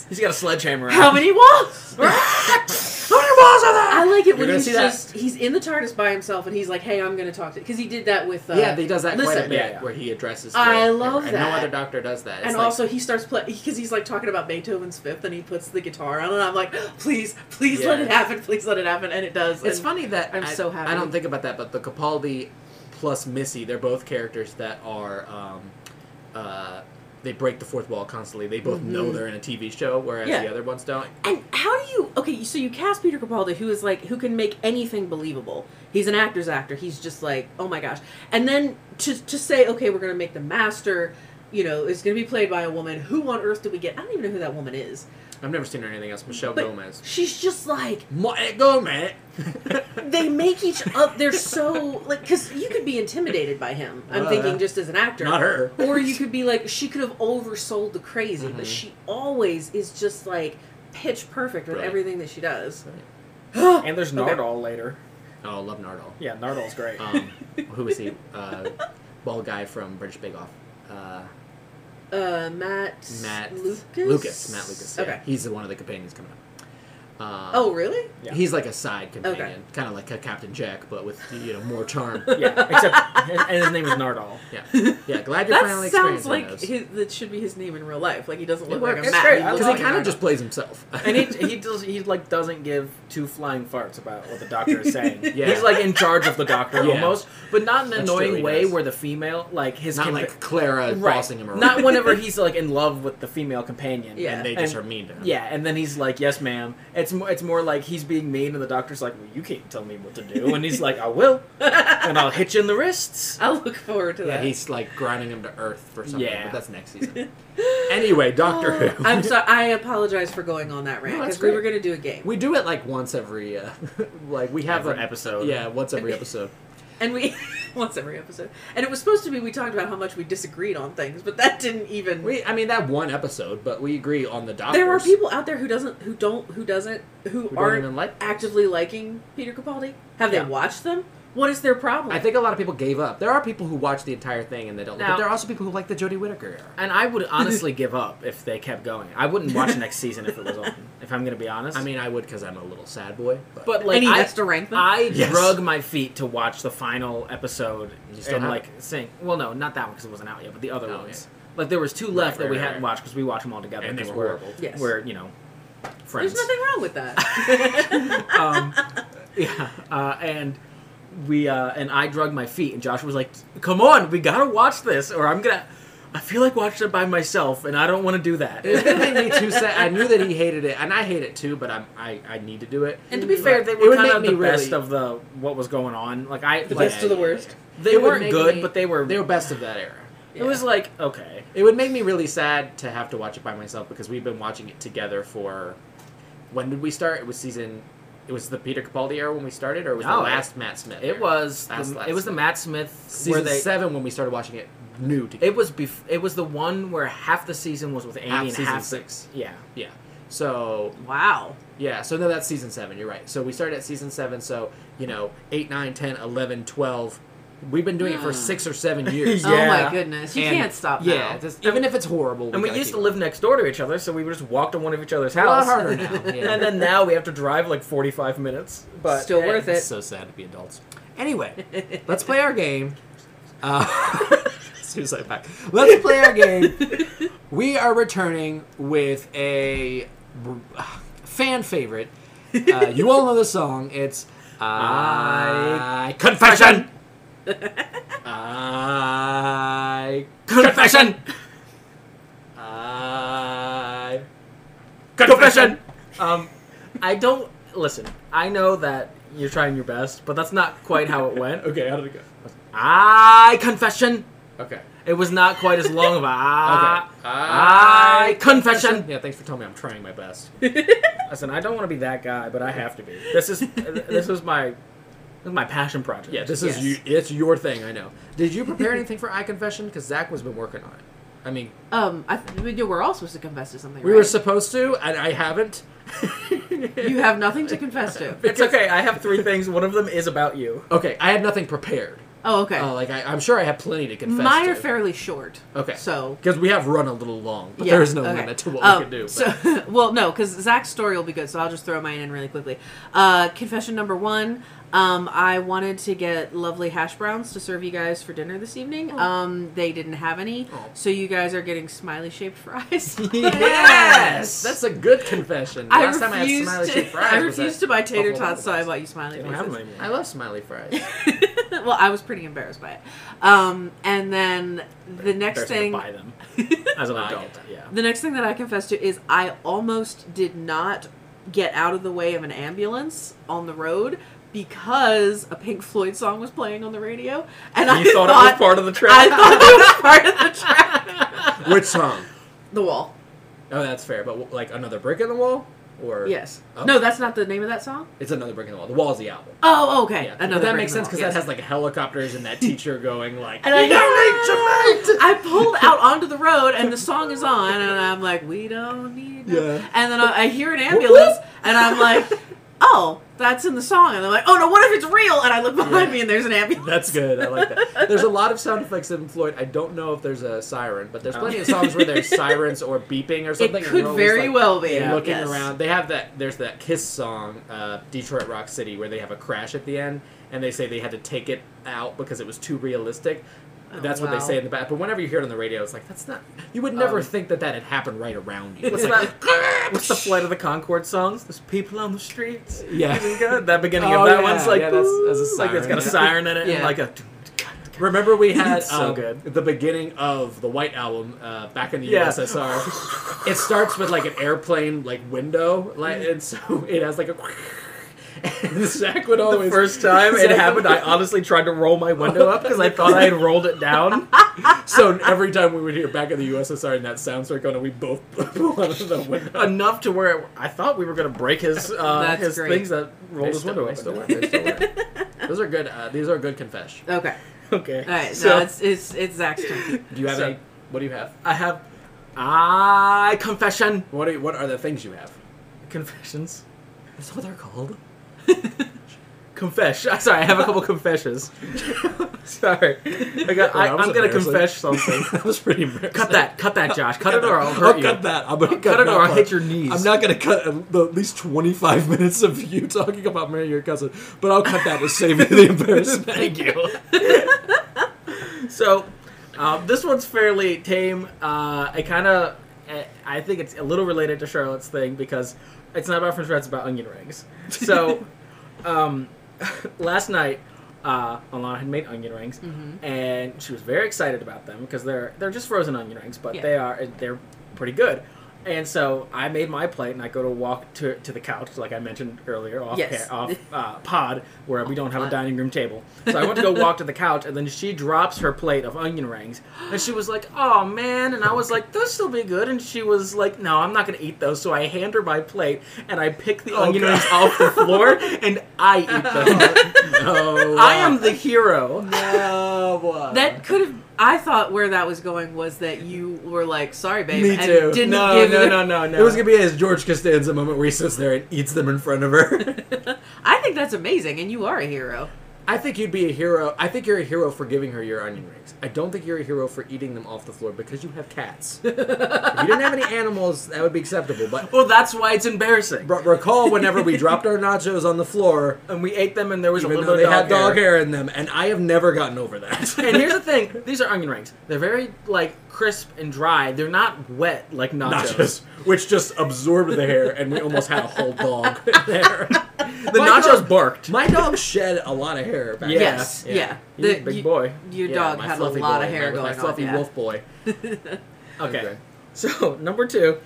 S3: He's got a sledgehammer. out.
S2: How many walls?
S1: How many walls are there?
S2: I like it
S1: You're
S2: when
S1: gonna
S2: he's
S1: see that.
S2: just he's in the TARDIS by himself and he's like, "Hey, I'm going to talk to," because he did that with uh,
S1: yeah, he does that quite a
S2: listen.
S1: bit,
S3: Yeah, yeah.
S1: where he addresses.
S2: I
S1: the-
S2: love
S1: and No
S2: that.
S1: other doctor does that. It's
S2: and
S1: like-
S2: also he starts playing because he's like talking about Beethoven's Fifth and he puts the guitar on and I'm like, "Please, please let
S1: Yeah.
S2: it happen, please let it happen," and it does.
S1: It's
S2: and
S1: funny that
S2: I'm
S1: I,
S2: so happy.
S1: I don't think about that, but the Capaldi plus Missy, they're both characters that are. Um, uh, they break the fourth wall constantly. They both know they're in a TV show, whereas
S2: Mm-hmm. Yeah.
S1: the other ones don't.
S2: And how do you? Okay, so you cast Peter Capaldi, who is like who can make anything believable. He's an actor's actor. He's just like, oh my gosh. And then to to say, okay, we're gonna make the master. You know, is gonna be played by a woman. Who on earth do we get? I don't even know who that woman is.
S1: I've never seen her in anything else. Michelle
S2: But
S1: Gomez.
S2: she's just like
S1: Michelle Gomez.
S2: they make each up. They're so like because you could be intimidated by him. I'm
S1: Oh,
S2: thinking
S1: yeah.
S2: just as an actor,
S1: Not her.
S2: Or you could be like she could have oversold the crazy,
S1: Mhm.
S2: but she always is just like pitch perfect with
S1: Right.
S2: everything that she does.
S3: And there's
S2: Okay.
S3: Nardole later.
S1: Oh, love Nardole.
S3: Yeah, Nardole's great.
S1: Um, who was he? Uh, bald guy from British Bake Off. Uh,
S2: Uh, Matt.
S1: Matt
S2: Lucas.
S1: Lucas. Matt Lucas. Yeah.
S2: Okay.
S1: He's the one of the companions coming up. Uh,
S2: Oh, really?
S3: Yeah.
S1: He's like a side companion, kind of like a Captain Jack, but with you know more charm.
S3: yeah, except and his name is Nardole.
S1: Yeah, yeah. Glad you're finally
S2: That sounds
S1: experiencing
S2: like
S1: those.
S2: his, that should be his name in real life. Like he doesn't
S3: It
S2: look like a
S3: works. It's
S2: Matt.
S3: great. I
S2: looks
S1: because he
S3: like
S1: kind
S3: Nardole.
S1: of just plays himself.
S3: And he he does he like doesn't give two flying farts about what the doctor is saying.
S1: Yeah.
S3: He's like in charge of the doctor
S1: Yeah.
S3: almost, but not in an
S1: That's true,
S3: annoying
S1: he
S3: way
S1: does.
S3: where the female like his
S1: not
S3: compa-
S1: like Clara
S3: Right.
S1: bossing him around.
S3: Not whenever he's like in love with the female companion.
S2: Yeah.
S1: and they just
S3: And-
S1: are mean to him.
S3: Yeah, and then he's like, "Yes, ma'am." It's more, it's more like he's being mean, and the doctor's like, "Well, you can't tell me what to do," and he's like, "I will, and I'll hit you in the wrists."
S2: I look forward to
S1: Yeah,
S2: that.
S1: he's like grinding him to earth for something.
S3: Yeah.
S1: but that's next season. anyway, Doctor Who.
S2: Oh, I'm sorry. I apologize for going on that rant
S1: No, that's
S2: because we
S1: great.
S2: were going to do a game,
S1: We do it like once every, uh, like we have
S3: Every
S1: a-
S3: episode.
S1: Yeah, once every episode.
S2: and we once every episode, and it was supposed to be we talked about how much we disagreed on things, but that didn't even.
S1: We, I mean, that one episode, but we agree on the doctors.
S2: there are people out there who doesn't, who don't, who doesn't, who
S1: who don't
S2: aren't
S1: even like.
S2: actively liking Peter Capaldi. Have
S3: Yeah.
S2: they watched them? What is their problem?
S1: I think a lot of people gave up. There are people who watch the entire thing and they don't. but
S3: Now-
S1: there are also people who like the Jodie Whittaker era.
S3: And I would honestly give up if they kept going. I wouldn't watch next season if it was on. If I'm gonna be honest,
S1: I mean, I would because I'm a little sad boy. But,
S3: but like
S2: Any
S3: I,
S2: to rank them.
S3: I
S1: Yes.
S3: drug my feet to watch the final episode
S1: You still
S3: and
S1: have
S3: like saying, well, no, not that one because it wasn't out yet, but the other
S1: Oh,
S3: ones. Like there was two left
S1: right,
S3: that we
S1: right,
S3: hadn't
S1: right.
S3: watched because we watched them all together.
S1: and they
S3: 'cause
S1: were
S3: we're-
S1: horrible.
S2: yes.
S3: We're you know
S1: Friends.
S2: There's nothing wrong with that.
S3: um, Yeah, uh, and we uh, and I drug my feet, and Joshua was like, "Come on, we gotta watch this, or I'm gonna." I feel like watching it by myself, and I don't want to do that.
S1: It didn't make me too sad. I knew that he hated it, and I hate it too. But I'm, I, I need to do it.
S3: And to be fair, they
S1: It
S3: were
S1: would
S3: kind
S1: make
S3: of
S1: me
S3: the
S1: really-
S3: best of the what was going on. Like I,
S2: The
S3: like,
S2: best of the worst.
S3: they
S1: It would
S3: weren't
S1: make
S3: good,
S1: me-
S3: but they were.
S1: They were best of that era.
S3: It was like okay,
S1: It would make me really sad to have to watch it by myself because we've been watching it together for. When did we start? It was season. It was the Peter Capaldi era when we started, or was the
S3: No, Oh, it-
S1: last Matt Smith? era?
S3: it was.
S1: Last-
S3: the,
S1: last
S3: it was the Matt Smith
S1: season
S3: where they.
S1: seven when we started watching it new together.
S3: It was bef- It was the one where half the season was with Amy
S1: half
S3: and
S1: season
S3: half
S1: six.
S3: Yeah,
S1: Yeah. So
S2: Wow.
S1: Yeah, so no, that's season seven. You're right. So we started at season seven. So, you know, eight, nine, 10, 11, 12. We've been doing it for
S2: Hmm.
S1: six or seven years.
S3: Ah. Yeah.
S2: Oh my goodness. You
S3: And-
S2: can't stop now.
S1: yeah, just, even if it's horrible.
S3: and we
S1: gotta
S3: used to
S1: keep
S3: live next door to each other, so we just walked to one of each other's
S1: it. a lot
S3: house.
S1: harder now. Yeah.
S3: and then now we have to drive like 45 minutes. But
S2: Still worth
S1: It's
S2: it.
S1: so sad to be adults. Anyway, let's play our game. Uh, suicide pact. Let's play our game. We are returning with a uh, fan favorite. Uh, you all know the song. It's I confession. I confession. I
S3: Confession! Um, I don't. Listen, I know that you're trying your best, but that's not quite how it went.
S1: okay. How did it go?
S3: I confession!
S1: Okay. Okay.
S3: It was not quite as long of a. ah. I,
S1: I
S3: confession!
S1: Yeah. Thanks for telling me. I'm trying my best.
S3: Listen, I don't want to be that guy, but I have to be. This is this was my this is my passion project.
S1: Yeah, this
S2: Yes.
S1: is you. It's your thing. I know. Did you prepare anything for I confession? Because Zach was been working on it. I mean,
S2: Um, I, th- we- we're all supposed to confess to something.
S1: we
S2: right?
S1: were supposed to, and I haven't.
S2: You have nothing to confess to.
S3: It's okay. I have three things. One of them is about you.
S1: Okay, I had nothing prepared.
S2: Oh, okay.
S1: Uh, like I, I'm sure I have plenty to confess.
S2: Mine are
S1: to.
S2: fairly short.
S1: Okay.
S2: So.
S1: Because we have run a little long, but
S2: yeah,
S1: there is no
S2: okay.
S1: limit to what
S2: Um,
S1: we can do. But
S2: So, well, no, because Zach's story will be good, so I'll just throw mine in really quickly. Uh, confession number one: um, I wanted to get lovely hash browns to serve you guys for dinner this evening. Um, they didn't have any,
S1: Oh.
S2: so you guys are getting smiley-shaped fries.
S1: yes, that's a good confession.
S2: I
S1: Last time I had
S2: refused.
S1: smiley
S2: to-
S1: shaped fries.
S2: I
S1: was
S2: refused
S1: at
S2: to buy tater
S1: Buffalo
S2: tots, so I
S1: Wild Wings.
S2: bought you smiley
S3: They don't have
S2: faces.
S3: them anymore.
S1: I love smiley fries.
S2: well, I was pretty embarrassed by it. Um, and then the next
S3: Embarrassing to
S2: thing,
S3: buy them as an
S1: I get
S3: adult.
S1: that.
S3: Yeah.
S2: the next thing that I confess to is I almost did not get out of the way of an ambulance on the road because a Pink Floyd song was playing on the radio, and I
S3: You thought, it was part of the
S2: I
S3: trap.
S2: thought it was part of the track.
S1: Which song?
S2: The wall.
S1: Oh, that's fair. But like another brick in the wall, or
S2: Yes.
S1: Oh.
S2: No, that's not the name of that song.
S1: it's another brick in the wall. The wall's the album.
S2: Oh, okay.
S1: Yeah, but
S2: Another
S1: that
S2: Breaking
S1: makes
S2: the
S1: sense
S2: Law,
S1: because
S2: yes.
S1: that has like helicopters and that teacher going like,
S2: And I-
S1: "You don't need to mate!"
S2: I pulled out onto the road and the song is on and I'm like, we don't need no-"
S1: Yeah.
S2: And then I, I hear an ambulance and I'm like, oh, that's in the song. And I'm like, oh no, what if it's real? And I look behind me and there's an ambulance.
S1: That's good. I like that. There's a lot of sound effects in Floyd. I don't know if there's a siren, but there's plenty of songs where there's sirens or beeping or something.
S2: it
S1: and
S2: could
S1: you're always,
S2: very
S1: like,
S2: well be.
S1: looking
S2: yes.
S1: around. They have that. There's that Kiss song, uh, Detroit Rock City, where they have a crash at the end, and they say they had to take it out because it was too realistic.
S2: Oh,
S1: That's what
S2: wow.
S1: they say in the back. But whenever you hear it on the radio, it's like that's not. You would never
S3: Um,
S1: think that that had happened right around you.
S3: What's
S1: It's like,
S3: that? What's the flight of the Concord songs? There's people on the streets.
S1: Yeah.
S3: Isn't it good? That beginning
S1: Oh,
S3: of that
S1: yeah,
S3: one's like
S1: yeah, that's- that's a
S3: "Boo," Like it's got a
S1: siren,
S3: siren in it
S2: Yeah.
S3: and like a.
S1: Remember we had
S3: It's so
S1: um,
S3: good.
S1: the beginning of the White Album uh, back in the
S3: Yeah.
S1: USSR. it starts with like an airplane like window, like, and so it has like a. and Zach would
S3: The
S1: always
S3: first time
S1: Zach
S3: it
S1: would-
S3: happened, I honestly tried to roll my window up because I thought I had rolled it down.
S1: so every time we would hear back in the USSR and that sound started going, on, we both blew out of the window.
S3: Enough to where it- I thought we were gonna break his uh,
S2: That's
S3: his
S2: great.
S3: things that rolled
S1: They
S3: his
S1: still-
S3: window
S1: they
S3: up.
S1: still
S3: and
S1: work,
S3: down.
S1: they still work. Those are good. Uh, these are good confession.
S2: Okay.
S3: Okay.
S2: All right.
S3: So
S2: no, it's, it's, it's Zach's turn.
S1: Do you have
S3: So-
S1: any? What do you have?
S3: I have I confession
S1: What are, what are the things you have?
S3: confessions.
S1: Is that what they're called?
S3: confess. Sorry, I have a couple confessions. Sorry, I got, I,
S1: That was
S3: I'm gonna
S1: embarrassing.
S3: confess something.
S1: that was pretty embarrassing.
S3: Cut that! Cut that, Josh! Cut it
S1: that.
S3: or I'll hurt you.
S1: cut that. I'm gonna
S3: Cut it
S1: that
S3: or I'll
S1: part.
S3: hit your knees.
S1: I'm not gonna cut at the- at least 25 minutes of you talking about marrying your cousin, but I'll cut that to save you the embarrassment.
S3: Thank you. so, um, this one's fairly tame. Uh, I kind of, I think it's a little related to Charlotte's thing because it's not about French fries; it's about onion rings. So, um, last night, uh, Alana had made onion rings, and she was very excited about them because they're they're just frozen onion rings, but
S2: Yeah.
S3: they are they're pretty good. And so I made my plate, and I go to walk to, to the couch, like I mentioned earlier, off,
S2: Yes.
S3: ca- off uh, pod, where we don't have a
S2: pod.
S3: dining room table. So I went to go walk to the couch, and then she drops her plate of onion rings, and she was like, "Oh man!" And I was like, "Those still be good," and she was like, "No, I'm not gonna eat those." So I hand her my plate, and I pick the
S4: Oh,
S3: onion
S4: God.
S3: rings off the floor, and I eat them.
S4: No.
S3: I am the hero.
S4: No.
S2: That could have. I thought where that was going was that you were like, "Sorry, babe,"
S1: Me
S2: and
S1: too.
S2: didn't
S3: No,
S2: give
S3: no,
S2: her-
S3: no, no, no.
S1: It was gonna be his George Costanza moment where he sits there and eats them in front of her.
S2: I think that's amazing, and you are a hero.
S1: I think you'd be a hero. I think you're a hero for giving her your onion rings. I don't think you're a hero for eating them off the floor because you have cats. if you didn't have any animals, that would be acceptable. But
S3: well, that's why it's embarrassing.
S1: r- recall whenever we dropped our nachos on the floor,
S3: And we ate them, and there was a
S1: even
S3: little
S1: though
S3: bit
S1: they
S3: of
S1: had
S3: dog
S1: dog
S3: hair.
S1: hair in them, and I have never gotten over that.
S3: and here's the thing: these are onion rings. They're very like crisp and dry. They're not wet like nachos.
S1: nachos, which just absorbed the hair, and we almost had a whole dog there.
S3: The
S1: My
S3: nachos
S1: dog-
S3: barked.
S1: My dog shed a lot of hair. Back
S3: Yeah.
S2: yes, yeah.
S1: yeah.
S3: He's a
S2: The-
S3: big
S2: you-
S3: boy.
S2: Your
S1: Yeah,
S2: dog
S1: my
S2: had a
S1: fluffy
S2: lot
S1: boy,
S2: of hair
S1: my-
S2: going
S1: my fluffy
S2: on. yeah.
S1: wolf boy.
S3: Okay.
S1: Okay.
S3: So number two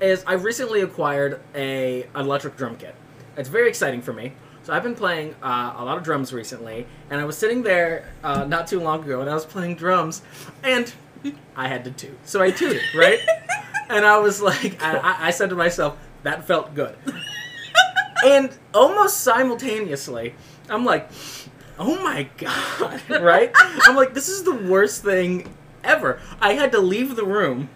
S3: is I recently acquired a an electric drum kit. It's very exciting for me. So I've been playing uh, a lot of drums recently, and I was sitting there uh, not too long ago, and I was playing drums, and I had to toot. So I tooted, right? and I was like, I, I- I said to myself, that felt good. and almost simultaneously, I'm like, oh my god, right? I'm like, this is the worst thing ever. I had to leave the room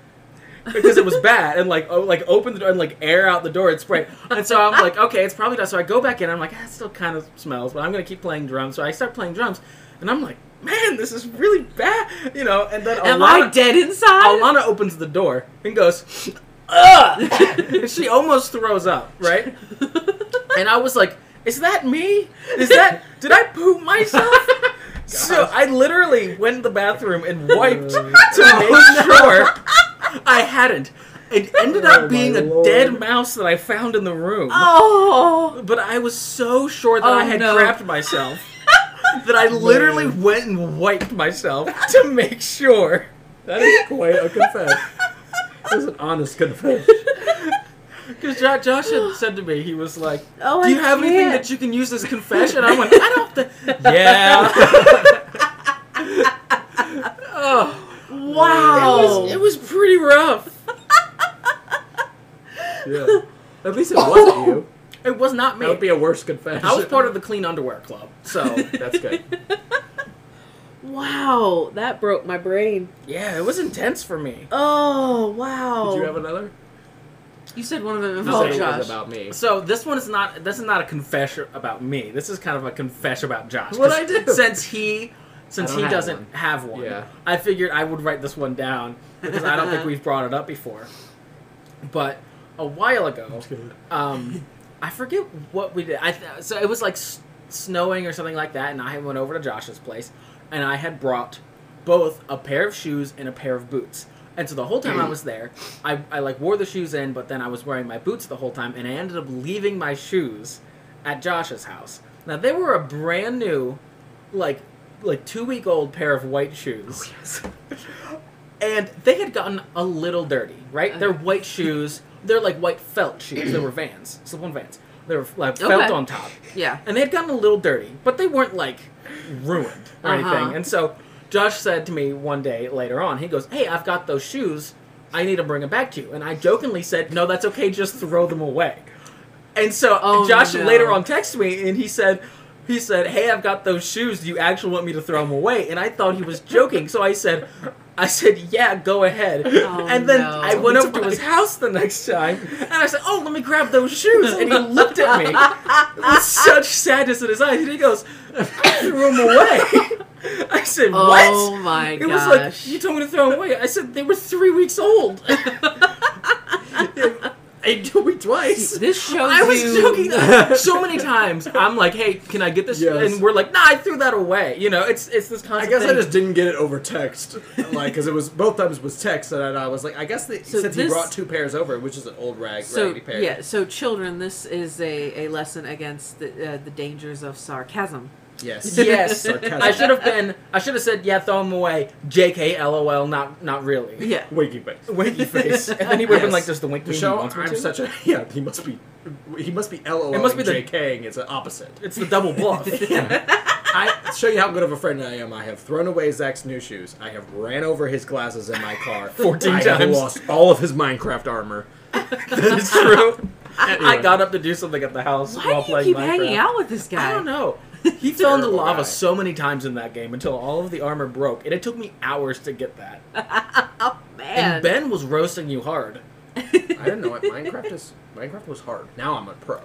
S3: because it was bad and like oh like open the door and like air out the door and spray and so i'm like okay it's probably not so i go back in i'm like ah, it still kind of smells but i'm gonna keep playing drums so i start playing drums and i'm like man this is really bad you know and then
S2: Am
S3: Alana,
S2: I dead inside?
S3: Alana opens the door and goes Ugh! And she almost throws up right and i was like is that me is that did i poop myself so i literally went in the bathroom and wiped to make sure I hadn't. It ended
S1: Oh,
S3: up being
S1: my
S3: a
S1: lord.
S3: dead mouse that I found in the room.
S2: oh,
S3: But I was so sure that
S2: Oh,
S3: I had
S2: no.
S3: crapped myself that I literally went and wiped myself to make sure.
S1: That is quite a confession. That is an honest confession.
S3: Because Josh, had said to me, he was like,
S2: oh!
S3: "Do you
S2: I
S3: have anything
S2: can't.
S3: that you can use as confession?" I went, "I don't." Th- yeah. oh,
S2: Wow.
S3: it was- it was pretty rough.
S1: Yeah. At least it wasn't you.
S3: It was not
S1: That would be
S3: me.
S1: a worse confession.
S3: I was part of the clean underwear club,
S5: Oh,
S3: so.
S1: That's good.
S2: Wow, that broke my brain.
S3: Yeah, it was intense for me.
S2: Oh wow!
S1: Did you have another?
S2: You said one of them
S1: You said
S2: involved
S1: it was
S2: Josh.
S1: about me.
S3: So this one is not this is not a confession about me. This is kind of a confession about Josh.
S1: What'd
S3: 'Cause
S1: I do?
S3: Since he since
S1: I
S3: he
S1: don't have
S3: doesn't
S1: one.
S3: have one,
S1: Yeah.
S3: I figured I would write this one down because I don't think we've brought it up before. But a while ago, um, I forget what we did. I th- so it was like s- snowing or something like that, and I went over to Josh's place, and I had brought both a pair of shoes and a pair of boots. And so the whole time I was there, I, I like wore the shoes in, but then I was wearing my boots the whole time, and I ended up leaving my shoes at Josh's house. Now they were a brand new, like like two week old pair of white shoes. and they had gotten a little dirty, right? They're white shoes. They're like white felt shoes. They were Vans, slip-on Vans. They were like felt
S2: Okay.
S3: on top,
S2: Yeah.
S3: and they had gotten a little dirty, but they weren't like ruined or
S2: Uh-huh.
S3: anything. And so Josh said to me one day later on, he goes, "Hey, I've got those shoes. I need to bring them back to you." And I jokingly said, "No, that's okay. Just throw them away." And so
S2: Oh,
S3: Josh
S2: no.
S3: later on texted me, and he said. He said, "Hey, I've got those shoes. Do you actually want me to throw them away?" And I thought he was joking, so I said, "I said, yeah, go ahead."
S2: Oh,
S3: and then
S2: no.
S3: I went over to his house the next time, and I said, "Oh, let me grab those shoes." And he looked at me with such sadness in his eyes, and he goes, "I threw them away." I said, "What?"
S2: Oh my
S3: it
S2: gosh!
S3: was like you told me to throw them away. I said they were three weeks old.
S5: I do it twice.
S2: This shows
S3: I was
S2: you.
S3: joking that so many times. I'm like, "Hey, can I get this?"
S1: Yes.
S3: And we're like, "Nah, I threw that away." You know, it's it's this
S5: I
S3: constant.
S5: guess I
S3: thing.
S5: just didn't get it over text, like because it was both times was text, and I was like, I guess they,
S2: So
S5: since he
S2: this-
S5: brought two pairs over, which is an old rag
S2: So
S5: raggedy pair.
S2: yeah, so children, this is a, a lesson against the uh, the dangers of sarcasm.
S5: Yes.
S3: Yes,
S5: Sarcasm.
S3: I should have been. I should have said, "Yeah, throw them away." Jk, lol, not not really.
S2: Yeah,
S5: Winky face.
S3: Winky face. And then he would have been like, "Does the wink
S5: The
S3: mean he
S5: show.
S3: wants me
S5: I'm
S3: to?"
S5: such a yeah. He must be. He must be LOL.
S3: It must be the-
S5: JKing. It's an opposite.
S3: It's the double bluff.
S5: I show you how good of a friend I am. I have thrown away Zach's new shoes. I have ran over his glasses in my car.
S3: 14
S5: I have
S3: times.
S5: lost all of his Minecraft armor.
S3: It's true. I
S5: Anyway.
S3: got up to do something at the house
S2: why
S3: while
S2: do you
S3: playing
S2: keep
S3: Minecraft.
S2: hanging out with this guy?
S3: I don't know. He fell into
S5: Terrible
S3: lava
S5: guy.
S3: so many times in that game until all of the armor broke, and it took me hours to get that.
S2: Oh
S3: And
S2: man,
S3: Ben was roasting you hard.
S5: I didn't know what Minecraft is. Minecraft was hard. Now I'm a pro.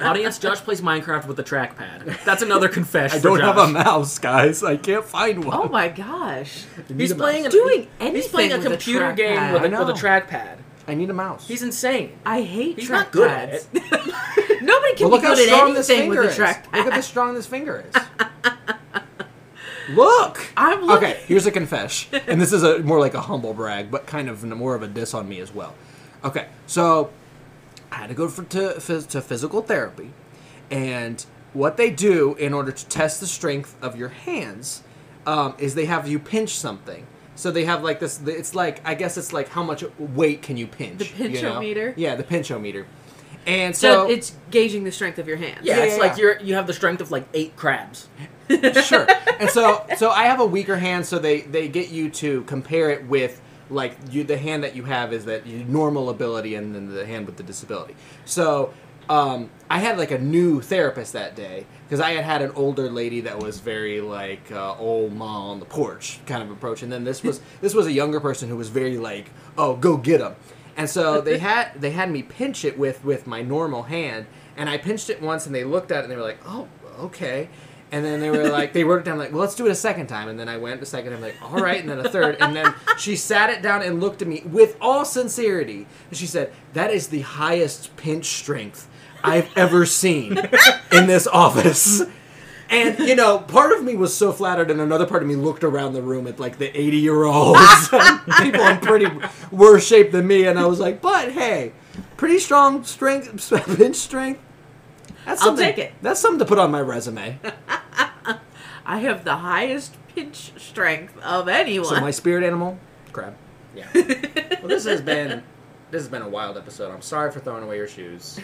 S3: Audience, Josh plays Minecraft with a trackpad. That's another confession.
S1: I don't
S3: for
S1: have
S3: Josh.
S1: a mouse, guys. I can't find one.
S2: oh my gosh,
S5: You need
S3: He's
S5: a
S3: playing
S5: mouse.
S3: an,
S2: Doing
S3: He's playing a
S2: anything with a
S3: computer game
S2: trackpad.
S3: with
S1: I
S3: a,
S1: know.
S3: with a trackpad.
S1: I need a mouse.
S3: He's insane.
S2: I hate
S3: He's
S2: trackpads.
S3: not good at it.
S2: Nobody can
S1: Well, look
S2: be
S1: how
S2: good at
S1: strong this
S2: anything
S1: finger
S2: with
S1: is.
S2: a trackpad.
S1: Look at how strong this finger is. look.
S2: I'm looking.
S1: Okay, here's a confesh, and this is a more like a humble brag, but kind of more of a diss on me as well. Okay, so I had to go for, to phys- to physical therapy, and what they do in order to test the strength of your hands um, is they have you pinch something. So they have like this. It's like I guess it's like how much weight can you pinch?
S2: The
S1: you know?
S2: pinchometer?
S1: Yeah, the pinchometer. And
S2: So
S1: so
S2: it's gauging the strength of your hand.
S3: Yeah,
S1: Yeah,
S3: it's
S1: yeah,
S3: like
S1: yeah.
S3: you're you have the strength of like eight crabs.
S1: sure. And so, so I have a weaker hand, so they they get you to compare it with like you the hand that you have is that your normal ability, and then the hand with the disability. So. Um, I had like a new therapist that day because I had had an older lady that was very like uh, old ma on the porch kind of approach, and then this was this was a younger person who was very like oh go get him, and so they had they had me pinch it with with my normal hand, and I pinched it once, and they looked at it and they were like oh okay, and then they were like, they wrote it down, like, well, let's do it a second time. And then I went a second time, like, all right. And then a third. And then she sat it down and looked at me with all sincerity. And she said, that is the highest pinch strength I've ever seen in this office. And, you know, part of me was so flattered, and another part of me looked around the room at, like, the 80 year olds, people in pretty worse shape than me. And I was like, but hey, pretty strong strength, pinch strength. That's
S2: I'll
S1: something-
S2: take it.
S1: That's something to put on my resume.
S2: I have the highest pinch strength of anyone.
S1: So my spirit animal, crab.
S5: Yeah. Well, this has been this has been a wild episode. I'm sorry for throwing away your shoes.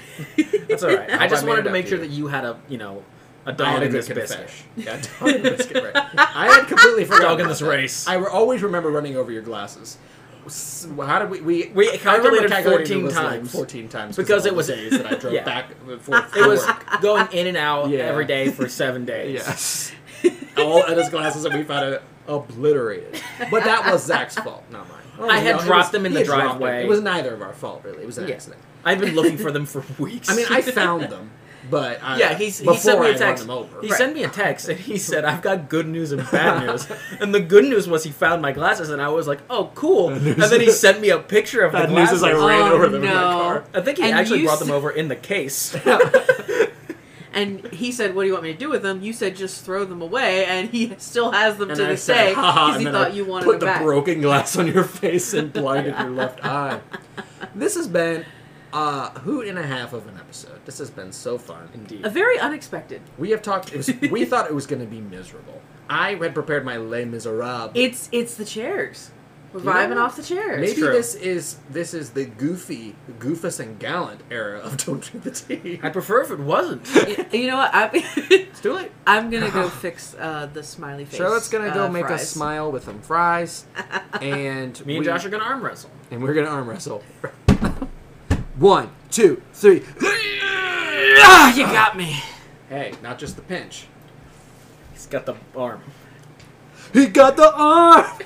S3: That's all right.
S5: Hope
S3: I just
S5: I made
S3: wanted
S5: it
S3: to
S5: up
S3: make
S5: to
S3: sure
S5: you.
S3: that you had a you know a
S5: I
S3: dog
S5: had a
S3: in
S5: good
S3: this
S5: confession.
S3: biscuit.
S5: Yeah, dog in the biscuit, right. I had completely forgotten
S3: Dog in
S5: about
S3: this
S5: that.
S3: race.
S5: I will always remember running over your glasses. S- How did we? We,
S3: We
S5: I remember
S3: calculated
S5: calculating
S3: 14
S5: it was like
S3: times.
S5: Fourteen times
S3: Because
S5: of
S3: it
S5: all
S3: was-
S5: the days that I drove
S3: Yeah.
S5: back and forth.
S3: It
S5: to
S3: was
S5: work.
S3: going in and out
S1: Yeah.
S3: every day for seven days.
S1: Yes.
S5: all Edda's glasses, and we found it obliterated. But that was Zach's fault, not mine. Oh,
S3: I had
S5: No, it
S3: dropped them in
S5: he
S3: the
S5: had dropped them.
S3: driveway.
S5: It was neither of our fault, really. It was an
S3: Yeah.
S5: accident.
S3: I've been looking for them for weeks.
S5: I mean, I found them, but I,
S3: yeah, he's,
S5: before
S3: he sent me
S5: I
S3: a
S5: run
S3: text.
S5: them over.
S3: He
S2: Right.
S3: sent me a text and he said, "I've got good news and bad news." and the good news was he found my glasses, and I was like, "Oh, cool!"
S1: Bad
S3: And
S1: news
S3: then he
S1: is-
S3: sent me a picture of the
S1: bad news
S3: glasses.
S1: is I
S5: ran
S2: Oh,
S5: over them in my
S2: no.
S5: car.
S3: I think he
S2: And
S3: actually
S2: you
S3: brought them
S2: s-
S3: over in the case.
S2: And he said, "What do you want me to do with them?" You said, "Just throw them away," and he still has them
S5: And
S2: to
S5: I
S2: this
S5: said,
S2: day
S5: "Ha ha,"
S2: because
S5: and
S2: he
S5: then
S2: thought
S5: I
S2: you wanted
S1: Put
S2: them
S1: the
S2: back.
S1: broken glass on your face and blinded your left eye.
S5: This has been a hoot and a half of an episode. This has been so fun.
S3: Indeed.
S2: a very unexpected.
S5: We have talked. It was, we thought it was going to be miserable. I had prepared my Les Miserables.
S2: It's it's the chairs. We're
S5: You know
S2: vibing
S5: what?
S2: off the chairs.
S5: Maybe
S3: true.
S5: this is this is the goofy, goofus and gallant era of Don't Drink the Tea.
S3: I prefer if it wasn't.
S2: Y- you know what? I'm,
S5: It's too late.
S2: I'm gonna go fix uh, the smiley face.
S1: Charlotte's gonna go
S2: uh,
S1: make us
S2: fries.
S1: smile with some fries, and
S3: Me
S1: we,
S3: and Josh are gonna arm wrestle.
S1: and we're gonna arm wrestle. One, two, three. ah, you got me.
S5: Hey, not just the pinch.
S3: He's got the arm.
S1: He got the arm.